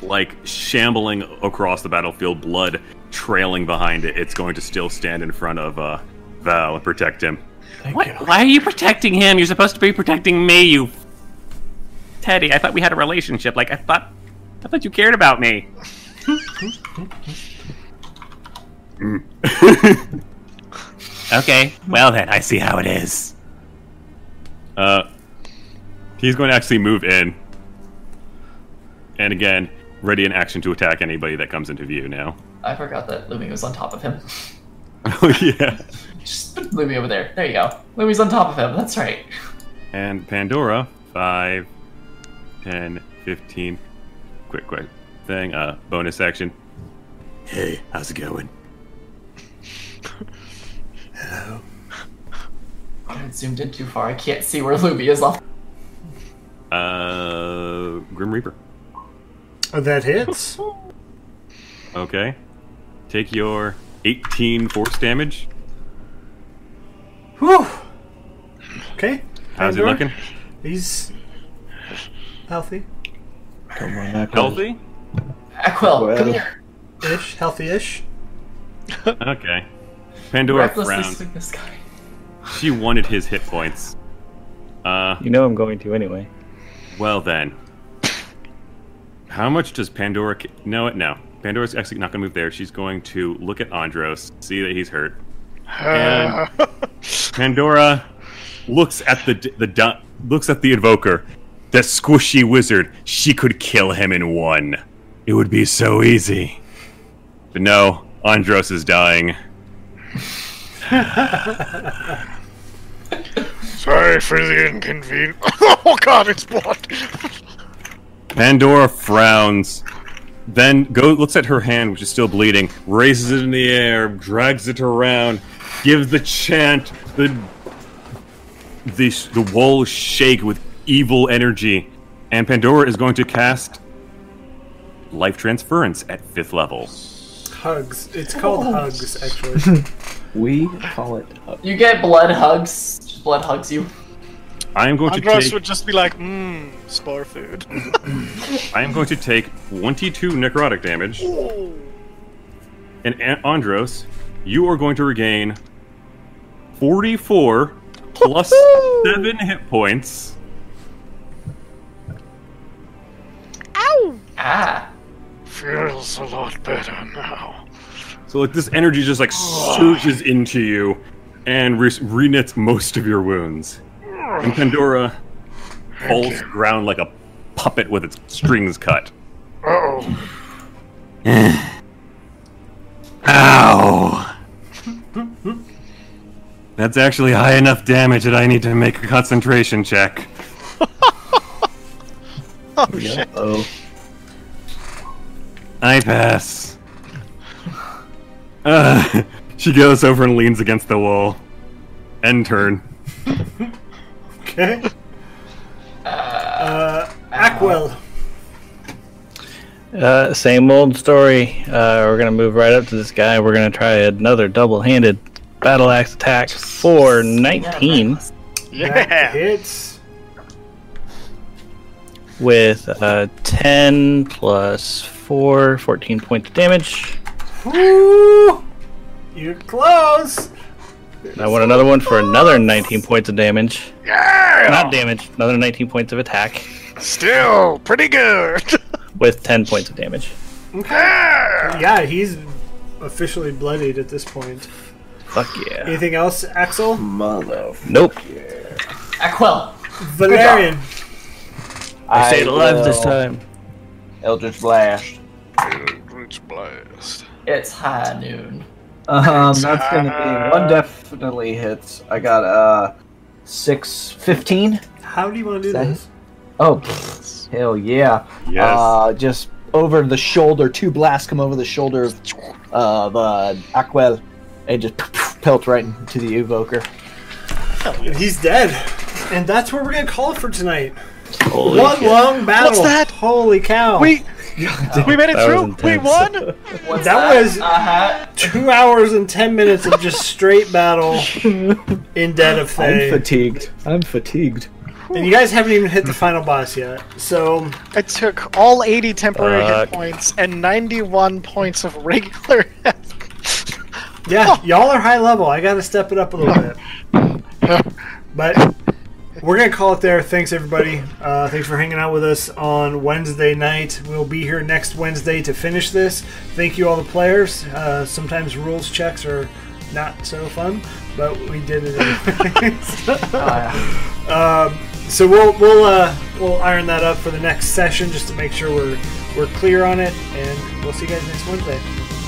S6: like shambling across the battlefield, blood trailing behind it. It's going to still stand in front of uh, Val and protect him.
S7: What? Why are you protecting him? You're supposed to be protecting me, you Teddy. I thought we had a relationship. Like I thought, I thought you cared about me. Okay. Well then, I see how it is.
S6: Uh, he's going to actually move in, and again, ready in action to attack anybody that comes into view now.
S3: I forgot that Lumi was on top of him.
S6: oh yeah.
S3: Just put Lumi over there. There you go. Lumi's on top of him. That's right.
S6: And Pandora, 5, 10, 15. Quick, quick thing. Uh, bonus action. Hey, how's it going?
S3: I haven't zoomed in too far. I can't see where Lumi is off.
S6: Uh, Grim Reaper.
S1: Oh, that hits.
S6: Okay. Take your 18 force damage.
S1: Whew. Okay.
S6: How's he
S1: Pandora,
S6: looking?
S1: He's healthy
S9: Come on, Aqua.
S6: Healthy?
S3: Aquil, come
S9: Well.
S3: here.
S1: ish. Healthy ish.
S6: Okay. Pandora
S3: Recklessly
S6: frowned.
S3: swing this guy.
S6: She wanted his hit points. Uh,
S4: You know I'm going to anyway.
S6: well then. How much does Pandora. Ca- no, it no. Pandora's actually not going to move there. She's going to look at Andros, see that he's hurt. And- Pandora looks at the the du- looks at the invoker, the squishy wizard. She could kill him in one. It would be so easy. But no, Andros is dying.
S5: Sorry for the inconvenience. oh god, it's blood.
S6: Pandora frowns, then go looks at her hand, which is still bleeding, raises it in the air, drags it around, gives the chant, the the the walls shake with evil energy, and Pandora is going to cast life transference at fifth level.
S1: Hugs. It's
S5: Oh.
S1: called hugs, actually.
S9: We call it up.
S3: You get blood hugs. Just blood hugs you.
S6: I am going to
S5: Andros
S6: take
S5: would just be like, mmm, spore food.
S6: I am going to take 22 necrotic damage. And An- Andros, you are going to regain 44 plus 7 hit points.
S3: Ah.
S5: Feels a lot better now.
S6: So like this energy just like surges into you and re- reknits most of your wounds. And Pandora falls to ground like a puppet with its strings cut.
S5: Uh-oh.
S6: Ow! That's actually high enough damage that I need to make a concentration check.
S9: Oh,
S6: I pass. Uh, she goes over and leans against the wall. End turn.
S1: Okay. Uh, Aquil.
S4: Uh, same old story. Uh, we're gonna move right up to this guy. We're gonna try another double-handed battle axe attack for 19
S1: That
S5: Yeah.
S1: hits.
S4: with uh, 10 plus 4, 14 points of damage.
S1: Woo! You're close.
S4: And I want another one for another 19 points of damage.
S5: Yeah!
S4: Not damage, another 19 points of attack
S5: Still pretty good.
S4: with 10 points of damage.
S5: Yeah.
S1: Yeah, he's officially bloodied at this point.
S4: Fuck yeah.
S1: Anything else, Axel?
S9: mother.
S4: Nope.
S3: Aquil.
S1: Valerian.
S4: I stayed alive this time.
S9: Eldritch Blast.
S5: Eldritch Blast.
S3: It's high noon.
S9: Um, that's gonna be one definitely hits. I got uh six fifteen.
S1: How do you want to do
S9: Say.
S1: this?
S2: Oh, hell yeah.
S6: Yes.
S2: Uh, just over the shoulder, two blasts come over the shoulder of, of uh, Aquel and just pelt right into the evoker.
S1: He's dead. And that's where we're going to call it for tonight.
S4: Holy
S1: One
S4: shit.
S1: long battle.
S5: What's that?
S1: Holy cow.
S5: We we made it
S4: That was
S5: through. We
S4: intense.
S5: won.
S3: What's
S1: That was-
S3: uh-huh.
S1: Two hours and ten minutes of just straight battle in Dead of
S2: I'm
S1: Fae.
S2: fatigued. I'm fatigued.
S1: And you guys haven't even hit the final boss yet. So,
S5: I took all 80 temporary
S4: Fuck.
S5: hit points and 91 points of regular health.
S1: yeah, y'all are high level. I got to step it up a little bit. But we're going to call it there. Thanks, everybody. Uh, thanks for hanging out with us on Wednesday night. We'll be here next Wednesday to finish this. Thank you, all the players. Uh, sometimes rules checks are not so fun, but we did it anyways. um, so we'll we'll uh, we'll iron that up for the next session just to make sure we're we're clear on it, and we'll see you guys next Wednesday.